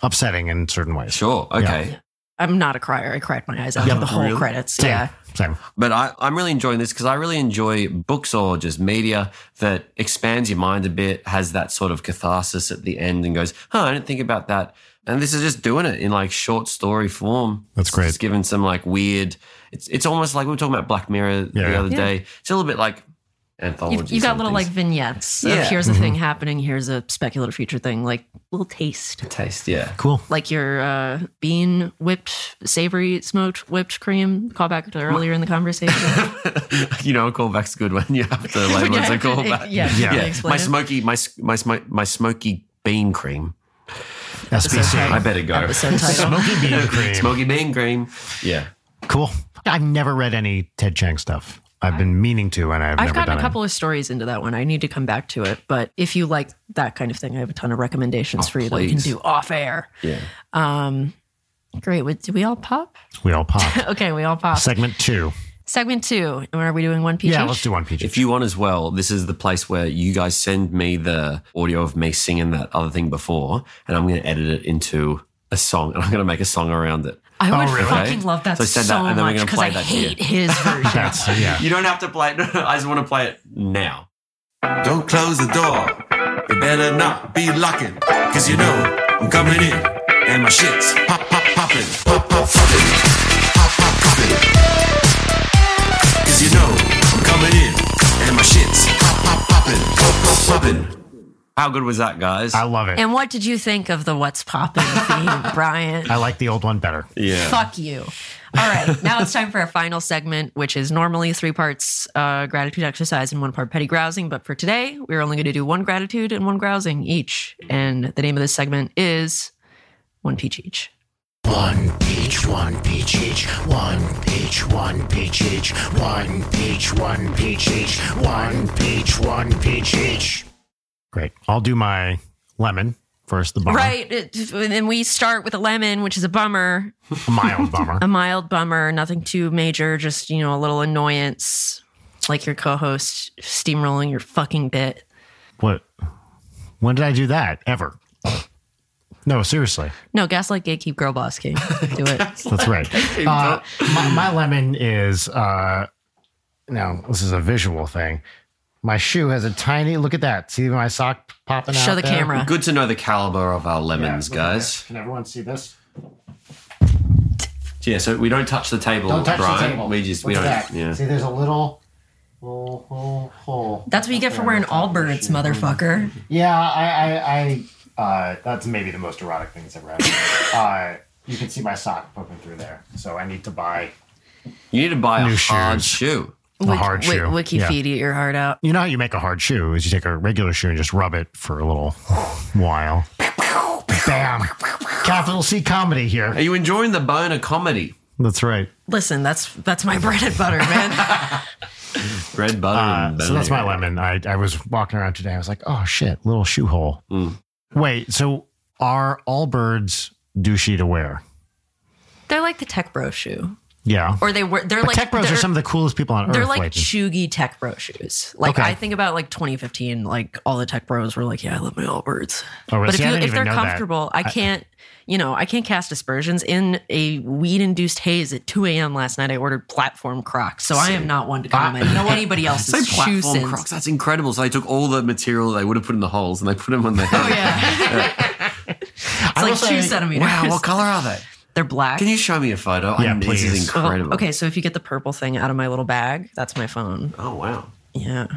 [SPEAKER 2] upsetting in certain ways.
[SPEAKER 4] sure, okay.
[SPEAKER 3] I'm not a crier. I cried my eyes out
[SPEAKER 2] Yeah,
[SPEAKER 3] the whole
[SPEAKER 4] really?
[SPEAKER 3] credits.
[SPEAKER 2] Same.
[SPEAKER 3] Yeah.
[SPEAKER 2] Same.
[SPEAKER 4] But I, I'm really enjoying this because I really enjoy books or just media that expands your mind a bit, has that sort of catharsis at the end, and goes, "Huh, I didn't think about that." And this is just doing it in like short story form.
[SPEAKER 2] That's great.
[SPEAKER 4] It's giving some like weird. It's it's almost like we were talking about Black Mirror
[SPEAKER 2] Yeah,
[SPEAKER 4] the
[SPEAKER 2] yeah.
[SPEAKER 4] other
[SPEAKER 3] Yeah.
[SPEAKER 4] day. It's a little bit like anthology.
[SPEAKER 3] You've, you've got little like
[SPEAKER 4] somethings.
[SPEAKER 3] vignettes of
[SPEAKER 4] Yeah. Mm-hmm.
[SPEAKER 3] here's a thing happening, here's a speculative future thing, like little taste.
[SPEAKER 4] taste, yeah.
[SPEAKER 2] Cool.
[SPEAKER 3] Like your uh, bean whipped, savory smoked whipped cream. Call back to earlier in the conversation.
[SPEAKER 4] you know, a callback's good when you have to label
[SPEAKER 3] When
[SPEAKER 4] it
[SPEAKER 3] you
[SPEAKER 4] as a
[SPEAKER 3] have to-
[SPEAKER 4] callback.
[SPEAKER 3] yeah,
[SPEAKER 2] Yeah.
[SPEAKER 3] yeah. explain
[SPEAKER 4] my
[SPEAKER 3] it.
[SPEAKER 4] smoky, my s- my smo- my smoky bean cream. I
[SPEAKER 2] SBC.
[SPEAKER 4] better go.
[SPEAKER 3] Episode title.
[SPEAKER 2] Smoky bean cream.
[SPEAKER 4] Smoky bean cream. Yeah.
[SPEAKER 2] Cool. I've never read any Ted Chang stuff. I've been meaning to, and I've,
[SPEAKER 3] I've
[SPEAKER 2] never
[SPEAKER 3] gotten
[SPEAKER 2] done
[SPEAKER 3] a couple of stories into that one. I need to come back to it. But if you like that kind of thing, I have a ton of recommendations for you that we can
[SPEAKER 4] Oh, please.
[SPEAKER 3] do off air.
[SPEAKER 4] Yeah.
[SPEAKER 3] Um, great. What, do we all pop?
[SPEAKER 2] It. We all pop.
[SPEAKER 3] Okay, we all pop.
[SPEAKER 2] Segment two.
[SPEAKER 3] Segment two. And are we doing one peach?
[SPEAKER 2] Yeah,
[SPEAKER 3] each?
[SPEAKER 2] let's do one peach.
[SPEAKER 4] If you want as well, this is the place where you guys send me the audio of me singing that other thing before, and I'm going to edit it into a song, and I'm going to make a song around it.
[SPEAKER 3] I would
[SPEAKER 2] really?
[SPEAKER 3] fucking love that
[SPEAKER 4] Oh, So
[SPEAKER 3] so,
[SPEAKER 4] I said that, and then we're
[SPEAKER 3] much
[SPEAKER 4] gonna
[SPEAKER 3] because
[SPEAKER 4] play
[SPEAKER 3] I
[SPEAKER 4] that
[SPEAKER 3] hate his version.
[SPEAKER 2] That's yeah.
[SPEAKER 4] You don't have to play it. I just want to play it now. Don't close the door. You better not be locking. Cause you know I'm coming in. And my shit's pop, pop, popping. Pop, pop, popping. Pop, pop, popping. Cause you know I'm coming in. And my shit's pop, pop, popping. Pop, pop, popping. How good was that, guys?
[SPEAKER 2] I love it.
[SPEAKER 3] and what did you think of the what's poppin' theme, Brian?
[SPEAKER 2] I like the old one better.
[SPEAKER 4] yeah.
[SPEAKER 3] Fuck you. All right, now it's time for our final segment, which is normally three parts uh, gratitude exercise and one part petty grousing. But for today, we're only going to do one gratitude and one grousing each. And the name of this segment is One Peach Each.
[SPEAKER 5] One peach, one peach each. One peach, one peach each. One peach, one peach each. One peach, one peach each.
[SPEAKER 2] Great. I'll do my lemon first. The bomb,
[SPEAKER 3] Right. it- And we start with a lemon, which is a bummer,
[SPEAKER 2] A mild bummer.
[SPEAKER 3] a mild bummer, nothing too major, just, you know, a little annoyance, like your co host steamrolling your fucking bit.
[SPEAKER 2] what? When did I do that ever? No, seriously.
[SPEAKER 3] No, Gaslight Gatekeep Girl Boss King. Do it.
[SPEAKER 2] That's right. Uh, my, my lemon is uh, now. This is a visual thing. My shoe has a tiny. Look at that. See my sock popping out.
[SPEAKER 3] Show the
[SPEAKER 2] there?
[SPEAKER 3] camera.
[SPEAKER 4] Good to know the caliber of our lemons, guys.
[SPEAKER 2] Can everyone see this?
[SPEAKER 4] Yeah, so we don't touch the table,
[SPEAKER 2] Don't touch
[SPEAKER 4] Brian.
[SPEAKER 2] the table.
[SPEAKER 4] We just we
[SPEAKER 2] Look
[SPEAKER 4] don't.
[SPEAKER 2] at that.
[SPEAKER 4] Yeah.
[SPEAKER 2] See, there's a little hole, hole, hole.
[SPEAKER 3] That's what you get for wearing Allbirds, motherfucker.
[SPEAKER 2] Yeah, I, I, I uh, that's maybe the most erotic thing that's ever happened. uh, you can see my sock poking through there, so I need to buy
[SPEAKER 4] You need to buy a
[SPEAKER 2] New
[SPEAKER 4] hard
[SPEAKER 2] shoes.
[SPEAKER 4] shoe.
[SPEAKER 2] a hard
[SPEAKER 3] Wik-
[SPEAKER 2] shoe.
[SPEAKER 3] Wiki
[SPEAKER 2] Yeah.
[SPEAKER 3] feed, eat your heart out.
[SPEAKER 2] You know how you make a hard shoe is you take a regular shoe and just rub it for a little while. Bam! Capital C comedy here.
[SPEAKER 4] Are you enjoying the bone of comedy?
[SPEAKER 2] That's right.
[SPEAKER 3] Listen, that's that's my bread and butter, man.
[SPEAKER 4] Bread butter.
[SPEAKER 2] Uh,
[SPEAKER 4] and
[SPEAKER 2] so that's
[SPEAKER 4] bone.
[SPEAKER 2] my lemon. I, I was walking around today. I was like, oh shit, little shoe hole. Wait, so are all birds douchey to wear?
[SPEAKER 3] they're like the tech bro shoe,
[SPEAKER 2] Yeah.
[SPEAKER 3] or they were. They're
[SPEAKER 2] But
[SPEAKER 3] like
[SPEAKER 2] tech bros
[SPEAKER 3] they're,
[SPEAKER 2] are some of the coolest people on
[SPEAKER 3] they're
[SPEAKER 2] earth.
[SPEAKER 3] like
[SPEAKER 2] Leighton.
[SPEAKER 3] chuggy tech bro shoes. Like
[SPEAKER 2] Okay.
[SPEAKER 3] I think about like 2015, like all the tech bros were like, "Yeah, I love my Allbirds."
[SPEAKER 2] Oh, really?
[SPEAKER 3] But if,
[SPEAKER 2] See, I
[SPEAKER 3] you,
[SPEAKER 2] didn't
[SPEAKER 3] if
[SPEAKER 2] even
[SPEAKER 3] they're
[SPEAKER 2] know that.
[SPEAKER 3] comfortable, I can't, you know, I can't cast aspersions. In a weed induced haze at 2 a.m. last night, I ordered platform Crocs. So I am not one to comment on anybody
[SPEAKER 4] Say
[SPEAKER 3] else's shoe
[SPEAKER 4] platform
[SPEAKER 3] sins.
[SPEAKER 4] crocs. That's incredible. So they took all the material they would have put in the holes and they put them on the head. Oh,
[SPEAKER 3] Yeah. it's
[SPEAKER 2] will
[SPEAKER 3] like two
[SPEAKER 2] say-
[SPEAKER 3] centimeters.
[SPEAKER 4] Wow, what color are they?
[SPEAKER 3] They're black.
[SPEAKER 4] Can you show me a photo?
[SPEAKER 2] Yeah,
[SPEAKER 4] I- This
[SPEAKER 2] please.
[SPEAKER 4] is incredible.
[SPEAKER 3] Oh, okay, so if you get the purple thing out of my little bag, that's my phone.
[SPEAKER 4] Oh wow.
[SPEAKER 3] Yeah.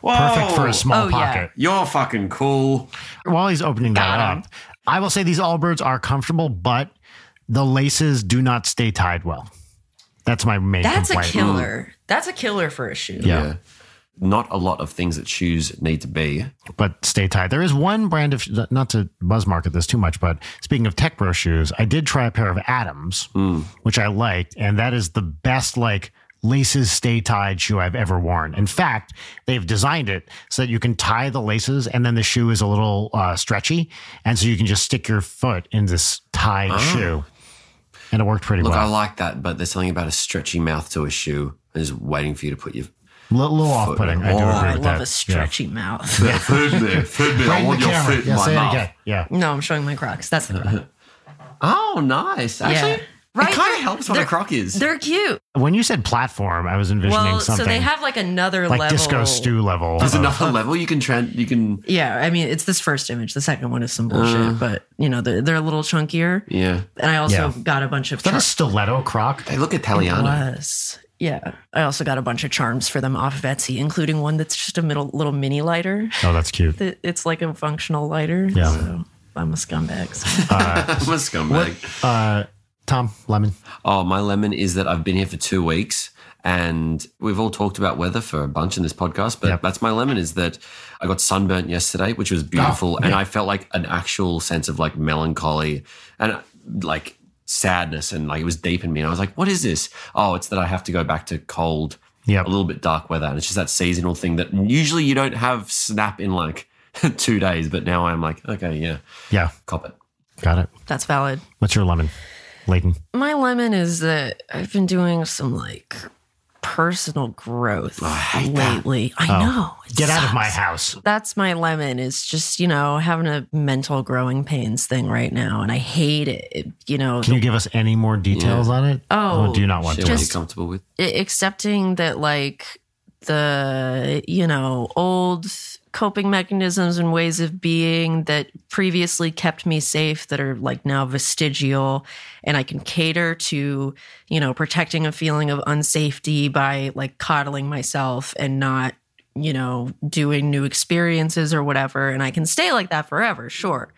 [SPEAKER 4] Whoa.
[SPEAKER 2] Perfect for a small
[SPEAKER 3] Oh, yeah.
[SPEAKER 2] pocket.
[SPEAKER 4] You're fucking cool.
[SPEAKER 2] While he's opening that
[SPEAKER 3] Got 'em.
[SPEAKER 2] up, I will say these Allbirds are comfortable, but the laces do not stay tied well. That's my main
[SPEAKER 3] That's a
[SPEAKER 2] complaint.
[SPEAKER 3] killer. That's a killer for a shoe.
[SPEAKER 2] Yeah.
[SPEAKER 4] Not a lot of things that shoes need to be.
[SPEAKER 2] but stay tied. There is one brand of, not to buzz market this too much, but speaking of tech bro shoes, I did try a pair of Adams, which I liked, and that is the best, like, laces stay tied shoe I've ever worn. In fact, they've designed it so that you can tie the laces and then the shoe is a little uh, stretchy. And so you can just stick your foot in this tied shoe. And it worked pretty
[SPEAKER 4] Look, I
[SPEAKER 2] well.
[SPEAKER 4] like that, but there's something about a stretchy mouth to a shoe. I'm just waiting for you to put your
[SPEAKER 2] A little off putting. I do agree
[SPEAKER 4] Oh,
[SPEAKER 3] Oh,
[SPEAKER 2] with
[SPEAKER 3] I
[SPEAKER 2] that.
[SPEAKER 3] love a
[SPEAKER 2] Yeah.
[SPEAKER 3] stretchy mouth.
[SPEAKER 4] foot there. Foot there.
[SPEAKER 2] Right in the camera. Yeah, say it again. Yeah.
[SPEAKER 3] No, I'm showing my Crocs. That's
[SPEAKER 2] Uh-huh.
[SPEAKER 3] the Croc.
[SPEAKER 4] Oh, nice. Actually,
[SPEAKER 3] Right,
[SPEAKER 4] it kind
[SPEAKER 3] they're-
[SPEAKER 4] of helps what a
[SPEAKER 3] they're-
[SPEAKER 4] croc is.
[SPEAKER 3] They're cute.
[SPEAKER 2] When you said platform, I was envisioning
[SPEAKER 3] Well, so
[SPEAKER 2] something
[SPEAKER 3] they have like another
[SPEAKER 2] like
[SPEAKER 3] level.
[SPEAKER 2] disco stew level. Uh-huh.
[SPEAKER 4] There's
[SPEAKER 2] of-
[SPEAKER 4] another level you can tran You can.
[SPEAKER 3] Yeah, I mean, it's this first image. The second one is some bullshit,
[SPEAKER 2] Uh.
[SPEAKER 3] but you know, they're, they're a little chunkier.
[SPEAKER 4] Yeah.
[SPEAKER 3] And I also
[SPEAKER 2] Yeah.
[SPEAKER 3] got a bunch of
[SPEAKER 2] Is that a
[SPEAKER 3] charms.
[SPEAKER 2] stiletto croc?
[SPEAKER 4] They look Italiano.
[SPEAKER 3] Plus, yeah, I also got a bunch of charms for them off of Etsy, including one that's just a middle, little mini lighter.
[SPEAKER 2] Oh, that's cute.
[SPEAKER 3] that it's like a functional lighter.
[SPEAKER 2] Yeah.
[SPEAKER 3] So I'm a scumbag. so-
[SPEAKER 4] I'm a scumbag.
[SPEAKER 2] Uh, Tom Lemon.
[SPEAKER 4] Oh, my lemon is that I've been here for two weeks and we've all talked about weather for a bunch in this podcast, but
[SPEAKER 2] Yep.
[SPEAKER 4] that's my lemon is that I got sunburnt yesterday, which
[SPEAKER 2] Oh,
[SPEAKER 4] was beautiful. And I felt like an actual sense of like melancholy and uh, like sadness and like it was deep in me. And I was like, what is this? Oh, it's that I have to go back to cold.
[SPEAKER 2] Yep.
[SPEAKER 4] a little bit dark weather. And it's just that seasonal thing that usually you don't have snap in like two days, but now I'm like, okay, yeah,
[SPEAKER 2] Yeah,
[SPEAKER 4] cop it.
[SPEAKER 2] got it.
[SPEAKER 3] That's valid.
[SPEAKER 2] What's your lemon, Layton?
[SPEAKER 3] My lemon is that I've been doing some like personal growth
[SPEAKER 4] hate that.
[SPEAKER 3] lately. I
[SPEAKER 2] Oh.
[SPEAKER 3] know. it
[SPEAKER 2] Get out of my
[SPEAKER 3] sucks.
[SPEAKER 2] house.
[SPEAKER 3] That's my lemon is just, you know, having a mental growing pains thing right now. And I hate it. It- you know,
[SPEAKER 2] Can you give us any more details on it?
[SPEAKER 3] Oh,
[SPEAKER 2] Or do you not want
[SPEAKER 4] Shit,
[SPEAKER 2] to?
[SPEAKER 4] what are you
[SPEAKER 3] Just-
[SPEAKER 4] comfortable with?
[SPEAKER 3] a- accepting that like the you know old coping mechanisms and ways of being that previously kept me safe that are like now vestigial and i can cater to you know protecting a feeling of unsafety by like coddling myself and not you know doing new experiences or whatever and i can stay like that forever sure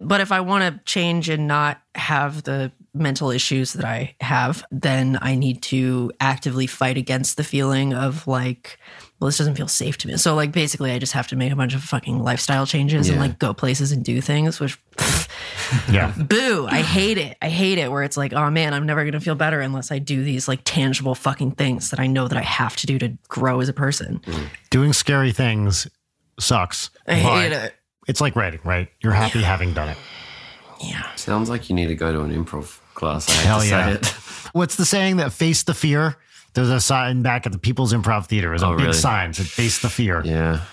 [SPEAKER 3] but if I want to change and not have the mental issues that I have, then I need to actively fight against the feeling of like, well, this doesn't feel safe to me. So, like, basically, I just have to make a bunch of fucking lifestyle changes and
[SPEAKER 4] Yeah.
[SPEAKER 3] like go places and do things, which
[SPEAKER 2] Yeah.
[SPEAKER 3] boo, I hate it. I hate it where it's like, oh man, I'm never going to feel better unless I do these like tangible fucking things that I know that I have to do to grow as a person.
[SPEAKER 2] Doing scary things sucks.
[SPEAKER 3] I hate
[SPEAKER 2] but
[SPEAKER 3] it.
[SPEAKER 2] It's like writing, right? You're happy having done it.
[SPEAKER 3] Yeah.
[SPEAKER 4] Sounds like you need to go to an improv class. I hate
[SPEAKER 2] Hell
[SPEAKER 4] to
[SPEAKER 2] yeah.
[SPEAKER 4] say it.
[SPEAKER 2] What's the saying that face the fear? There's a sign back at the People's Improv Theater. There's a
[SPEAKER 4] Oh,
[SPEAKER 2] big
[SPEAKER 4] really?
[SPEAKER 2] sign that said face the fear.
[SPEAKER 4] Yeah.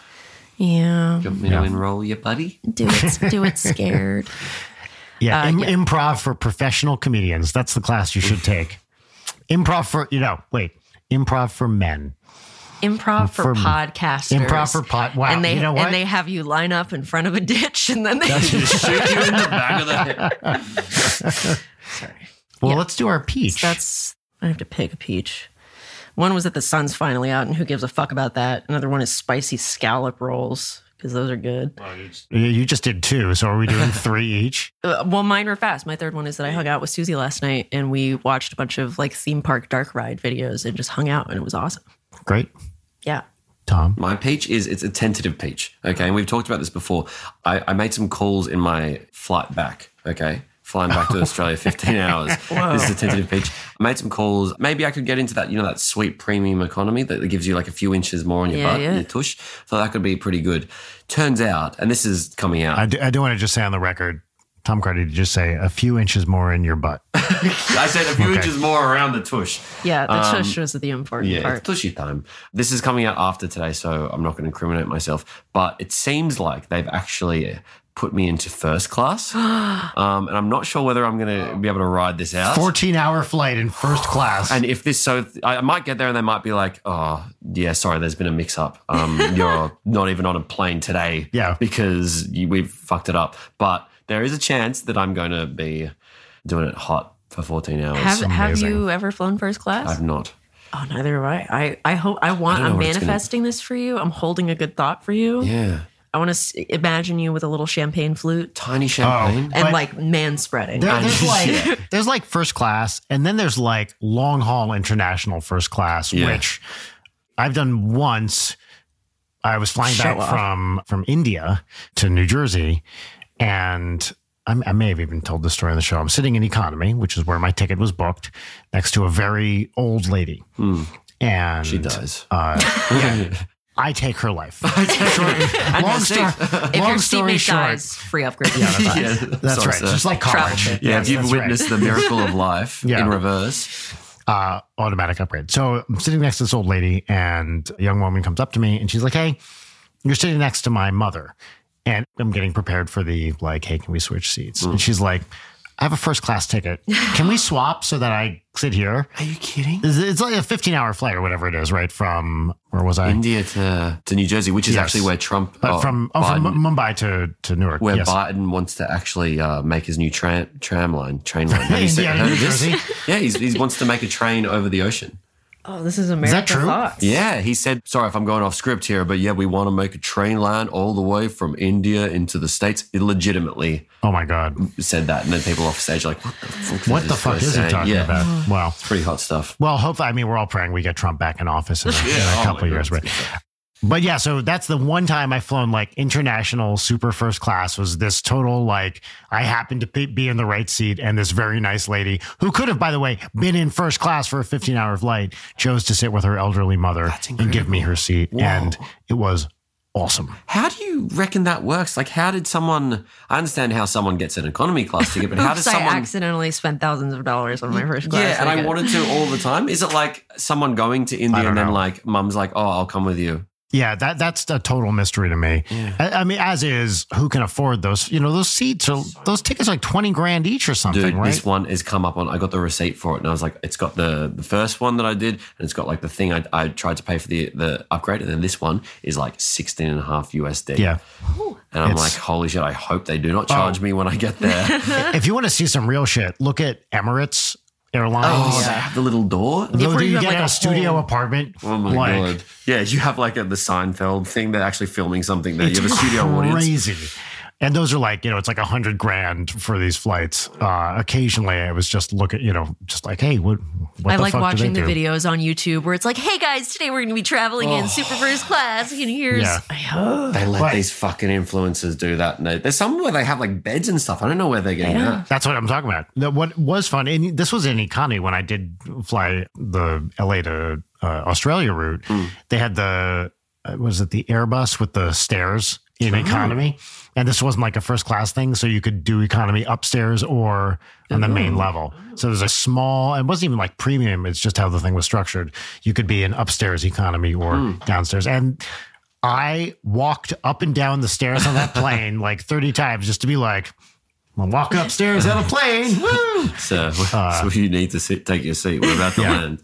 [SPEAKER 3] Yeah.
[SPEAKER 4] You want me to enroll you, buddy?
[SPEAKER 3] Do it, do it scared.
[SPEAKER 2] Yeah,
[SPEAKER 3] Uh,
[SPEAKER 2] im-
[SPEAKER 3] yeah.
[SPEAKER 2] improv for professional comedians. That's the class you should take. improv for you know, wait, improv for men.
[SPEAKER 3] improv for,
[SPEAKER 2] For-
[SPEAKER 3] podcasters.
[SPEAKER 2] Improv for pod. Wow,
[SPEAKER 3] and they
[SPEAKER 2] you know what?
[SPEAKER 3] and they have you line up in front of a ditch, and then they that's,
[SPEAKER 4] Shoot you in the back of the head.
[SPEAKER 2] well,
[SPEAKER 3] yeah.
[SPEAKER 2] let's do our peach.
[SPEAKER 3] I have to pick a peach. One was that the sun's finally out, and who gives a fuck about that? Another one is spicy scallop rolls because those are good.
[SPEAKER 2] You- you just did two, so are we doing three each?
[SPEAKER 3] Uh, well, mine were fast. My third one is that I hung out with Susie last night, and we watched a bunch of like theme park dark ride videos and just hung out, and it was awesome.
[SPEAKER 2] Great,
[SPEAKER 3] Yeah.
[SPEAKER 2] Tom.
[SPEAKER 4] My peach is it's a tentative peach. Okay. And we've talked about this before. I, I made some calls in my flight back. Okay. Flying back to Australia, 15 hours. This is a tentative peach. I made some calls. Maybe I could get into that, you know, that sweet premium economy that gives you like a few inches more on your
[SPEAKER 3] Yeah,
[SPEAKER 4] butt,
[SPEAKER 3] yeah.
[SPEAKER 4] your tush. So that could be pretty good. Turns out, and this is coming out.
[SPEAKER 2] I do, I do want to just say on the record, Tom Cardi, did just say a few inches more in your butt.
[SPEAKER 4] I said a few
[SPEAKER 2] Okay.
[SPEAKER 4] inches more around the tush.
[SPEAKER 3] Yeah. That
[SPEAKER 4] Um,
[SPEAKER 3] just shows the important
[SPEAKER 4] Yeah,
[SPEAKER 3] part.
[SPEAKER 4] it's tushy time. This is coming out after today, so I'm not going to incriminate myself. But it seems like they've actually put me into first class, um, and I'm not sure whether I'm going to be able to ride this out.
[SPEAKER 2] Fourteen-hour flight in first class.
[SPEAKER 4] and if this so, I I might get there and they might be like, "Oh, yeah, sorry, there's been a mix-up. Um, you're not even on a plane today,
[SPEAKER 2] Yeah.
[SPEAKER 4] because you, we've fucked it up." But there is a chance that I'm going to be doing it hot for 14 hours.
[SPEAKER 3] Have, have
[SPEAKER 2] amazing.
[SPEAKER 3] you ever flown first class?
[SPEAKER 4] I've not.
[SPEAKER 3] Oh, neither have I. I, I hope I want.
[SPEAKER 4] I don't know
[SPEAKER 3] I'm
[SPEAKER 4] what it's gonna-
[SPEAKER 3] manifesting this for you. I'm holding a good thought for you.
[SPEAKER 4] Yeah,
[SPEAKER 3] I want to s- imagine you with a little champagne flute
[SPEAKER 4] tiny champagne.
[SPEAKER 3] and
[SPEAKER 2] But-
[SPEAKER 3] like man spreading.
[SPEAKER 2] There-
[SPEAKER 4] I
[SPEAKER 2] there's
[SPEAKER 4] just-
[SPEAKER 2] like
[SPEAKER 4] yeah.
[SPEAKER 2] there's like first class, and then there's like long haul international first class,
[SPEAKER 4] Yeah.
[SPEAKER 2] which I've done once. I was flying
[SPEAKER 3] Show
[SPEAKER 2] back
[SPEAKER 3] off.
[SPEAKER 2] from from India to New Jersey, and I'm, I may have even told this story on the show. I'm sitting in economy, which is where my ticket was booked, next to a very old lady,
[SPEAKER 4] Hmm.
[SPEAKER 2] and
[SPEAKER 4] She does.
[SPEAKER 2] Uh,
[SPEAKER 4] Yeah.
[SPEAKER 2] I take her life.
[SPEAKER 3] And
[SPEAKER 2] long
[SPEAKER 3] that's
[SPEAKER 2] story,
[SPEAKER 3] it. if
[SPEAKER 2] long
[SPEAKER 3] your
[SPEAKER 2] story
[SPEAKER 3] seatmate
[SPEAKER 2] short,
[SPEAKER 3] dies, free upgrade.
[SPEAKER 4] Yeah,
[SPEAKER 2] that's
[SPEAKER 4] sorry,
[SPEAKER 2] right.
[SPEAKER 4] sir.
[SPEAKER 2] Just like
[SPEAKER 3] Travel
[SPEAKER 2] college.
[SPEAKER 3] tip.
[SPEAKER 4] yeah, if you've
[SPEAKER 2] that's right.
[SPEAKER 4] witnessed the miracle of life
[SPEAKER 2] Yeah.
[SPEAKER 4] in reverse,
[SPEAKER 2] uh, automatic upgrade. So I'm sitting next to this old lady, and a young woman comes up to me, and she's like, "Hey, you're sitting next to my mother," and I'm getting prepared for the like, "Hey, can we switch seats?"
[SPEAKER 4] Mm.
[SPEAKER 2] And she's like, "I have a first class ticket. Can we swap so that I sit here?"
[SPEAKER 4] are you kidding?
[SPEAKER 2] It's- It's like a 15 hour flight or whatever it is, right? From where was I?
[SPEAKER 4] India to, to New Jersey, which is
[SPEAKER 2] Yes.
[SPEAKER 4] actually where Trump,
[SPEAKER 2] But
[SPEAKER 4] oh,
[SPEAKER 2] from, oh,
[SPEAKER 4] Biden,
[SPEAKER 2] from M- Mumbai to to Newark.
[SPEAKER 4] where
[SPEAKER 2] yes.
[SPEAKER 4] Biden wants to actually uh, make his new tram, tram line, train line. Have you seen-
[SPEAKER 2] Indiana,
[SPEAKER 4] heard
[SPEAKER 2] New
[SPEAKER 4] of this?
[SPEAKER 2] Jersey.
[SPEAKER 4] Yeah, he's, he wants to make a train over the ocean.
[SPEAKER 3] Oh, this is American
[SPEAKER 2] true?
[SPEAKER 3] thoughts.
[SPEAKER 4] Yeah, he said, sorry if I'm going off script here, but yeah, we want to make a train line all the way from India into the States. It legitimately
[SPEAKER 2] Oh my God.
[SPEAKER 4] said that. And then people off stage are like, what the fuck,
[SPEAKER 2] What
[SPEAKER 4] is
[SPEAKER 2] the
[SPEAKER 4] this
[SPEAKER 2] fuck
[SPEAKER 4] guy
[SPEAKER 2] is he
[SPEAKER 4] saying?"
[SPEAKER 2] talking
[SPEAKER 4] Yeah,
[SPEAKER 2] about? Wow.
[SPEAKER 4] Pretty hot stuff.
[SPEAKER 2] Well, hopefully, I mean, we're all praying we get Trump back in office in a, in a
[SPEAKER 4] oh
[SPEAKER 2] couple
[SPEAKER 4] my
[SPEAKER 2] of years,
[SPEAKER 4] goodness.
[SPEAKER 2] right? But yeah, so that's the one time I've flown like international super first class was this total like I happened to pe- be in the right seat and this very nice lady who could have, by the way, been in first class for a 15 hour flight chose to sit with her elderly mother and give me her seat. And it was awesome.
[SPEAKER 4] How do you reckon that works? Like, how did someone? I understand how someone gets an economy class ticket, but how does
[SPEAKER 3] Oops, I
[SPEAKER 4] someone?
[SPEAKER 3] accidentally spent thousands of dollars on my first class.
[SPEAKER 4] yeah, and I
[SPEAKER 3] ticket.
[SPEAKER 4] wanted to all the time. Is it like someone going to India
[SPEAKER 2] don't
[SPEAKER 4] and then
[SPEAKER 2] know.
[SPEAKER 4] like mum's like, "Oh, I'll come with you."
[SPEAKER 2] Yeah, that that's a total mystery to me. I, I mean, as is, who can afford those? You know, those seats are those tickets are like twenty grand each or something,
[SPEAKER 4] Dude,
[SPEAKER 2] right?
[SPEAKER 4] this one has come up on. I got the receipt for it, and I was like, "It's got the the first one that I did, and it's got like the thing I, I tried to pay for the the upgrade, and then this one is like sixteen and a half USD."
[SPEAKER 2] yeah.
[SPEAKER 4] and I'm
[SPEAKER 2] It's-
[SPEAKER 4] like, "Holy shit! I hope they do not charge me when I get there."
[SPEAKER 2] if you want to see some real shit, look at Emirates Airlines.
[SPEAKER 4] Oh, they have the little door.
[SPEAKER 2] Though
[SPEAKER 1] where you
[SPEAKER 2] you
[SPEAKER 1] have,
[SPEAKER 2] get
[SPEAKER 1] like,
[SPEAKER 2] a,
[SPEAKER 1] a
[SPEAKER 2] studio
[SPEAKER 1] whole-
[SPEAKER 2] apartment.
[SPEAKER 4] Oh my
[SPEAKER 2] like,
[SPEAKER 4] god! Yeah, you have like a, the Seinfeld thing. They're actually filming something there.
[SPEAKER 2] It's
[SPEAKER 4] you have a studio audience.
[SPEAKER 2] crazy. And those are like, you know, it's like a hundred grand for these flights. Uh, occasionally I was just look at, you know, just like, hey, what, what
[SPEAKER 3] I
[SPEAKER 2] the
[SPEAKER 3] like
[SPEAKER 2] fuck
[SPEAKER 3] watching the
[SPEAKER 2] do they do?
[SPEAKER 3] videos on YouTube where it's like, "Hey guys, today we're going to be traveling in super first class, and here's
[SPEAKER 2] Yeah.
[SPEAKER 4] They let
[SPEAKER 2] But-
[SPEAKER 4] these fucking influencers do that. And they, there's some where they have like beds and stuff. I don't know where they're getting that.
[SPEAKER 2] That's what I'm talking about. That what was fun, and this was in Economy when I did fly the LA to uh, Australia route. They had the uh, was it the Airbus with the stairs in economy, and this wasn't like a first class thing, so you could do economy upstairs or on the main level. So there's a small, it wasn't even like premium. It's just how the thing was structured. You could be in upstairs economy or downstairs, and. I walked up and down the stairs on that plane like 30 times just to be like, I'm walking upstairs on a plane. Woo!
[SPEAKER 4] So,
[SPEAKER 2] Uh,
[SPEAKER 4] so you need to sit, take your seat. We're about to land.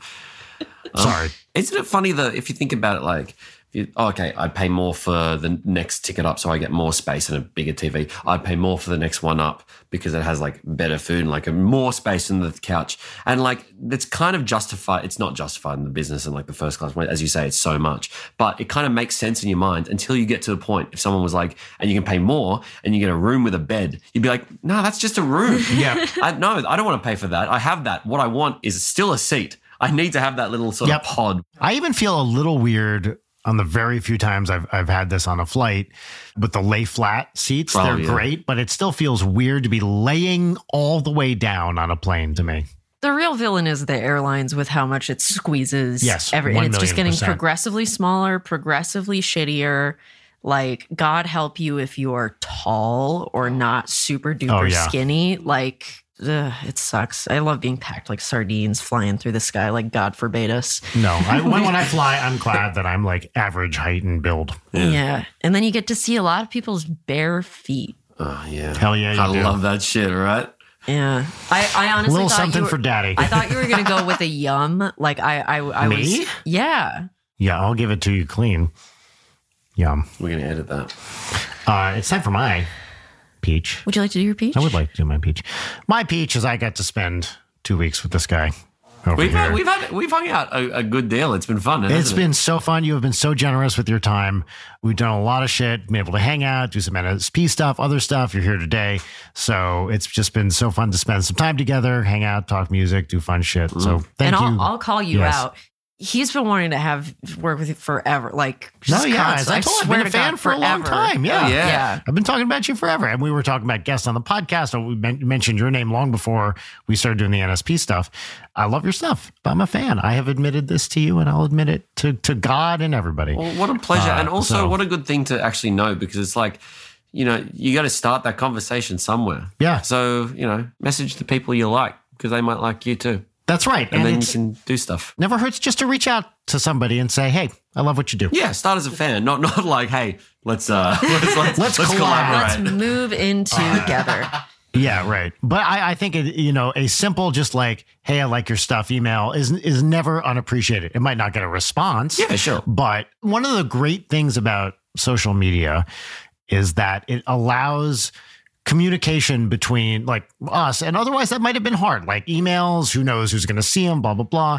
[SPEAKER 2] Sorry.
[SPEAKER 4] Isn't it funny though, if you think about it, like, if you, oh, okay, I pay more for the next ticket up so I get more space and a bigger TV. I pay more for the next one up because it has like better food and like a more space in the couch. And like, it's kind of justified. It's not justified in the business and like the first class, as you say, it's so much, but it kind of makes sense in your mind until you get to the point. If someone was like, and you can pay more and you get a room with a bed, you'd be like, no, that's just a room.
[SPEAKER 2] Yeah.
[SPEAKER 4] I, no, I don't want to pay for that. I have that. What I want is still a seat. I need to have that little sort
[SPEAKER 2] Yep.
[SPEAKER 4] of pod
[SPEAKER 2] I even feel a little weird on the very few times I've, I've had this on a flight with the lay flat seats.
[SPEAKER 4] Oh,
[SPEAKER 2] They're
[SPEAKER 4] yeah.
[SPEAKER 2] great, but it still feels weird to be laying all the way down on a plane to me.
[SPEAKER 3] the real villain is the airlines with how much it squeezes
[SPEAKER 2] Yes,
[SPEAKER 3] every
[SPEAKER 2] one
[SPEAKER 3] and it's just
[SPEAKER 2] million
[SPEAKER 3] getting
[SPEAKER 2] percent.
[SPEAKER 3] progressively smaller progressively shittier like god help you if you are tall or not super duper
[SPEAKER 2] Oh, yeah.
[SPEAKER 3] skinny like ugh, it sucks i love being packed like sardines flying through the sky like god forbade us
[SPEAKER 2] No, I, when, when I fly, I'm glad that I'm like average height and build.
[SPEAKER 3] yeah. and then you get to see a lot of people's bare feet
[SPEAKER 4] Oh yeah.
[SPEAKER 2] Hell yeah, you
[SPEAKER 4] I
[SPEAKER 2] do.
[SPEAKER 4] love that shit, right?
[SPEAKER 3] yeah i, I
[SPEAKER 2] A
[SPEAKER 3] honestly
[SPEAKER 2] little
[SPEAKER 3] thought you
[SPEAKER 2] something
[SPEAKER 3] were-
[SPEAKER 2] for daddy.
[SPEAKER 3] i thought you were gonna go with a yum like i i, I
[SPEAKER 2] Me?
[SPEAKER 3] was yeah
[SPEAKER 2] yeah, I'll give it to you clean. Yum.
[SPEAKER 4] We're gonna edit that.
[SPEAKER 2] Uh, it's time for my peach.
[SPEAKER 3] would you like to do your peach
[SPEAKER 2] I would like to do my peach. My peach is I got to spend two weeks with this guy over
[SPEAKER 4] We've
[SPEAKER 2] here.
[SPEAKER 4] had, we've had we've hung out a, a good deal. It's been fun.
[SPEAKER 2] It's
[SPEAKER 4] hasn't it?
[SPEAKER 2] been so fun. You have been so generous with your time. We've done a lot of shit, been able to hang out, do some NSP stuff, other stuff. You're here today. So it's just been so fun to spend some time together, hang out, talk music, do fun shit.
[SPEAKER 4] Mm.
[SPEAKER 2] So thank
[SPEAKER 3] and
[SPEAKER 2] you.
[SPEAKER 3] I'll, I'll call you
[SPEAKER 2] Yes.
[SPEAKER 3] out. He's been wanting to have work with you forever. Like,
[SPEAKER 2] no,
[SPEAKER 3] just
[SPEAKER 2] yeah, as
[SPEAKER 3] constantly.
[SPEAKER 2] I told you, I've
[SPEAKER 3] swear
[SPEAKER 2] been a
[SPEAKER 3] to
[SPEAKER 2] fan
[SPEAKER 3] God,
[SPEAKER 2] for a long
[SPEAKER 3] forever.
[SPEAKER 2] time. Yeah.
[SPEAKER 4] Oh, yeah.
[SPEAKER 3] Yeah.
[SPEAKER 2] I've been talking about you forever. And we were talking about guests on the podcast. and We men- mentioned your name long before we started doing the NSP stuff. I love your stuff. I'm a fan. I have admitted this to you, and I'll admit it to, to God and everybody.
[SPEAKER 4] Well, what a pleasure,
[SPEAKER 2] Uh,
[SPEAKER 4] and also
[SPEAKER 2] so-
[SPEAKER 4] what a good thing to actually know because it's like, you know, you got to start that conversation somewhere.
[SPEAKER 2] Yeah.
[SPEAKER 4] So you know, message the people you like because they might like you too,
[SPEAKER 2] That's right.
[SPEAKER 4] and,
[SPEAKER 2] And,
[SPEAKER 4] then you
[SPEAKER 2] it's
[SPEAKER 4] can do stuff.
[SPEAKER 2] never hurts just to reach out to somebody and say, "Hey, I love what you do."
[SPEAKER 4] Yeah, start as a fan, not not like, hey, let's uh, let's let's,
[SPEAKER 2] Let's
[SPEAKER 4] let's,
[SPEAKER 2] collaborate.
[SPEAKER 4] collaborate.
[SPEAKER 3] Let's move in together.
[SPEAKER 2] Yeah, right. But I, I think it, you know a simple just like, "Hey, I like your stuff." Email is is never unappreciated. It might not get a response.
[SPEAKER 4] Yeah, sure.
[SPEAKER 2] But one of the great things about social media is that it allows communication between like us and otherwise that might have been hard like emails who knows who's going to see them blah blah blah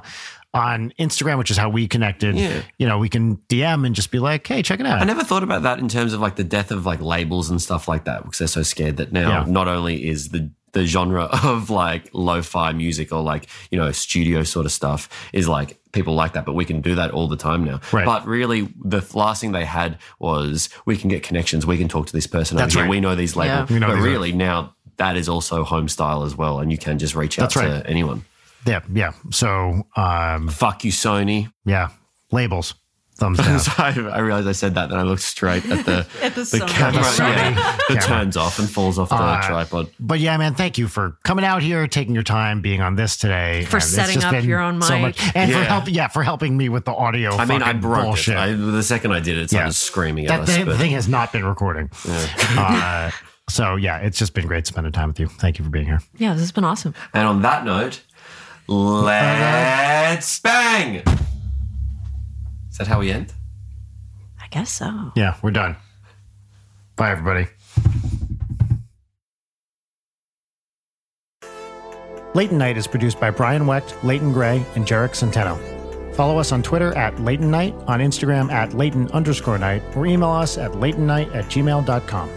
[SPEAKER 2] on instagram which is how we connected
[SPEAKER 4] Yeah.
[SPEAKER 2] you know we can dm and just be like hey check it out
[SPEAKER 4] I never thought about that in terms of like the death of like labels and stuff like that because they're so scared that
[SPEAKER 2] Yeah.
[SPEAKER 4] now not only is the the genre of like lo-fi music or like you know studio sort of stuff is like people like that but we can do that all the time now
[SPEAKER 2] Right.
[SPEAKER 4] but really the last thing they had was we can get connections we can talk to this person
[SPEAKER 2] That's
[SPEAKER 4] over here
[SPEAKER 2] right.
[SPEAKER 4] we know these labels
[SPEAKER 2] Yeah. We know
[SPEAKER 4] but
[SPEAKER 2] these are-
[SPEAKER 4] really now that is also home style as well and you can just reach out
[SPEAKER 2] That's right.
[SPEAKER 4] to anyone
[SPEAKER 2] yeah yeah so um
[SPEAKER 4] fuck you sony
[SPEAKER 2] Yeah. Labels. Thumbs down.
[SPEAKER 4] So I, I realized I said that, then I looked straight at the,
[SPEAKER 3] At the
[SPEAKER 4] the
[SPEAKER 3] sun.
[SPEAKER 4] camera.
[SPEAKER 2] Right.
[SPEAKER 4] Yeah, the
[SPEAKER 2] Camera.
[SPEAKER 4] turns off and falls off the
[SPEAKER 2] Uh,
[SPEAKER 4] tripod.
[SPEAKER 2] But yeah, man, thank you for coming out here, taking your time, being on this today.
[SPEAKER 3] For
[SPEAKER 2] And it's
[SPEAKER 3] setting
[SPEAKER 2] just
[SPEAKER 3] up
[SPEAKER 2] been
[SPEAKER 3] your own
[SPEAKER 2] so
[SPEAKER 3] mic.
[SPEAKER 2] much- and for
[SPEAKER 4] Yeah.
[SPEAKER 2] help, yeah, for helping me with the audio.
[SPEAKER 4] I mean, I
[SPEAKER 2] fucking
[SPEAKER 4] broke
[SPEAKER 2] bullshit.
[SPEAKER 4] it. I, the second I did it, it started screaming at
[SPEAKER 2] that
[SPEAKER 4] us.
[SPEAKER 2] thing,
[SPEAKER 4] but-
[SPEAKER 2] thing has not been recording. uh, so yeah, it's just been great spending time with you. Thank you for being here.
[SPEAKER 3] Yeah, this has been awesome.
[SPEAKER 4] And on that note, let's bang. Is that how we end?
[SPEAKER 3] I guess so.
[SPEAKER 2] Yeah, we're done. Bye, everybody. Late Night is produced by Brian Wecht, Leighton Gray, and Jarek Centeno. Follow us on Twitter at Leighton Night, on Instagram at Leighton underscore night, or email us at leightonnight at gmail.com.